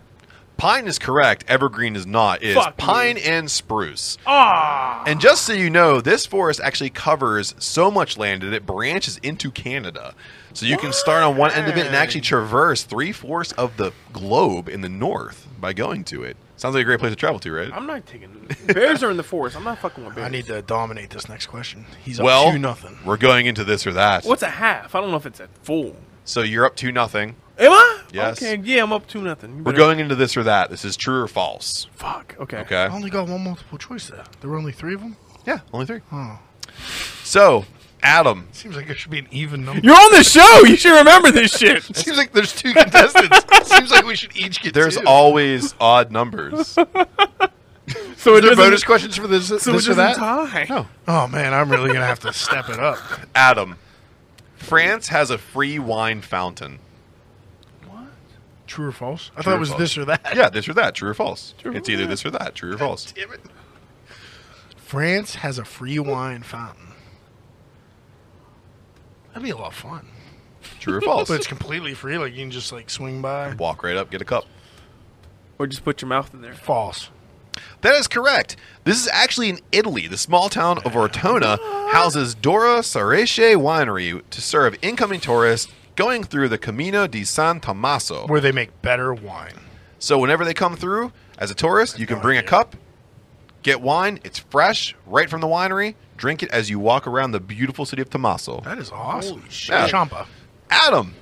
Speaker 2: pine is correct, evergreen is not. It Is
Speaker 4: Fuck
Speaker 2: pine and spruce.
Speaker 4: Ah.
Speaker 2: And just so you know, this forest actually covers so much land that it branches into Canada. So you can start on one end of it and actually traverse three fourths of the globe in the north by going to it. Sounds like a great place to travel to, right?
Speaker 4: I'm not taking bears are in the forest. I'm not fucking with bears.
Speaker 1: I need to dominate this next question. He's
Speaker 2: well,
Speaker 1: up to nothing.
Speaker 2: we're going into this or that.
Speaker 4: What's a half? I don't know if it's a full.
Speaker 2: So you're up to nothing.
Speaker 4: Am I?
Speaker 2: Yes.
Speaker 4: Okay. Yeah, I'm up to nothing. You
Speaker 2: We're
Speaker 4: better-
Speaker 2: going into this or that. This is true or false.
Speaker 4: Fuck. Okay.
Speaker 2: Okay.
Speaker 4: Um,
Speaker 1: I only got one multiple choice there. There were only three of them.
Speaker 2: Yeah, only three.
Speaker 1: Oh,
Speaker 2: So, Adam,
Speaker 1: Seems like it should be an even number.
Speaker 4: You're on the show. You should remember this shit.
Speaker 1: Seems like there's two contestants. Seems like we should each get
Speaker 2: there's
Speaker 1: two.
Speaker 2: always <laughs> odd numbers.
Speaker 4: So it
Speaker 1: Is there
Speaker 4: doesn't-
Speaker 1: bonus questions for this,
Speaker 4: So it
Speaker 1: this or
Speaker 4: doesn't
Speaker 1: that?
Speaker 4: tie. <laughs> No.
Speaker 1: Oh man, I'm really gonna have to step it up.
Speaker 2: Adam, France has a free wine fountain.
Speaker 1: True or false? I
Speaker 2: True
Speaker 1: thought
Speaker 2: or
Speaker 1: it was
Speaker 2: false?
Speaker 1: this or that.
Speaker 2: Yeah, this or that, true or false.
Speaker 4: True
Speaker 2: it's
Speaker 4: or
Speaker 2: either
Speaker 4: that.
Speaker 2: this or that, true or
Speaker 4: <laughs>
Speaker 2: false.
Speaker 1: Damn it. France has a free wine fountain. That'd be a lot of fun.
Speaker 2: True or false.
Speaker 1: But it's completely free. Like you can just like swing by.
Speaker 2: Walk right up, get a cup.
Speaker 4: <laughs> Or just put your mouth in there.
Speaker 1: False.
Speaker 2: That is correct. This is actually in Italy. The small town of Ortona houses Dora Sarace Winery to serve incoming tourists going through the Camino di San Tommaso.
Speaker 1: Where they make better wine.
Speaker 2: So whenever they come through as a tourist, you can
Speaker 1: no
Speaker 2: bring a
Speaker 1: idea.
Speaker 2: cup, get wine. It's fresh, right from the winery. Drink it as you walk around the beautiful city of Tommaso.
Speaker 1: That is awesome. Holy
Speaker 2: shit.
Speaker 1: Champa.
Speaker 2: Adam,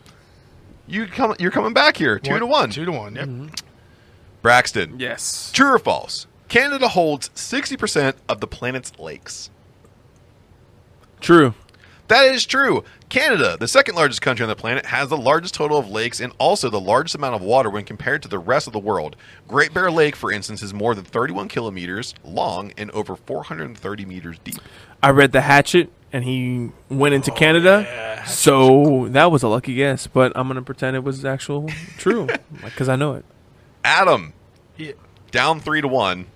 Speaker 2: you come. You're coming back here. Two to one. Mm-hmm.
Speaker 1: Two to one. Yep.
Speaker 2: Braxton.
Speaker 4: Yes.
Speaker 2: True or false? Canada holds 60% of the planet's lakes.
Speaker 4: True.
Speaker 2: That is true. Canada, the second largest country on the planet, has the largest total of lakes and also the largest amount of water when compared to the rest of the world. Great Bear Lake, for instance, is more than 31 kilometers long and over 430 meters deep.
Speaker 4: I read The Hatchet and he went into Canada. So that was a lucky guess, but I'm going to pretend it was <laughs> actual true because I know it.
Speaker 2: Adam,
Speaker 1: Yeah.
Speaker 2: down three to one.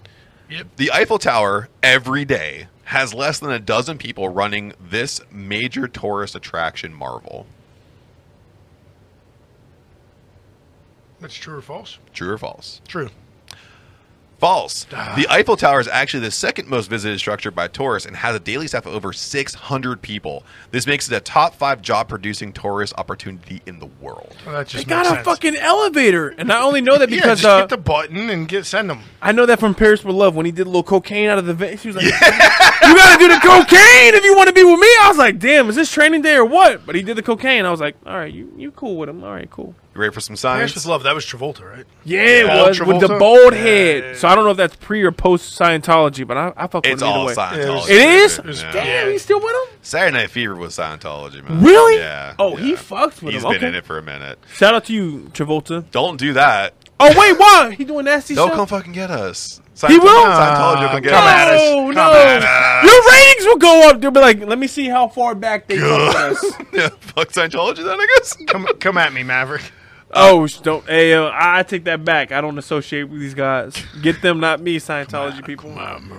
Speaker 1: Yep.
Speaker 2: The Eiffel Tower every day has less than a dozen people running this major tourist attraction marvel.
Speaker 1: That's true or false?
Speaker 2: True or false?
Speaker 1: True.
Speaker 2: False. The Eiffel Tower is actually the second most visited structure by tourists and has a daily staff of over 600 people. This makes it a top five job producing tourist opportunity in the world.
Speaker 1: Well, that
Speaker 4: They
Speaker 1: just
Speaker 4: got
Speaker 1: makes
Speaker 4: a
Speaker 1: sense.
Speaker 4: fucking elevator. And I only know that
Speaker 1: yeah,
Speaker 4: because
Speaker 1: just
Speaker 4: uh,
Speaker 1: hit the button and get send them.
Speaker 4: I know that from Paris with Love when he did a little cocaine out of the van. She was <laughs> like, You got to do the cocaine if you want to be with me. I was like, Damn, is this training day or what? But he did the cocaine. I was like, All right, you, you cool with him. All right, cool.
Speaker 2: You ready for some
Speaker 1: Paris
Speaker 2: science?
Speaker 1: with love. That was Travolta, right?
Speaker 4: Yeah, it
Speaker 1: Paul
Speaker 4: was with the
Speaker 1: Travolta?
Speaker 4: bald
Speaker 1: Yeah,
Speaker 4: head.
Speaker 1: yeah, yeah.
Speaker 4: So I don't know if that's pre or post Scientology, but I, I fuck with
Speaker 2: It's
Speaker 4: him either
Speaker 2: all
Speaker 4: way.
Speaker 2: Scientology.
Speaker 4: It is.
Speaker 1: It's-
Speaker 2: Yeah.
Speaker 4: Damn, he's still with him.
Speaker 2: Saturday Night Fever was Scientology, man.
Speaker 4: Really?
Speaker 2: Yeah.
Speaker 4: Oh, he
Speaker 2: yeah.
Speaker 4: fucked with
Speaker 2: He's
Speaker 4: him.
Speaker 2: been
Speaker 4: Okay.
Speaker 2: in it for a minute.
Speaker 4: Shout out to you, Travolta.
Speaker 2: Don't do that.
Speaker 4: Oh wait, why he doing nasty
Speaker 2: They'll
Speaker 4: stuff?
Speaker 2: come fucking get us.
Speaker 4: He will?
Speaker 2: Scientology will come get
Speaker 4: no,
Speaker 2: us.
Speaker 4: no. Your ratings will go up. They'll be like, let me see how far back they fucked us.
Speaker 2: <laughs> <laughs> yeah, fuck Scientology then, I guess.
Speaker 1: Come come at me, Maverick.
Speaker 4: Oh, sh- don't. Hey, uh, I I take that back. I don't associate with these guys. Get them, not me, Scientology people.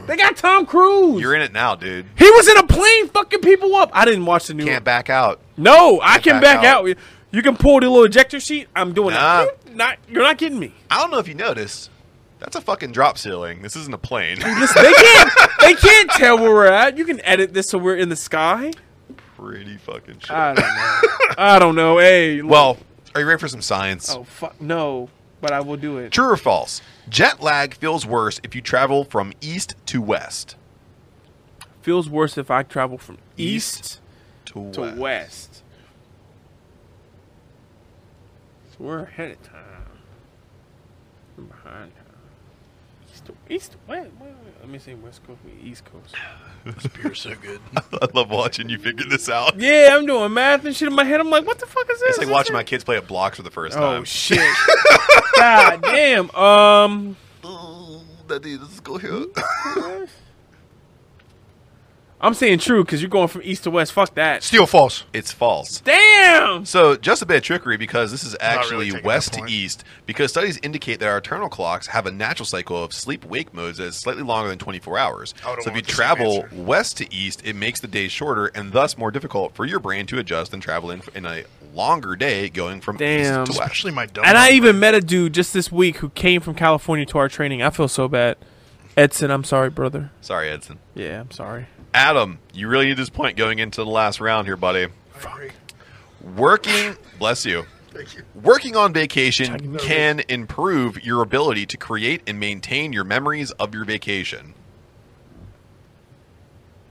Speaker 4: They got Tom Cruise.
Speaker 2: You're in it now, dude.
Speaker 4: he was in a plane fucking people up. I didn't watch the new one.
Speaker 2: Can't back out.
Speaker 4: No, I can
Speaker 2: back
Speaker 4: back out. You can pull the little ejector sheet. I'm doing
Speaker 2: Nah.
Speaker 4: it. Not you're not kidding me.
Speaker 2: I don't know if you noticed. That's a fucking drop ceiling. This isn't a plane. <laughs>
Speaker 4: Listen, they can't. They can't tell where we're at. You can edit this so we're in the sky.
Speaker 2: Pretty fucking shit.
Speaker 4: I don't know. I don't know. Hey, look-
Speaker 2: well, are you ready for some science?
Speaker 4: oh fuck, no. But I will do it.
Speaker 2: True or false? Jet lag feels worse if you travel from east to west.
Speaker 4: Feels worse if I travel from
Speaker 2: East
Speaker 4: east,
Speaker 2: To,
Speaker 4: to west. So we're ahead of time. We're behind time. East to east. to west. wait, wait. Let me see. West coast. East coast.
Speaker 1: You're so good.
Speaker 2: <laughs> I love watching you figure this out.
Speaker 4: Yeah, I'm doing math and shit in my head. I'm like, what the fuck is this?
Speaker 2: It's like watching
Speaker 4: <laughs>
Speaker 2: my kids play at blocks for the first time.
Speaker 4: Oh shit! <laughs> God damn. Um,
Speaker 2: That is go here.
Speaker 4: I'm saying true because you're going from east to west. Fuck that.
Speaker 1: Steel false.
Speaker 2: <laughs> It's false.
Speaker 4: Damn.
Speaker 2: So just a bit of trickery because this is
Speaker 1: really
Speaker 2: actually
Speaker 1: taking that
Speaker 2: west to
Speaker 1: point.
Speaker 2: east because studies indicate that our eternal clocks have a natural cycle of sleep-wake modes that is slightly longer than 24 hours.
Speaker 1: I would've
Speaker 2: So if you
Speaker 1: wanted the same
Speaker 2: travel
Speaker 1: answer.
Speaker 2: west to east, it makes the day shorter and thus more difficult for your brain to adjust than traveling in a longer day going from
Speaker 4: Damn.
Speaker 2: east to west.
Speaker 1: Especially my dumb.
Speaker 4: And I even met a dude just this week who came from California to our training. I feel so bad. Edson, I'm sorry, brother.
Speaker 2: Sorry, Edson.
Speaker 4: Yeah, I'm sorry.
Speaker 2: Adam, you really need this point going into the last round here, buddy. Working, bless you.
Speaker 1: Thank you.
Speaker 2: Working on vacation can improve your ability to create and maintain your memories of your vacation.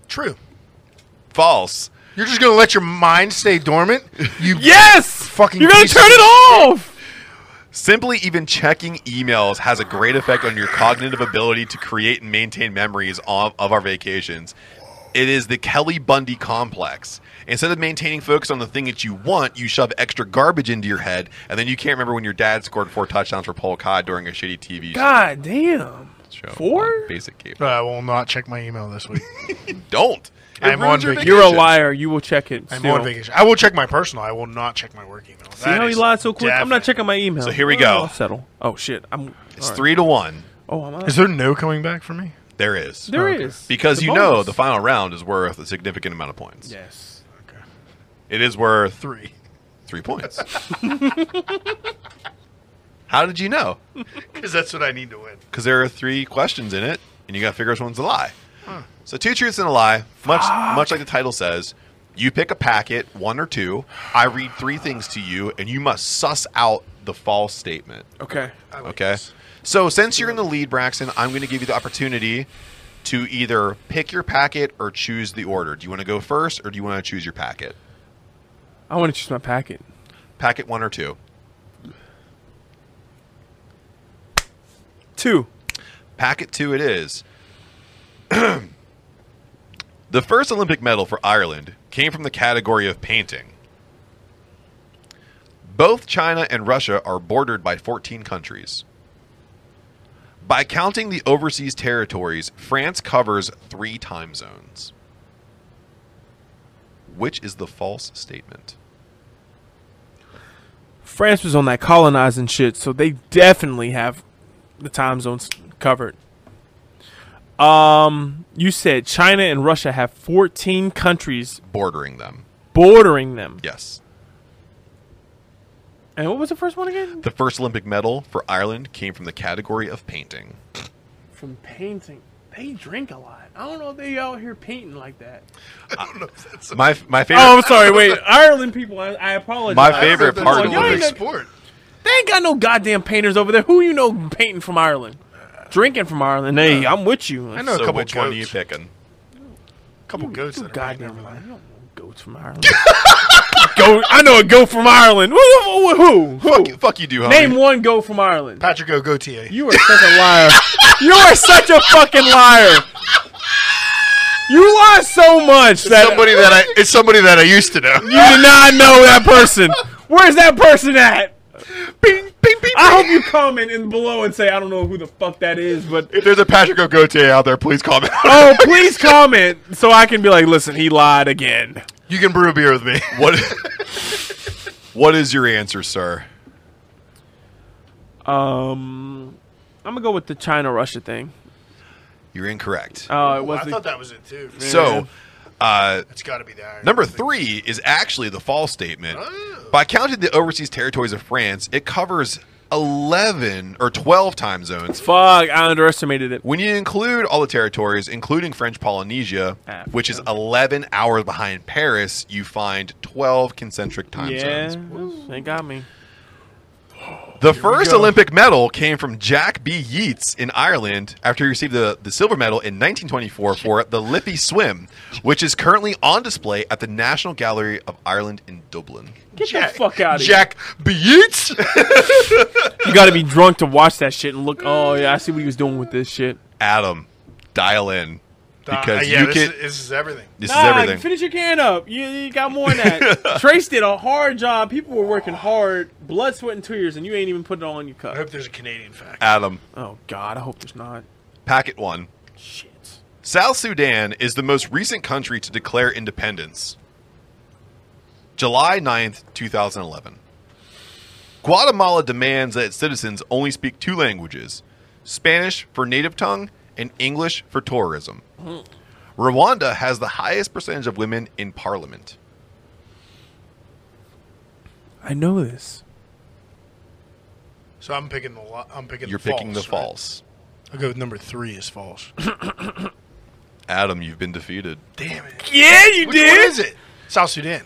Speaker 1: True.
Speaker 2: False.
Speaker 1: You're just gonna let your mind stay <laughs> dormant. You
Speaker 4: Yes.
Speaker 1: Fucking
Speaker 4: You're gonna
Speaker 1: piece
Speaker 4: turn
Speaker 1: of
Speaker 4: it off.
Speaker 2: Simply even checking emails has a great effect on your cognitive ability to create and maintain memories of, of our vacations. It is the Kelly Bundy complex. Instead of maintaining focus on the thing that you want, you shove extra garbage into your head, and then you can't remember when your dad scored four touchdowns for Paul Cod during a shitty TV
Speaker 4: God damn.
Speaker 2: show.
Speaker 4: four?
Speaker 2: on Basic cable.
Speaker 1: I will not check my email this <laughs> week.
Speaker 2: Don't. It
Speaker 1: I'm
Speaker 2: ruins
Speaker 1: on
Speaker 2: your
Speaker 1: vacation.
Speaker 4: You're a
Speaker 2: vacations.
Speaker 4: liar. You will check it.
Speaker 1: I'm
Speaker 4: still.
Speaker 1: on vacation. I will check my personal. I will not check my work email.
Speaker 4: See how he lied so quick? I'm not checking my email.
Speaker 2: So here we
Speaker 4: Oh,
Speaker 2: go.
Speaker 4: I'll settle. Oh shit. I'm.
Speaker 2: It's
Speaker 4: all right.
Speaker 2: three to one.
Speaker 4: Oh, I'm. Out.
Speaker 1: Is there no coming back for me?
Speaker 2: There is.
Speaker 4: There is
Speaker 2: Because
Speaker 4: The
Speaker 2: you know
Speaker 4: bonus.
Speaker 2: the final round is worth a significant amount of points.
Speaker 4: Yes.
Speaker 2: It is worth
Speaker 1: <laughs> Three.
Speaker 2: three points. <laughs> How did you know?
Speaker 1: Because that's what I need to win.
Speaker 2: Because there are three questions in it, and you got to figure which one's a lie. So two truths and a lie. Much much like the title says, you pick a packet, one or two. I read three things to you, and you must suss out the false statement.
Speaker 4: Okay.
Speaker 1: I like
Speaker 2: Okay.
Speaker 1: this.
Speaker 2: So since you're in the lead, Braxton, I'm going to give you the opportunity to either pick your packet or choose the order. Do you want to go first, or do you want to choose your packet?
Speaker 4: I want to choose my packet.
Speaker 2: Packet one or two.
Speaker 4: Two.
Speaker 2: Packet two it is. <clears throat> the first Olympic medal for Ireland came from the category of painting. Both China and Russia are bordered by 14 countries. By counting the overseas territories, France covers three time zones. Which is the false statement?
Speaker 4: France was on that colonizing shit, so they definitely have the time zones covered. Um, you said China and Russia have 14 countries
Speaker 2: Bordering them.
Speaker 4: bordering them.
Speaker 2: Yes.
Speaker 4: And what was the first one again?
Speaker 2: The first Olympic medal for Ireland came from the category of painting.
Speaker 4: From painting. They drink a lot. I don't know if they out here painting like that.
Speaker 2: My, my favorite.
Speaker 4: Oh, I'm sorry. Wait, <laughs> Ireland people. I, I apologize.
Speaker 1: I
Speaker 2: My
Speaker 1: don't know if
Speaker 2: favorite
Speaker 1: that's
Speaker 2: part
Speaker 1: a
Speaker 2: of
Speaker 4: Y'all ain't
Speaker 1: Olympic
Speaker 2: Olympics.
Speaker 1: sport.
Speaker 4: They ain't got no goddamn painters over there. Who you know painting from Ireland? Drinking from Ireland. Hey, I'm with you.
Speaker 1: I know a
Speaker 2: So
Speaker 1: couple
Speaker 2: which one are you
Speaker 1: goats.
Speaker 2: picking?
Speaker 1: A couple goats.
Speaker 4: You
Speaker 1: That are
Speaker 4: goddamn right. You don't know goats from <laughs> Ireland. goat. I know a goat from Ireland. Who? who- who- who?
Speaker 2: Fuck you, fuck you do, homie.
Speaker 4: Name one goat from Ireland.
Speaker 1: Patrick O'Gautier.
Speaker 4: You are such a liar. you are such a fucking liar. You lie so much that
Speaker 1: somebody that I it's somebody that I used to know.
Speaker 4: you did not know that person. Where's that person at? I hope you comment in below and say I don't know who the fuck that is, but
Speaker 2: If there's a Patrick O'Gautier out there, please
Speaker 4: <laughs>
Speaker 2: comment.
Speaker 4: oh, please comment so I can be like, listen, he lied again.
Speaker 1: You can brew a beer with me.
Speaker 2: <laughs> what, what is your answer, sir?
Speaker 4: Um, I'm gonna go with the China Russia thing.
Speaker 2: You're incorrect.
Speaker 4: Oh, it was
Speaker 1: I
Speaker 4: the-
Speaker 1: thought that was it too.
Speaker 2: so, uh,
Speaker 1: it's got to be that.
Speaker 2: number three is actually the false statement. By counting the overseas territories of France, it covers 11 or 12 time zones.
Speaker 4: fuck. I underestimated it.
Speaker 2: When you include all the territories, including French Polynesia,
Speaker 4: Africa.
Speaker 2: which is 11 hours behind Paris, you find 12 concentric time
Speaker 4: yeah,
Speaker 2: zones.
Speaker 4: they got me.
Speaker 2: The first Olympic medal came from Jack B. Yeats in Ireland after he received the, the silver medal in 1924 for the Liffey Swim, which is currently on display at the National Gallery of Ireland in Dublin.
Speaker 4: Get the fuck out of here.
Speaker 2: Jack B.
Speaker 1: <laughs>
Speaker 2: Yeats?
Speaker 4: You got to be drunk to watch that shit and look. Oh yeah, I see what he was doing with this shit.
Speaker 2: Adam, dial in. Because
Speaker 1: Uh, yeah,
Speaker 2: you
Speaker 1: this,
Speaker 2: can.
Speaker 1: is, this is everything.
Speaker 2: this
Speaker 4: Nah,
Speaker 2: is everything.
Speaker 4: Finish your can up. You, you got more than that. Trace did a hard job. People were working hard, blood, sweat, and tears, and you ain't even put it all in your
Speaker 1: I
Speaker 4: cup.
Speaker 1: hope there's a Canadian fact.
Speaker 2: Adam,
Speaker 4: Oh God, I hope there's not.
Speaker 2: packet one.
Speaker 4: Shit.
Speaker 2: South Sudan is the most recent country to declare independence. July 9th, 2011. Guatemala demands that its citizens only speak two languages Spanish for native tongue and English for tourism. Rwanda has the highest percentage of women in parliament.
Speaker 4: I know this.
Speaker 1: So I'm picking the lo- I'm picking.
Speaker 2: You're
Speaker 1: the false,
Speaker 2: picking the
Speaker 1: right?
Speaker 2: false.
Speaker 1: I'll go with number three is
Speaker 4: <clears throat>
Speaker 1: false.
Speaker 2: Adam, you've been defeated.
Speaker 1: Damn it!
Speaker 4: Yeah, you
Speaker 1: Which
Speaker 4: did.
Speaker 1: one is it? South Sudan,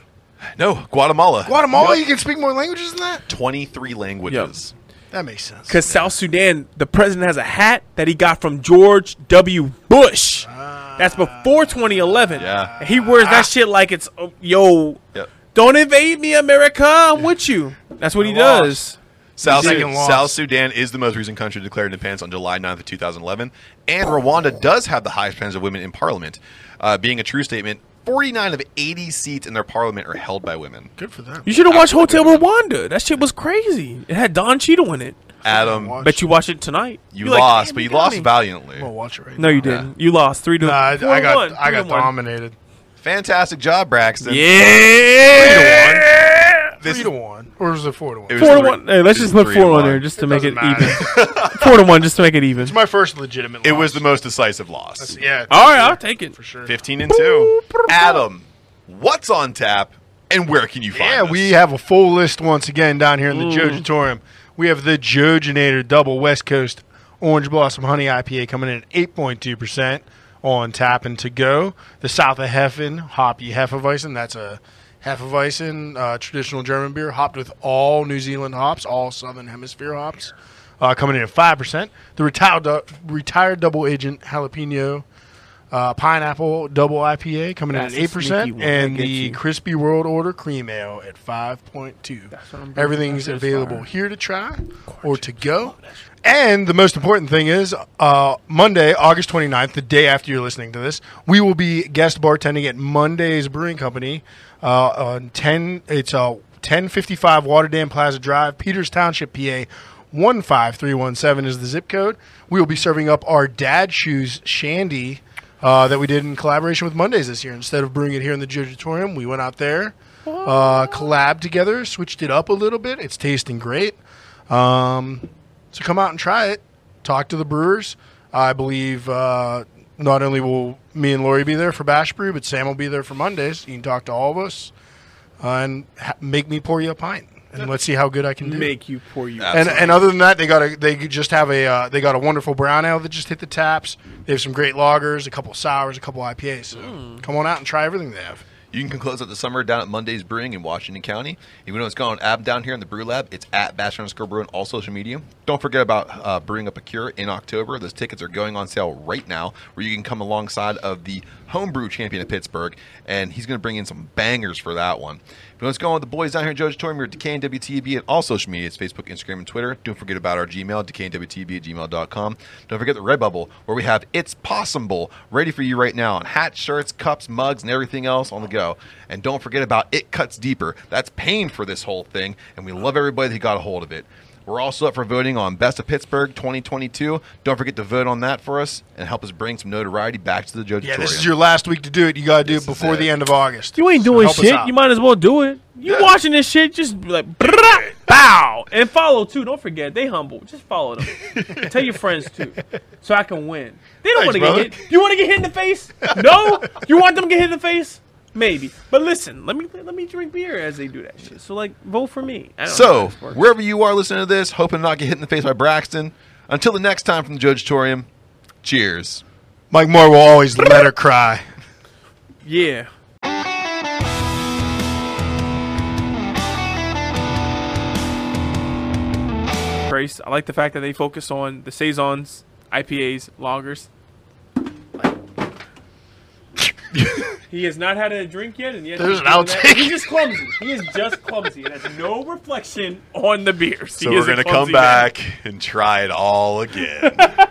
Speaker 2: No, Guatemala.
Speaker 1: Guatemala. You can speak more languages than that.
Speaker 2: 23 languages.
Speaker 1: That makes sense.
Speaker 4: Because South Sudan, the president has a hat that he got from George W. Bush. That's before 2011.
Speaker 2: Yeah. Ah.
Speaker 4: And he wears that shit like it's, oh, yo,
Speaker 2: Yep.
Speaker 4: don't invade me, America. I'm with you. That's what he
Speaker 1: I lost.
Speaker 4: does.
Speaker 2: South,
Speaker 1: Second
Speaker 2: Sudan,
Speaker 1: loss.
Speaker 2: South Sudan is the most recent country to declare independence on July 9th of 2011, and Rwanda does have the highest percentage of women in parliament. uh, being a true statement, 49 of 80 seats in their parliament are held by women.
Speaker 1: Good for them.
Speaker 4: You should have watched Hotel Rwanda. That shit was crazy. It had Don Cheadle in it.
Speaker 2: Adam,
Speaker 1: Watch-
Speaker 4: Bet you watch it tonight.
Speaker 2: Oh, you
Speaker 4: You're like,
Speaker 2: lost,
Speaker 4: "Damn,
Speaker 2: but
Speaker 4: they
Speaker 2: you
Speaker 4: got
Speaker 2: lost
Speaker 4: me."
Speaker 2: valiantly.
Speaker 1: I'm gonna watch it right
Speaker 4: No,
Speaker 1: now.
Speaker 4: you didn't. You lost three to
Speaker 1: Nah, I,
Speaker 4: four
Speaker 1: I
Speaker 4: to
Speaker 1: got
Speaker 4: one,
Speaker 1: I
Speaker 4: three
Speaker 1: got
Speaker 4: to one.
Speaker 1: dominated.
Speaker 2: Fantastic job, Braxton.
Speaker 4: Yeah,
Speaker 2: This
Speaker 1: three to one, or was it four to one?
Speaker 2: It was
Speaker 4: four
Speaker 2: three-
Speaker 4: to one. Hey, let's
Speaker 2: it
Speaker 4: just
Speaker 2: was
Speaker 4: put
Speaker 2: three to
Speaker 4: four on
Speaker 2: one.
Speaker 4: there just to make it
Speaker 1: doesn't matter.
Speaker 4: even. four to one just to
Speaker 2: <laughs>
Speaker 4: make it even.
Speaker 1: It's my first legitimate.
Speaker 2: It
Speaker 1: loss.
Speaker 2: was the most decisive loss.
Speaker 1: yeah.
Speaker 4: All right, I'll take it.
Speaker 1: for sure.
Speaker 2: 15 and 2. Adam, what's on tap and where can you find
Speaker 1: Yeah,
Speaker 2: us?
Speaker 1: we have a full list once again down here in the Jojatorium. We have the Jojinator Double West Coast Orange Blossom Honey IPA coming in at 8.2% on tap and to go. The South of Heffen Hoppy Hefeweizen, that's a Hefeweizen, uh, traditional German beer, hopped with all New Zealand hops, all Southern Hemisphere hops, uh, coming in at 5%. The retired, du- retired Double Agent Jalapeno uh, Pineapple Double IPA coming
Speaker 4: That's
Speaker 1: in
Speaker 4: a
Speaker 1: at 8%.
Speaker 4: sneaky one.
Speaker 1: And
Speaker 4: I get
Speaker 1: the
Speaker 4: you.
Speaker 1: Crispy World Order Cream Ale at 5.2.
Speaker 4: what I'm bringing.
Speaker 1: Everything's
Speaker 4: That shit's
Speaker 1: available
Speaker 4: fire. Oh,
Speaker 1: here to try or to go. And the most important thing is uh, Monday, August 29th, the day after you're listening to this, we will be guest bartending at Monday's Brewing Company uh, on 10 it's uh, 1055 Water Dam Plaza Drive, Peters Township, PA. 15317 is the zip code. We will be serving up our dad shoes shandy uh, that we did in collaboration with Mondays this year. Instead of brewing it here in the Judgatorium, we went out there, uh, collabed together, switched it up a little bit. It's tasting great. Um, so come out and try it. Talk to the brewers. I believe uh, not only will me and Lori be there for Bash Brew, but Sam will be there for Mondays. You can talk to all of us uh, and ha- make me pour you a pint, and let's see how good I can do.
Speaker 4: Make you pour you.
Speaker 2: Yeah.
Speaker 1: And, and other than that, they got a they just have a uh, they got a wonderful brown ale that just hit the taps. They have some great lagers, a couple sours, a couple IPAs. So
Speaker 2: Hmm.
Speaker 1: come on out and try everything they have.
Speaker 2: You can close out the summer down at Monday's Brewing in Washington County. Even though it's going on down here in the Brew Lab, it's at Bash underscore Brew on all social media. Don't forget about uh, Brewing Up a Cure in October. Those tickets are going on sale right now, where you can come alongside of the homebrew champion of Pittsburgh, and he's going to bring in some bangers for that one. If you want to go on with the boys down here at Judge Torium, you're at Decaying WTB and all social media. It's Facebook, Instagram, and Twitter. Don't forget about our Gmail, decayingwtb at gmail.com. Don't forget the Redbubble, where we have It's Possible ready for you right now on hats, shirts, cups, mugs, and everything else on the go. And don't forget about It Cuts Deeper. That's paying for this whole thing, and we love everybody that got a hold of it. We're also up for voting on Best of Pittsburgh 2022. Don't forget to vote on that for us and help us bring some notoriety back to the Judge
Speaker 1: Yeah, this is your last week to do it. You got to do
Speaker 2: This
Speaker 1: it
Speaker 2: is
Speaker 1: before
Speaker 2: it.
Speaker 1: the end of August.
Speaker 4: You ain't
Speaker 1: So
Speaker 4: doing
Speaker 1: help us
Speaker 4: shit.
Speaker 1: out.
Speaker 4: You might as well do it. You watching this shit, just be like brrrah, bow and follow too. Don't forget, they humble. Just follow them. Tell your friends too, so I can win. They don't want to
Speaker 2: brother.
Speaker 4: get hit. You want to get hit in the face? No. You want them to get hit in the face? Maybe. But listen, let me let me drink beer as they do that shit. So like, vote for me. I don't know how
Speaker 2: So,
Speaker 4: this works.
Speaker 2: wherever you are listening to this, hoping to not get hit in the face by Braxton. Until the next time from the Judgeatorium, cheers.
Speaker 1: Mike Moore will always let her cry.
Speaker 4: yeah. Grace, I like the fact that they focus on the saisons, IPAs, lagers. he has not had a drink yet, and yet
Speaker 1: There's
Speaker 4: he's
Speaker 1: an
Speaker 4: doing that.
Speaker 1: outtake.
Speaker 4: He's just clumsy. He is just clumsy. It has no reflection on the beers.
Speaker 2: So we're
Speaker 4: going to
Speaker 2: come back and try it all again.